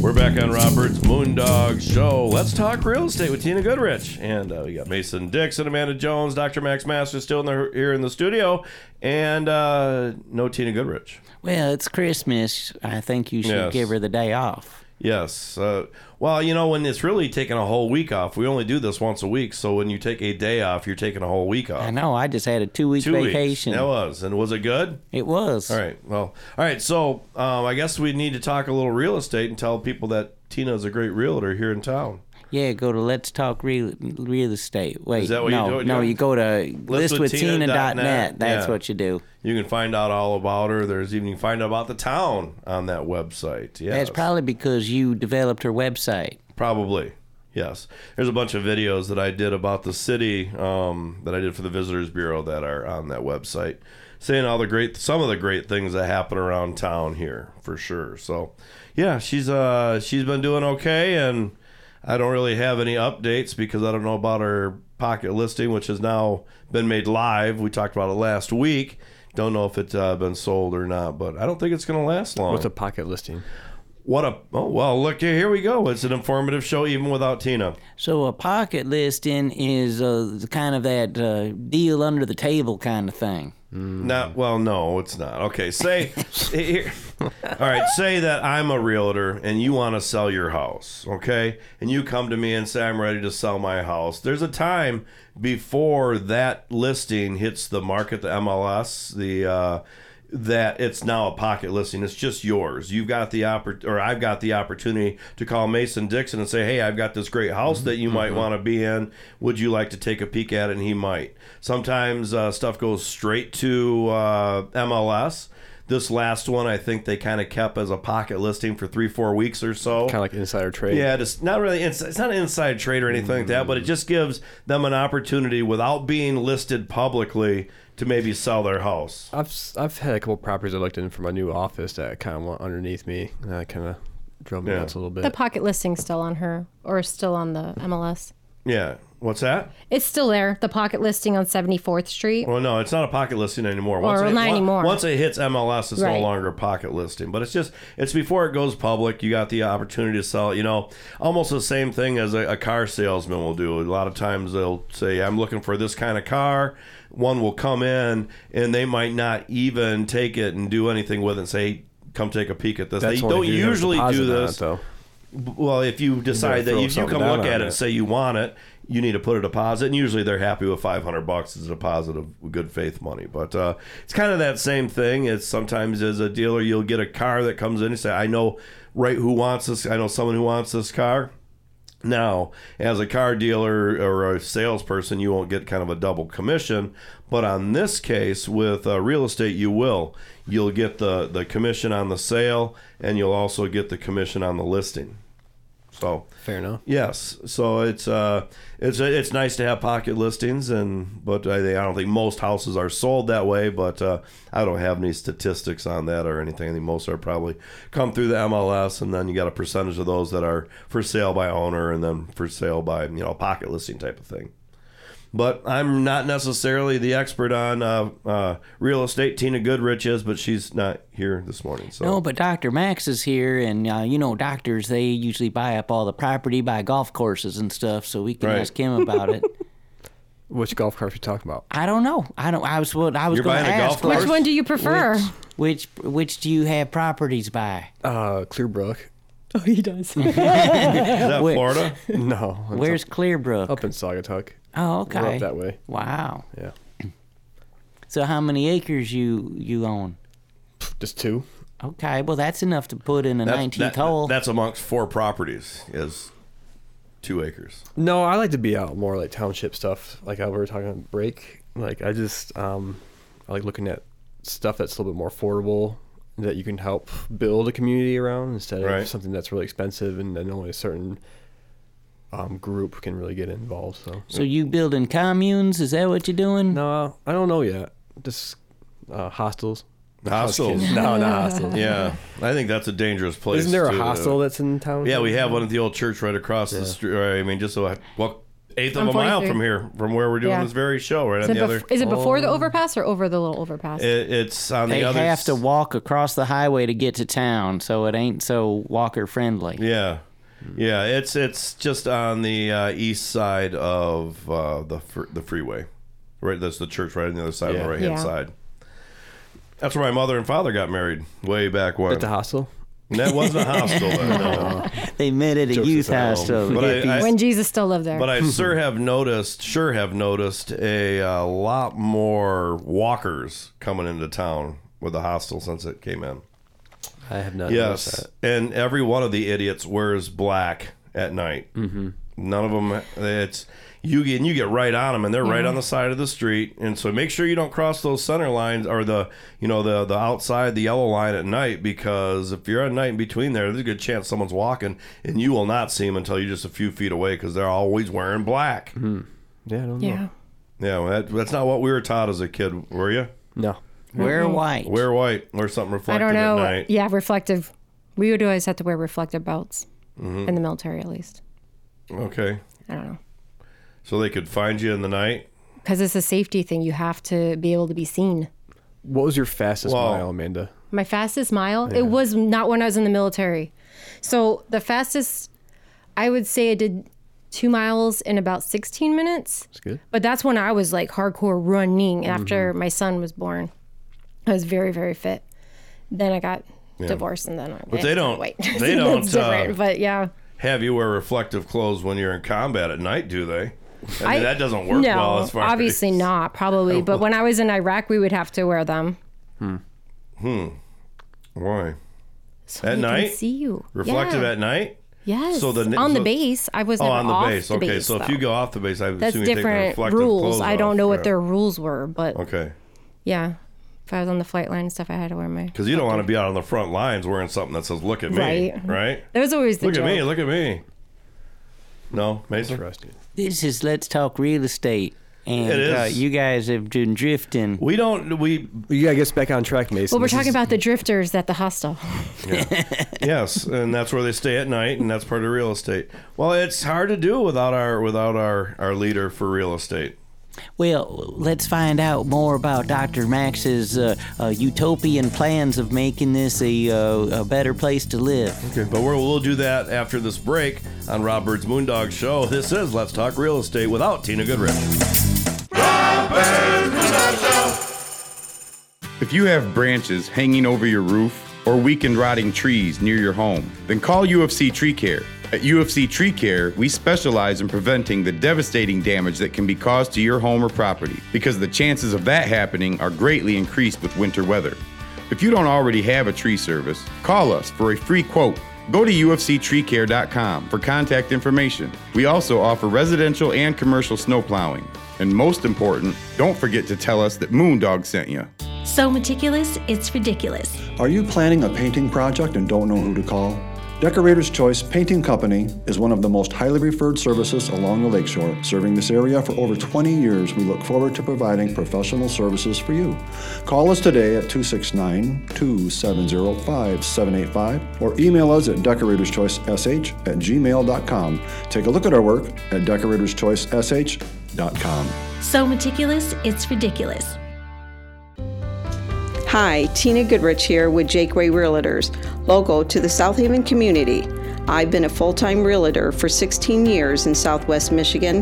A: We're back on Robert's Moondog Show. Let's talk real estate with Tina Goodrich, and uh, we got Mason Dixon, Amanda Jones, Dr. Max Masters still in the, here in the studio, and uh, no Tina Goodrich.
M: Well, it's Christmas. I think you should
A: Yes.
M: give her the day off.
A: Yes. Uh, well, you know, when it's really taking a whole week off, we only do this once a week. So when you take a day off, you're taking a whole week off. I
M: know. I just had a two week vacation.
A: Weeks. That was. And was it good?
M: It was.
A: All right. Well, all right. So um, I guess we need to talk a little real estate and tell people that Tina is a great realtor here in town.
M: Yeah, go to Let's Talk Real, Real Estate. Wait,
A: Is that what
M: no,
A: you do it?
M: no,
A: Jen?
M: you go to listwithtina.net.
A: Yeah.
M: That's what you do.
A: You can find out all about her. There's even you can find out about the town on that website. Yeah.
M: That's probably because you developed her website.
A: Probably. Yes. There's a bunch of videos that I did about the city um, that I did for the Visitors Bureau that are on that website, saying all the great, some of the great things that happen around town here for sure. So, yeah, she's uh she's been doing okay, and I don't really have any updates because I don't know about her pocket listing, which has now been made live. We talked about it last week. Don't know if it's uh, been sold or not, but I don't think it's going to last long.
J: What's a pocket listing?
A: What a oh well look here we go. It's an informative show even without Tina.
M: So a pocket listing is uh, kind of that uh, deal under the table kind of thing.
A: Mm. Not well no, it's not. Okay, say here. All right, say that I'm a realtor and you want to sell your house, okay? And you come to me and say I'm ready to sell my house. There's a time before that listing hits the market, the MLS, the uh that it's now a pocket listing. It's just yours. You've got the oppor- or I've got the opportunity to call Mason Dixon and say, "Hey, I've got this great house that you might want to be in. Would you like to take a peek at it?" And he might. Sometimes uh, stuff goes straight to uh, MLS. This last one, I think they kind of kept as a pocket listing for three, four weeks or so. Kind of
J: like insider trade. Mm.
A: Yeah, just not really. It's, it's not an inside trade or anything like that, but it just gives them an opportunity without being listed publicly to maybe sell their house.
J: I've s- I've had a couple properties I looked in for my new office that I kind of want underneath me, and that kind of drove me nuts a little bit.
N: The pocket listing's still on her, or still on the MLS.
A: Yeah. What's that?
N: It's still there, the pocket listing on 74th Street.
A: Well, no, it's not a pocket listing anymore.
N: Or
A: it, on-
N: not anymore.
A: Once it hits MLS, it's no
N: Right.
A: longer a pocket listing. But it's just it's before it goes public. You got the opportunity to sell. it. You know, almost the same thing as a, a car salesman will do. A lot of times they'll say, "I'm looking for this kind of car." One will come in, and they might not even take it and do anything with it. and Say, "Come take a peek at this."
J: That's
A: they
J: only
A: don't
J: if you have a
A: usually
J: deposit
A: do
J: on it,
A: this.
J: though.
A: Well, if you decide that
J: throw
A: if you
J: something
A: come
J: down
A: look
J: on
A: at it
J: it.
A: and say you want it, you need to put a deposit. And usually they're happy with 500 bucks as a deposit of good faith money. But uh, it's kind of that same thing. It's sometimes as a dealer, you'll get a car that comes in and say, I know right who wants this. I know someone who wants this car. Now, as a car dealer or a salesperson, you won't get kind of a double commission, but on this case with uh, real estate, you will. You'll get the, the commission on the sale, and you'll also get the commission on the listing. So
J: Fair enough.
A: Yes, so it's uh, it's it's nice to have pocket listings, and but I, think- I don't think most houses are sold that way. But uh, I don't have any statistics on that or anything. I think most are probably come through the MLS, and then you got a percentage of those that are for sale by owner, and then for sale by you know pocket listing type of thing. But I'm not necessarily the expert on uh, uh, real estate. Tina Goodrich is, but she's not here this morning. So
M: No, but Dr. Max is here, and uh, you know, doctors, they usually buy up all the property by golf courses and stuff, so we can
J: Right.
M: ask him
A: (laughs)
M: about (laughs) it.
J: Which golf cart are you talking about?
M: I don't know. I don't. I was. what I was
J: You're
M: going to
J: buying a golf
M: ask. like,
J: course? Which one
N: do you prefer?
M: Which, which which do you have properties by?
J: Uh, Clearbrook.
N: Oh, he does.
M: (laughs) Where-
J: (laughs) No. it's
M: Where's
J: up-
M: Clearbrook?
J: Up in Saugatuck.
M: Oh, okay.
J: We're up that way.
M: Wow.
J: Yeah.
M: So how many acres you you own?
J: Just two.
M: Okay. Well, that's enough to put in a
A: That's-
M: nineteenth
A: that-
M: hole.
A: That's amongst four properties is two acres.
J: No, I like to be out more like township stuff. Like I we were talking on break. Like I just um, I like looking at stuff that's a little bit more affordable that you can help build a community around instead of
A: Right.
J: something that's really expensive and then only a certain um, group can really get involved. So
M: So you building communes? Is that what you're doing?
J: No, I don't know yet. Just uh, hostels.
A: Hostels.
J: Just kidding.
N: (laughs)
J: No, not hostels.
A: Yeah, I think that's a dangerous place.
J: Isn't there a
A: too, to-
J: hostel that's in town?
A: Yeah, we have one at the old church right across the street. I mean, just so I, well, eighth of
N: On
A: a mile
N: 43.
A: from here, from where we're doing
N: Yeah.
A: this very show, right
N: Is
A: on
N: it,
A: the other.
N: bef- is it before
J: Oh,
N: the overpass or over the little overpass?
A: It, it's on
M: they
A: the other.
M: have to walk across the highway to get to town, so it ain't so walker friendly.
A: Yeah, yeah. It's it's just on the uh, east side of uh, the fr- the freeway. Right, that's the church right on the other side, on
J: Yeah.
A: the right hand
J: Yeah.
A: side. That's where my mother and father got married way back when.
J: At the hostel.
A: That wasn't a hostel. though, no.
M: They met at a youth
A: aside.
M: hostel.
A: But I- I-
N: when Jesus still lived there.
A: But I sure have noticed, sure have noticed a, uh lot more walkers coming into town with the hostel since it came in.
J: I have not. noticed
A: yes, and every one of the idiots wears black at night. Mm-hmm. None of them. It's you get and you get right on them, and they're right
J: Yeah.
A: on the side of the street. And so make sure you don't cross those center lines or the you know the the outside the yellow line at night because if you're at night in between there, there's a good chance someone's walking, and you will not see them until you're just a few feet away because they're always wearing black.
J: that. Mm-hmm. Yeah, I don't know.
A: Yeah, well, that, that's not what we were taught as a kid, were you?
J: No. Mm-hmm.
M: Wear Mhm. white.
A: Wear white. Or something
N: (laughs) I
A: reflective
N: don't know.
A: at night.
N: Yeah, reflective. We would always have to wear reflective belts
A: Mhm.
N: in the military, at least.
A: Okay.
N: I don't know.
A: So they could find you in the night.
N: Because it's a safety thing. You have to be able to be seen.
J: What was your fastest mile, Amanda?
N: My fastest mile, it was not when I was in the military. So the fastest, I would say I did two miles in about 16 minutes. That's
J: good.
N: But that's when I was like hardcore
A: Mm-hmm.
N: running after my son was born. I was very, very fit. Then I got
A: Yeah.
N: divorced and then I
A: But they don't-
N: (laughs) Wait.
A: they don't,
N: different,
A: uh,
N: but yeah.
A: Have you wear reflective clothes when you're in combat at night? Do they? I mean,
N: I-
A: that doesn't work
N: no,
A: well as far
N: obviously not, probably. But when I was in Iraq, we would have to wear them.
A: (laughs) Hmm. Why?
N: So
A: at
N: they can
A: night.
N: see you.
A: Reflective
N: Yeah.
A: at night.
N: Yes.
A: So the
N: on the
A: so-
N: base, I was
A: oh,
N: never
A: on the
N: off
A: base.
N: the
A: okay,
N: base,
A: so if
N: though.
A: you go off the base, I assume
N: That's
A: you take the
N: different
A: reflective
N: rules.
A: clothes
N: I don't
A: off,
N: know
A: yeah.
N: what their rules were, but
A: Okay,
N: yeah, if I was on the flight line and stuff, I had to wear my.
A: because you don't want to be out on the front lines wearing something that says "Look at me,"
N: Right.
A: right?
N: That was always the
A: Look
N: joke.
A: at me! Look at me! No, Mason.
M: This is let's talk real estate. And
A: It is.
M: Uh, you guys have been drifting.
A: We don't. We
J: you gotta get us back on track, Mason.
N: Well, we're talking about the drifters at the
A: (laughs)
N: hostel.
M: (laughs)
A: yes, and that's where they stay at night, and that's part of real estate. Well, it's hard to do without our without our our leader for real estate.
M: Well, let's find out more about Dr. Max's uh, uh, utopian plans of making this a, uh, a better place to live.
A: Okay, but we're, we'll do that after this break on Rob Bird's Moondog Show. This is Let's Talk Real Estate without Tina Goodrich.
K: If you have branches hanging over your roof or weakened rotting trees near your home, then call UFC Tree Care. At UFC Tree Care, we specialize in preventing the devastating damage that can be caused to your home or property because the chances of that happening are greatly increased with winter weather. If you don't already have a tree service, call us for a free quote. Go to ufctreecare.com for contact information. We also offer residential and commercial snow plowing. And most important, don't forget to tell us that Moondog sent you.
C: So meticulous, it's ridiculous.
D: Are you planning a painting project and don't know who to call? Decorator's Choice Painting Company is one of the most highly referred services along the lakeshore. Serving this area for over 20 years, we look forward to providing professional services for you. Call us today at 269 270 5785 or email us at decoratorschoicesh at gmail.com. Take a look at our work at decoratorschoicesh.com.
C: So meticulous, it's ridiculous.
P: Hi, Tina Goodrich here with Jake Way Realtors, local to the South Haven community. I've been a full time realtor for 16 years in Southwest Michigan.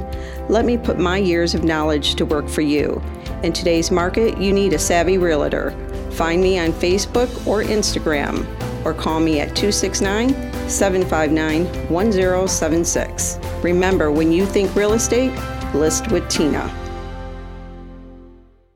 P: Let me put my years of knowledge to work for you. In today's market, you need a savvy realtor. Find me on Facebook or Instagram, or call me at 269 759 1076. Remember, when you think real estate, list with Tina.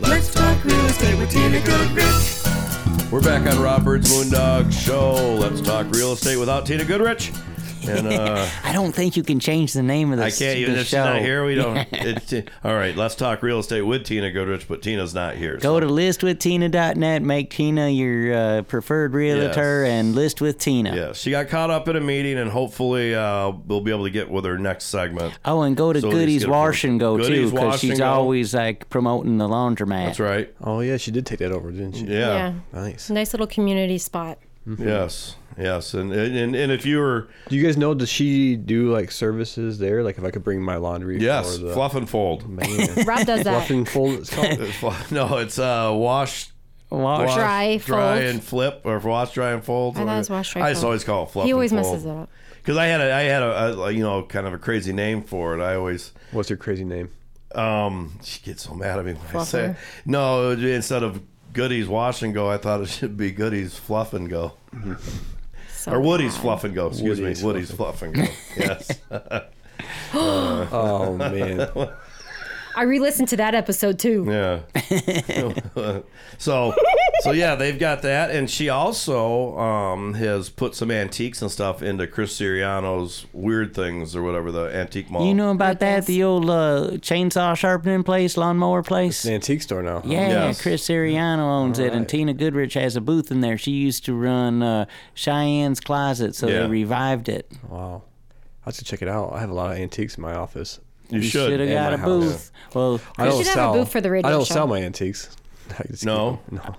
A: Let's talk real estate with Tina Goodrich. We're back on Rob Bird's Moondog Show. Let's talk real estate without Tina Goodrich. And
M: (laughs)
A: uh,
M: I don't think you can change the name of
A: I
M: this.
A: can't. Even,
M: this
A: if she's
M: show.
A: not here, we
M: (laughs)
A: don't. It's, all right, let's talk real estate with Tina Goodrich, but Tina's not here.
M: Go to listwithtina.net, make Tina your uh, preferred realtor, and list with Tina.
A: Yes, she got caught up in a meeting, and hopefully uh, we'll be able to get with her next segment.
M: Oh, and go to
A: So just
M: Goodies
A: get a-
M: Wash and Go too,
A: Goodies
M: because
A: Wash
M: she's
A: and Go.
M: always like promoting the laundromat. That's
A: right.
J: Oh yeah, she did take that over, didn't she? Nice. Mm-hmm.
N: Nice little community spot.
A: Yes, yes, and and and if you were,
J: do you guys know? Does she do like services there? Like if I could bring my laundry?
A: Yes,
J: for the...
A: fluff and fold.
J: Man.
N: (laughs)
A: (laughs)
N: Rob does that.
J: Fluff and fold. It's called.
M: (laughs)
A: no, it's uh, wash,
M: wash,
N: Dry,
A: dry
N: fold.
A: and flip, or wash, dry and fold.
N: I thought it was wash, dry,
A: I just
N: fold.
A: always call it fluff.
N: He always
A: and
N: messes
A: fold.
N: it up.
A: Because I had a, I had a, a, you know, kind of a crazy name for it. I always.
J: What's your crazy name?
A: Um, she gets so mad at me when I
J: Fluffer?
A: say it. no. Instead of goodies wash and go, I thought it should be goodies fluff and go. or Woody's fluff and go. Excuse
J: Woody's
A: me, Woody's fluff and go. Yes. (laughs)
J: Oh, man.
N: I re-listened to that episode too.
A: Yeah. (laughs) so, so yeah, they've got that, and she also um, has put some antiques and stuff into Chris Siriano's Weird Things or whatever the antique mall.
M: You know about that? The old uh, chainsaw sharpening place, lawnmower place?
J: It's an antique store now.
M: Yeah, Chris Siriano owns it, and Tina Goodrich has a booth in there. She used to run uh, Cheyenne's Closet, so
J: Yeah.
M: they revived it.
J: Wow. I have to check it out. I have a lot of antiques in my office.
A: You You should.
M: shoulda
J: In
M: got
J: my
M: a
J: house.
M: booth. Well,
J: I
M: You
J: don't
M: should have a
J: sell.
M: booth for the radio
J: I don't
M: show.
J: sell my antiques. (laughs) I just
A: No?
J: keep 'em. no.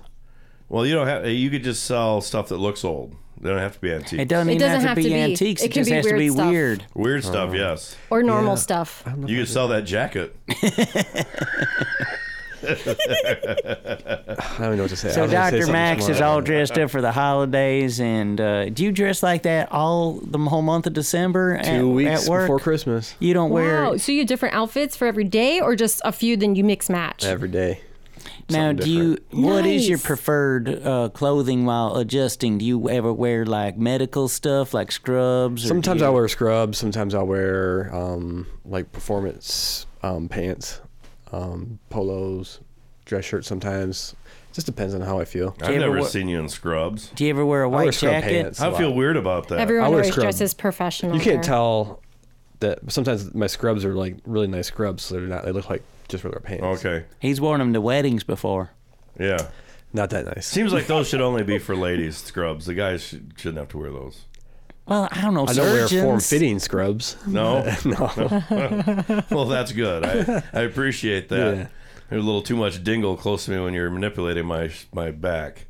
A: Well, you don't have. You could just sell stuff that looks old. They don't have to be antiques.
M: It doesn't It even doesn't have to have to be be. antiques, It it can just be has to weird be stuff. weird.
A: Weird
J: Oh.
A: stuff, yes.
N: Or normal stuff.
A: You could sell that jacket.
J: (laughs)
A: (laughs)
J: I don't know what to say. I
M: So
J: was
M: Dr.
J: gonna say something
M: Max is
J: smart.
M: all dressed up for the holidays, and uh, do you dress like that all the whole month of December?
J: Two
M: at,
J: weeks
M: at work?
J: before Christmas.
M: You don't
N: Wow.
M: wear
N: So you have different outfits for every day, or just a few, then you mix match?
J: Every day.
M: Now,
Q: something
M: do you?
Q: different.
M: What is your
Q: Nice.
M: preferred uh, clothing while adjusting? Do you ever wear like medical stuff, like scrubs? Or do
J: Sometimes
M: you-
J: I wear scrubs. Sometimes I wear um, like performance um, pants, um, polos, dress shirts. Sometimes just depends on how I feel.
A: I've never seen you in scrubs.
M: Do you ever wear a
J: I wear scrub pants a
A: I feel
J: lot.
A: weird about that.
N: Everyone
J: I wear
N: always
J: scrub.
N: dresses professional.
J: You can't
N: there.
J: tell that sometimes my scrubs are like really nice scrubs, so they're not. They look like just regular pants.
A: Okay.
M: He's worn them to weddings before.
A: Yeah.
J: Not that nice.
A: Seems like those should only be for ladies scrubs. The guys should, shouldn't have to wear those. (laughs)
M: Well, I don't know.
J: I don't wear
M: surgeons-
J: form-fitting scrubs.
A: No,
J: (laughs)
A: (laughs)
J: no.
A: well, that's good. I, I appreciate that.
J: Yeah.
A: There's a little too much dingle close to me when you're manipulating my my
M: (laughs)
A: back.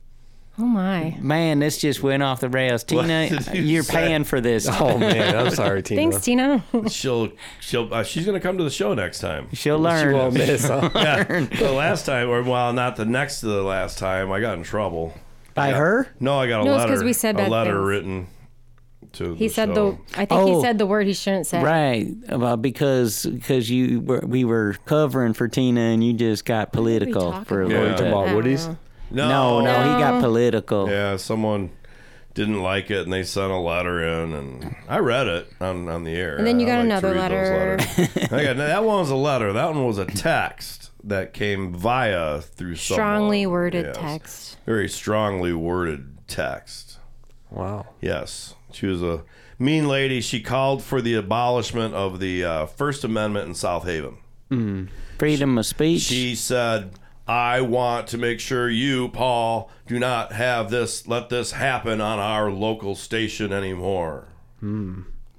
N: Oh my.
M: Man, this just went off the rails.
A: What
M: Tina,
A: did you
M: you're
A: say?
M: paying for this.
A: Oh, man,
N: (laughs)
A: I'm sorry, Tina.
N: Thanks, Tina.
A: She'll she'll uh, she's gonna come to the show next time.
M: She'll
J: learn. won't
M: (laughs)
J: miss, huh?
A: yeah. The last time, or well, not the next to the last time, I got in trouble.
M: By her?
A: No, I got a
N: No, it's 'cause
A: letter.
N: we said
A: a
N: bad
A: letter
N: things.
A: written (laughs) to.
N: He
A: the
N: said
A: show.
N: the. I think
M: Oh.
N: he said the word he shouldn't say.
M: Right, well, because because you were, we were covering for Tina and you just got political for a
A: about?
M: little
A: Yeah.
M: bit.
N: Oh.
A: About Woody's?
M: No, no, he got
A: No.
M: political.
A: Yeah, someone didn't like it, and they sent a letter in, and I read it on, on the air.
N: And then you
A: I
N: got
A: like to
N: another
A: read
N: letter.
A: those letters. (laughs) I got, that one was a letter. That one was a text that came via through someone.
N: Strongly worded
A: Yes.
N: text.
A: Very strongly worded text.
J: Wow.
A: Yes, she was a mean lady. She called for the abolishment of the uh, First Amendment in South Haven.
M: Mm. Freedom of speech.
A: She said, I want to make sure you, Paul, do not have this, let this happen on our local station anymore.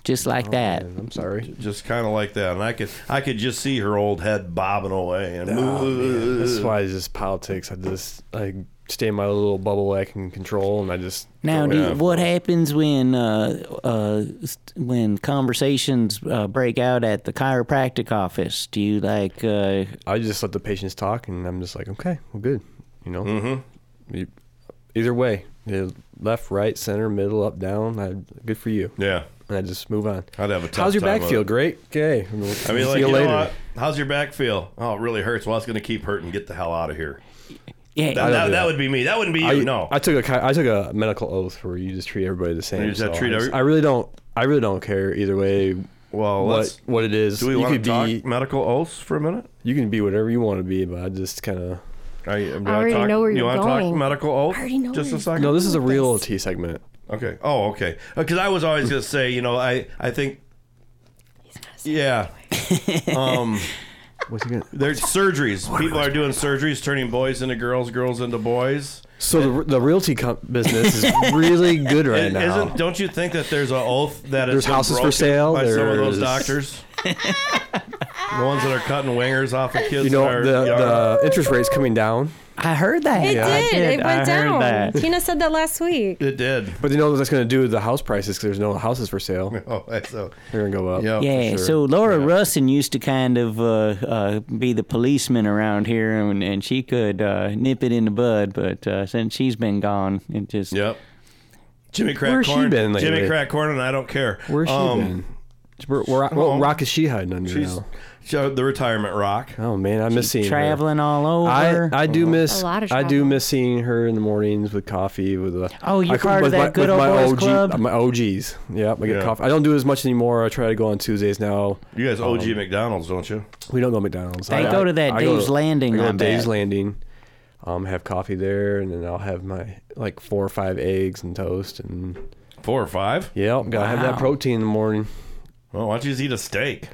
M: Just Mm. like that.
J: Oh, I'm sorry.
A: Just kind of like that. And I could, I could just see her old head bobbing away. And
J: Oh, man. That's why it's just politics. I just I stay in my little bubble I can control, and I just
M: Now,
J: go
M: do,
J: with it.
M: what happens when uh, uh, st- when conversations uh, break out at the chiropractic office? Do you like? Uh,
J: I just let the patients talk, and I'm just like, "Oh, okay, well, good. You know, mm-hmm. either way, yeah, left, right, center, middle, up, down. I, good for you.
A: Yeah.
J: And I just move on.
A: I'd have a tough
J: How's your
A: time
J: back
A: with
J: feel?
A: it.
J: Great. Okay. I mean,
A: I mean,
J: see
A: like,
J: you
A: you
J: later.
A: know what? How's your back feel? Oh, it really hurts. Well, it's going to keep hurting. Get the hell out of here.
M: Yeah.
A: That, that, that would be me. That wouldn't be you.
J: I,
A: no.
J: I took a chi- I took a medical oath where you just treat everybody the same.
A: You just have to
J: so
A: treat
J: I, just-
A: every-
J: I really don't. I really don't care either way.
A: Well,
J: what
A: let's-
J: what it is.
A: Do we
J: you
A: wanna
J: could be
A: talk medical oaths for a minute?
J: You can be whatever you want to be, but I just kind of.
A: I,
N: I already talk- know where you you're wanna talk going.
A: medical oath?
N: I already know
A: Just
N: where
A: a second.
J: No, this is a realty segment.
A: Okay. Oh, okay. Because I was always going to say, you know, I I think. Yeah. (laughs) um,
J: What's he gonna?
A: there's surgeries. People are doing surgeries, turning boys into girls, girls into boys.
J: So the, the realty com- business is
A: (laughs)
J: really good right
A: It-
J: now.
A: Isn't? Don't you think that there's an oath that has
J: There's
A: been
J: houses for
A: broken
J: sale,
A: by some of
J: there's-
A: those
J: (laughs)
A: doctors? the ones that are cutting wingers off of kids.
J: you know
A: in our yard.
J: the, the interest rates coming down.
M: I heard that.
N: It
J: Yeah.
N: did. It went down. Tina said that last week.
A: It did.
J: But you know what that's going to do to the house prices because there's no houses
A: (laughs)
J: for sale.
A: Oh, so
J: they're going to go up. for
M: yeah,
J: sure.
M: so Laura Russin used to kind of uh, uh, be the policeman around here, and, and she could uh, nip it in the bud. But uh, since she's been gone, it just
A: yep. Jimmy Crack
J: Where's she
A: Corn.
J: been lately?
A: Jimmy Crack Corn, and I don't care.
J: Where's she
A: Um,
J: been? Where, where, what
A: well,
J: rock is she hiding under
A: She's
J: now?
A: she- the retirement rock.
J: Oh man, I miss seeing her.
M: traveling all
J: I,
M: over.
J: I
A: Uh-huh.
J: do miss
M: A lot of
J: I do
M: travel.
J: miss seeing her in the mornings with coffee with a
M: Oh, you're
J: I co-
M: part of
J: with
M: that
J: my-
M: good old
J: with my
M: boys
J: OG
M: club?
J: My OGs, yeah, I get
A: Yeah.
J: coffee. I don't do as much anymore. I try to go on Tuesdays now.
A: You guys OG
J: Um,
A: McDonald's, don't you?
J: We don't go to McDonald's.
M: They go to that
J: go
M: Dave's Landing,
J: I go
M: I
J: to Dave's
M: bet.
J: Landing. Um, have coffee there, and then I'll have my like four or five eggs and toast and.
A: Four or five?
J: Yep, gotta have that
A: Wow.
J: protein in the morning.
A: Well, why don't you just eat a steak?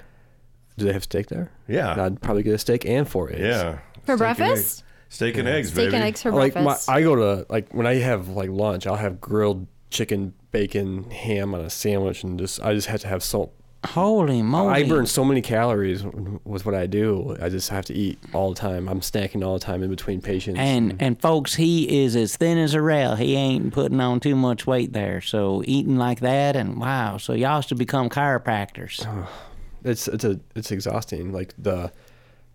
J: Do they have steak there?
A: Yeah.
J: I'd probably get a steak and four eggs.
A: Yeah.
N: For breakfast?
A: Steak and eggs,
N: Steak and
A: baby.
N: eggs for
J: like
N: breakfast.
J: My, I go to like when I have like lunch, I'll have grilled chicken, bacon, ham on a sandwich, and just I just have to have so.
M: Holy moly!
J: I burn so many calories w- with what I do. I just have to eat all the time. I'm snacking all the time in between patients.
M: And and folks, he is as thin as a rail. He ain't putting on too much weight there. So eating like that, and wow. So y'all should become chiropractors.
J: it's it's a it's exhausting. Like the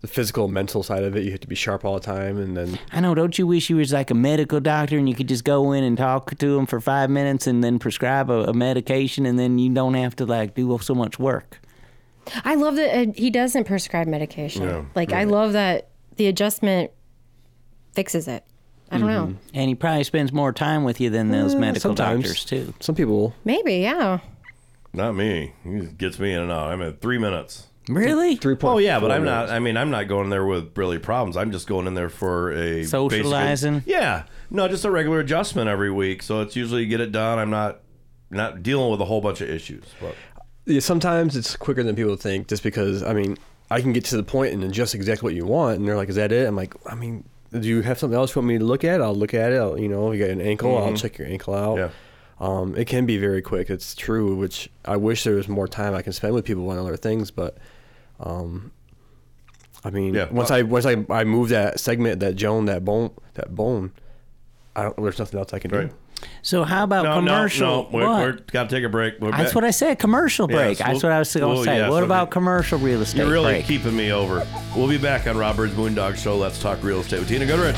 J: the physical, mental side of it, you have to be sharp all the time, and then
M: I know. Don't you wish you was like a medical doctor and you could just go in and talk to him for five minutes and then prescribe a, a medication and then you don't have to like do so much work.
N: I love that uh, he doesn't prescribe medication.
M: Yeah,
N: like I love that the adjustment fixes it. I don't know.
M: Mm-hmm. And he probably spends more time with you than those
J: Eh,
M: medical
J: sometimes.
M: doctors too.
J: Some people will.
N: Maybe, yeah.
A: Not me. He gets me in and out. I'm at three minutes.
M: Really?
J: Three
A: Oh yeah, but I'm not. I mean, I'm not going there with really problems. I'm just going in there for a basic-
M: Socializing?
A: yeah, no, just a regular adjustment every week. So it's usually get it done. I'm not not dealing with a whole bunch of issues. But
J: Yeah, sometimes it's quicker than people think just because, I mean, I can get to the point and adjust exactly what you want. And they're like, is that it? I'm like, I mean, do you have something else you want me to look at? I'll look at it. I'll, you know, you got an ankle, I'll
A: Mhm.
J: check your ankle out. Yeah. Um, it can be very quick. It's true, which I wish there was more time I can spend with people on other things. But, um, I mean, once I once I, I move that segment, that Joan, that bone, that bone, I don't, there's nothing else I can do.
M: So how about
A: no,
M: commercial?
A: no, no, we're,
M: what?
A: we're gotta take a break. We're
M: That's
A: back.
M: what I said. Commercial
A: Yes,
M: break.
A: we'll-
M: That's what I was going to
A: we'll-
M: say.
A: yes,
M: what
A: we'll
M: about commercial real estate
A: You're really
M: break?
A: keeping me over. We'll be back on Robert's Moondog Show. Let's talk real estate with Tina Goodrich.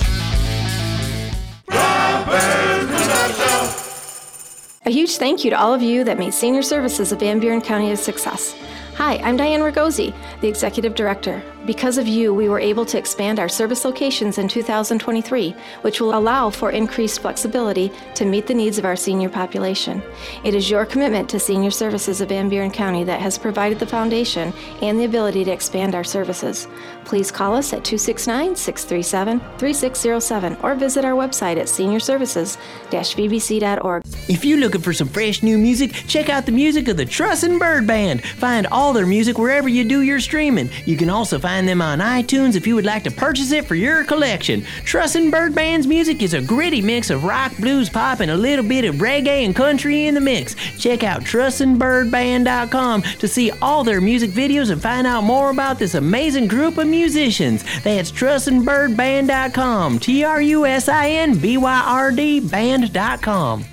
B: A huge thank you to all of you that made Senior Services of Van Buren County a success. Hi, I'm Diane Ragosi, the Executive Director. Because of you, we were able to expand our service locations in 2023, which will allow for increased flexibility to meet the needs of our senior population. It is your commitment to Senior Services of Van Buren County that has provided the foundation and the ability to expand our services. Please call us at 269 637 3607 or visit our website at seniorservices-vbc.org.
Q: If you're looking for some fresh new music, check out the music of the Truss and Bird Band. Find all their music wherever you do your streaming. You can also find them on iTunes if you would like to purchase it for your collection. Truss and Bird Band's music is a gritty mix of rock, blues, pop, and a little bit of reggae and country in the mix. Check out trussandbirdband.com to see all their music videos and find out more about this amazing group of musicians. That's trussandbirdband.com. T R U S I N B Y R D band.com.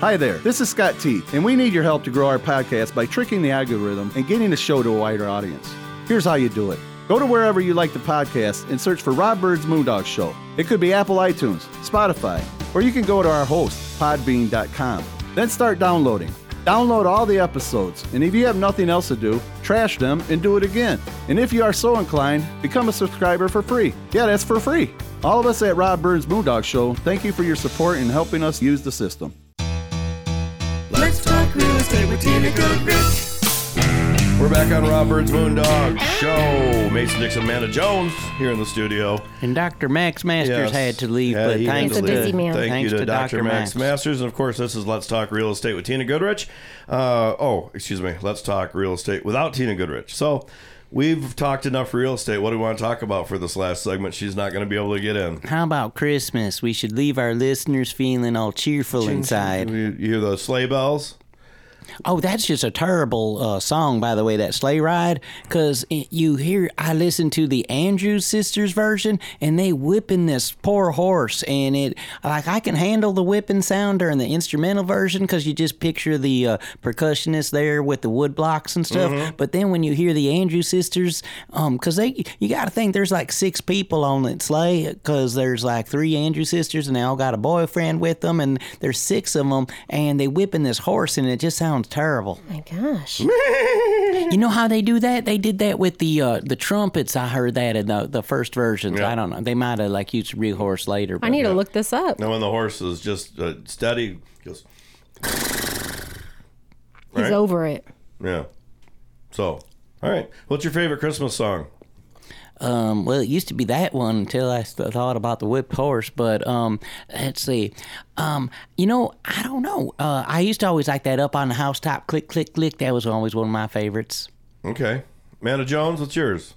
E: Hi there, this is Scott T, and we need your help to grow our podcast by tricking the algorithm and getting the show to a wider audience. Here's how you do it go to wherever you like the podcast and search for Rob Bird's Moondog Show. It could be Apple iTunes, Spotify, or you can go to our host, podbean.com. Then start downloading. Download all the episodes, and if you have nothing else to do, trash them and do it again. And if you are so inclined, become a subscriber for free. Yeah, that's for free. All of us at Rob Bird's Moondog Show, thank you for your support and helping us use the system.
A: Let's talk real estate with Tina Goodrich. We're back on Robert's Moondog Show. Mason Dixon, Amanda Jones here in the studio.
M: And Dr. Max Masters
A: Yes.
M: had to leave,
A: Yeah,
M: but
A: he
M: thanks
A: had to
M: to,
A: leave. Thank
M: thanks
A: you to, Dr. Max, Masters. And of course, this is Let's Talk Real Estate with Tina Goodrich. Uh, oh, excuse me. Let's Talk Real Estate without Tina Goodrich. So we've talked enough real estate. What do we want to talk about for this last segment? She's not going to be able to get in.
M: How about Christmas? We should leave our listeners feeling all cheerful inside.
A: You hear the sleigh bells?
M: Oh, that's just a terrible uh, song, by the way, that sleigh ride. Because you hear, I listened to the Andrews sisters version, and they whipping this poor horse. And it, like, I can handle the whipping sound during the instrumental version because you just picture the uh, percussionist there with the wood blocks and stuff.
A: Mm-hmm.
Q: Mhm.
M: But then when you hear the Andrews sisters, because they, you got to think there's like six people on that sleigh because there's like three Andrews sisters and they all got a boyfriend with them, and there's six of them, and they whipping this horse, and it just sounds terrible.
N: My
A: (laughs)
N: gosh.
M: you know how they do that? They did that with the uh, the trumpets. I heard that in the, the first versions. I don't know. They might have like used real horse later.
N: I need to look this up.
A: And when the horse is just uh, steady, just.
N: He's
A: Right?
N: over it.
A: Yeah. So, all right. What's your favorite Christmas song?
M: Um, well, it used to be that one until I st- thought about the whipped horse. But um, let's see. Um, you know, I don't know. Uh, I used to always like that up on the housetop, click, click, click. That was always one of my favorites.
A: Okay. Amanda Jones, what's yours?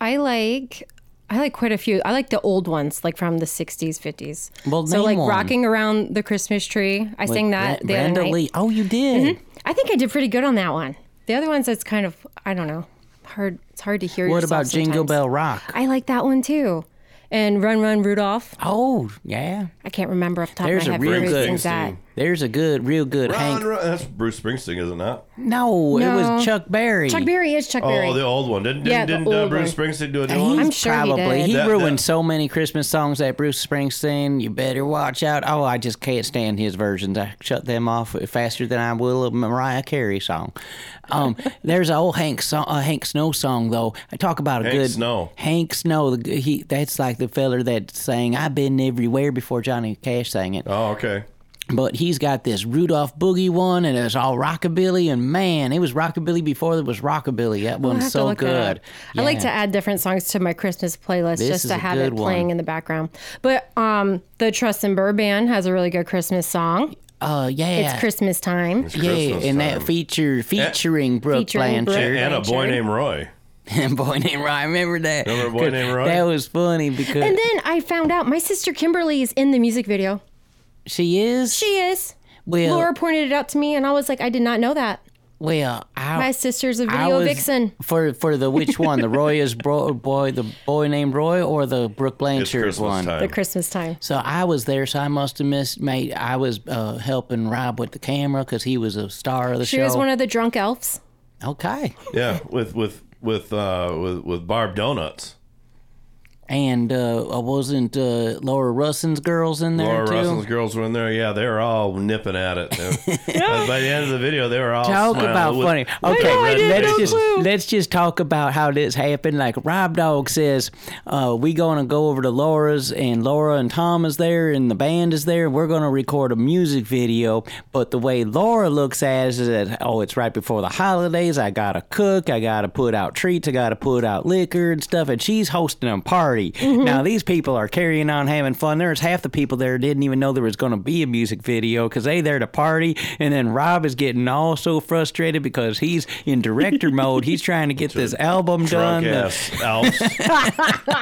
N: I like I like quite a few. I like the old ones, like from the sixties, fifties.
M: Well,
N: so
M: name
N: like
M: one.
N: rocking around the Christmas tree. I
M: With
N: sang that
M: Bra-
N: the other
M: Brenda
N: night. Mm-hmm.
M: Lee. Oh, you did.
N: I think I did pretty good on that one. The other ones, it's kind of I don't know, hard. It's hard to hear.
M: What
N: yourself
M: about Jingle
N: sometimes.
M: Bell Rock?
N: I like that one too, and Run Run Rudolph.
M: Oh yeah,
N: I can't remember off the top
M: There's
N: of my
M: a
N: head
M: real
N: who
M: good-
N: sings that.
M: There's a good, real good
A: Ron,
M: Hank.
A: Ron, that's Bruce Springsteen, isn't it?
M: No, it
N: No.
M: was Chuck Berry.
N: Chuck Berry is Chuck Berry.
A: Oh, the old one. Didn't, didn't,
N: Yeah, the
A: didn't uh,
N: old
A: Bruce
N: one.
A: Springsteen do a new
M: He's
A: one?
M: probably he,
A: That-
M: ruined so many Christmas songs that Bruce Springsteen. You better watch out. Oh, I just can't stand his versions. I shut them off faster than I will a Mariah Carey song.
A: (laughs)
M: Um, there's an old Hank song, a Hank Snow song though. I talk about a
A: Hank
M: good
A: Snow.
M: Hank Snow. the- He that's like the feller that sang "I've Been Everywhere" before Johnny Cash sang it.
A: Oh, okay.
M: But he's got this Rudolph Boogie one, and it's all rockabilly. And man, it was rockabilly before it was rockabilly. That
N: We'll
M: one's
N: have to
M: so
N: look that
M: good.
N: up. I like
M: Yeah.
N: to add different songs to my Christmas playlist
M: This
N: just
M: is
N: to
M: a
N: have it
M: good one.
N: playing in the background. But um, the Trust and Burr Band has a really good Christmas song.
M: Oh yeah.
N: It's Christmas time.
M: yeah, and that feature featuring Brooke
N: Featuring Brooke
M: Blanchard
A: And a boy named Roy.
M: (laughs) and boy named Roy. I remember that.
A: Remember a boy named Roy?
M: That was funny because
N: And then I found out my sister Kimberly is in the music video.
M: she is.
N: She is.
M: Well-
N: Laura pointed it out to me, and I was like, I did not know that.
M: Well, I,
N: my sister's a
M: I
N: video
M: was-
N: vixen.
M: for for the which one the Roy is bro, boy the boy named Roy or the Brooke Blanchard one.
N: The Christmas time.
M: So I was there, so I must have missed. Mate, I was uh, helping Rob with the camera because he was a star of the
N: She
M: show.
N: was one of the drunk elves.
M: okay,
A: Yeah, with with with uh, with, with Barb Donuts.
M: and uh, I wasn't uh, Laura Russin's girls in there
A: Laura
M: too.
A: Russell's girls were in there. Yeah, they were all nipping at it.
M: (laughs)
A: They- uh, By the end of the video, they were all
M: Talk
A: smiling
M: about
A: with-
M: funny.
A: with
M: Okay,
A: red
M: let's
A: faces.
M: just let's just talk about how this happened. Like Rob Dog says, uh, we gonna go over to Laura's and Laura and Tom is there and the band is there. We're gonna record a music video. But the way Laura looks at it is that oh, it's right before the holidays. I gotta cook. I gotta put out treats. I gotta put out liquor and stuff. And she's hosting a party.
A: Mm-hmm.
M: Now these people are carrying on having fun. There's half the people there didn't even know there was gonna be a music video because they there to party. And then Rob is getting all so frustrated because he's in
A: (laughs)
M: director mode. He's trying to get this album done.
A: Drunk
M: The-
A: ass elves.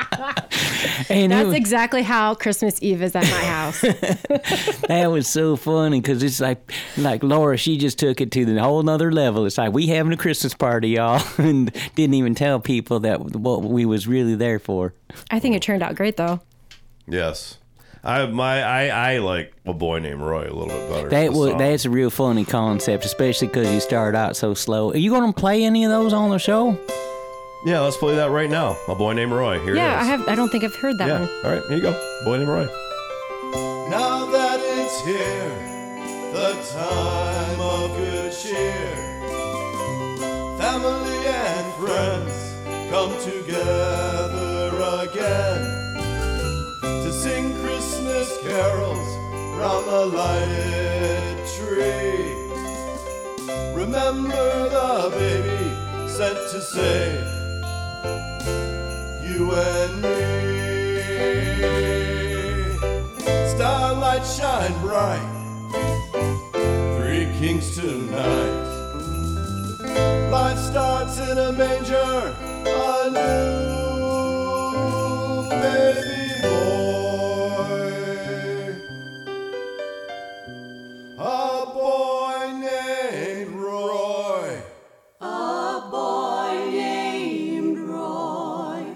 M: and it
N: That's
M: was-
N: exactly how Christmas Eve is at my
M: (laughs)
N: house.
M: (laughs) that was so funny because it's like like Laura, she just took it to the whole nother level. It's like we having a Christmas party, y'all, (laughs) and didn't even tell people that what we was really there for.
N: I think it turned out great though.
A: Yes. I my I I like a boy named Roy a little bit better.
M: That
A: The
M: was
A: song.
M: that's a real funny concept, especially because you start out so slow. Are you gonna play any of those on the show?
A: Yeah, let's play that right now. A boy named Roy. Here
N: yeah,
A: it
N: I
A: is.
N: have. I don't think I've heard that
A: yeah.
N: one.
A: All right, here you go. Boy named Roy.
O: Now that it's here, the time of good cheer. Family and friends come together again to sing Christmas carols round a lighted tree. Remember the baby sent to save you and me. Starlight shine bright. Three kings tonight. Life starts in a manger. A new baby boy. A boy named Roy. A boy named Roy.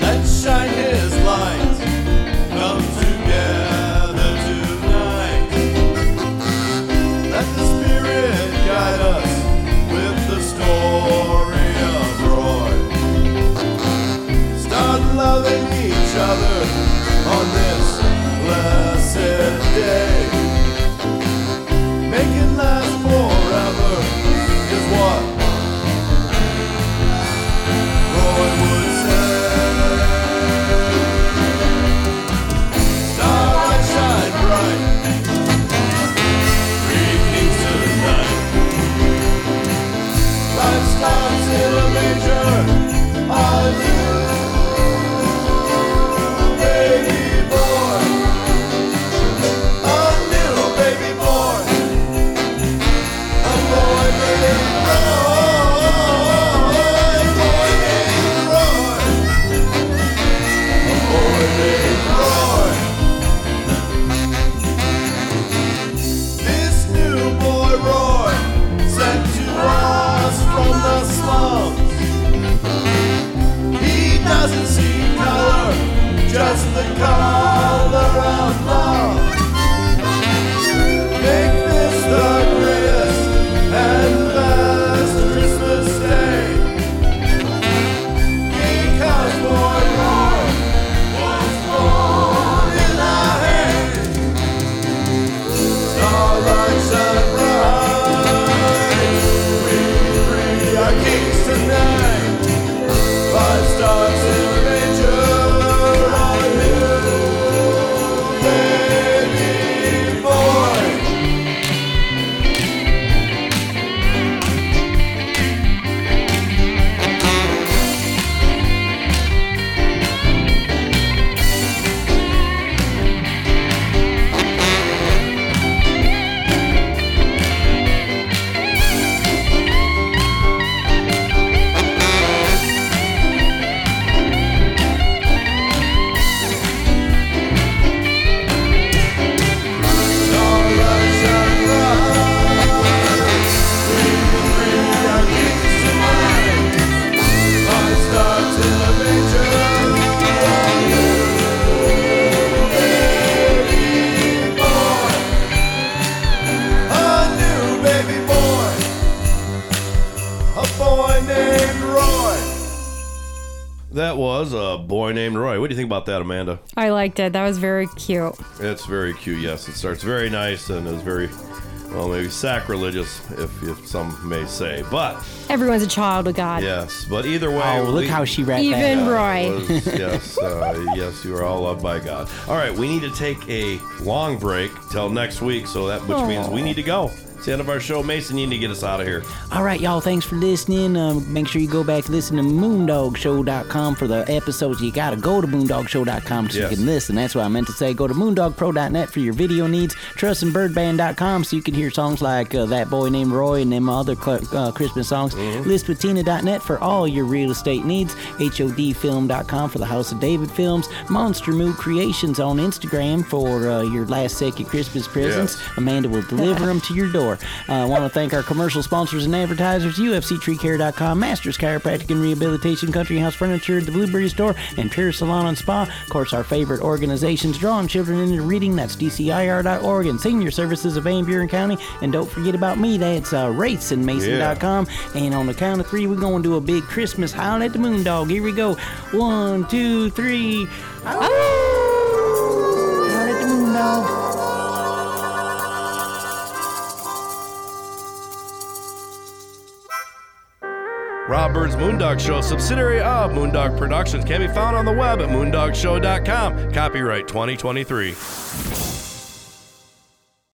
O: Let's shine his light
A: that was a boy named Roy. What do you think about that, Amanda?
N: I liked it. That was very cute.
A: It's very cute. Yes, it starts very nice and is very, well, maybe sacrilegious, if, if some may say. But
N: Everyone's a child of God.
A: yes, but either way,
M: Oh, look how she wrapped
N: Even that up. Roy.
A: was- yes, uh, yes, you are all loved by God. All right, we need to take a long break till next week. So that which means we
M: Aw.
A: need to go. It's the end of our show. Mason, you need to get us out of here.
M: All right, y'all. Thanks for listening. Um, make sure you go back and listen to moondogshow.com for the episodes. You got to go to moondogshow.com so
A: Yes.
M: you can listen. That's what I meant to say. Go to moondogpro.net for your video needs. Trustandbirdband.com so you can hear songs like uh, That Boy Named Roy and them other cl- uh, Christmas songs. Listwithtina.net for all your real estate needs. HODfilm.com for the House of David films. Monster Moo Creations on Instagram for uh, your last second Christmas presents. Amanda will deliver them to your door. Uh, I want to thank our commercial sponsors and advertisers UFCTreeCare.com, Masters Chiropractic and Rehabilitation, Country House Furniture, The Blueberry Store, and Pure Salon and Spa. Of course, our favorite organizations drawing children into reading. That's DCIR.org and Senior Services of Van Buren County. And don't forget about me. That's uh, RaceandMason.com. And on the count of three, we're going to do a big Christmas howl at the Moondog. Here we go. One, two, three. Howl at the Moondog.
A: Rob Bird's Moondog Show, a subsidiary of Moondog Productions, can be found on the web at moondogshow.com. Copyright 2023.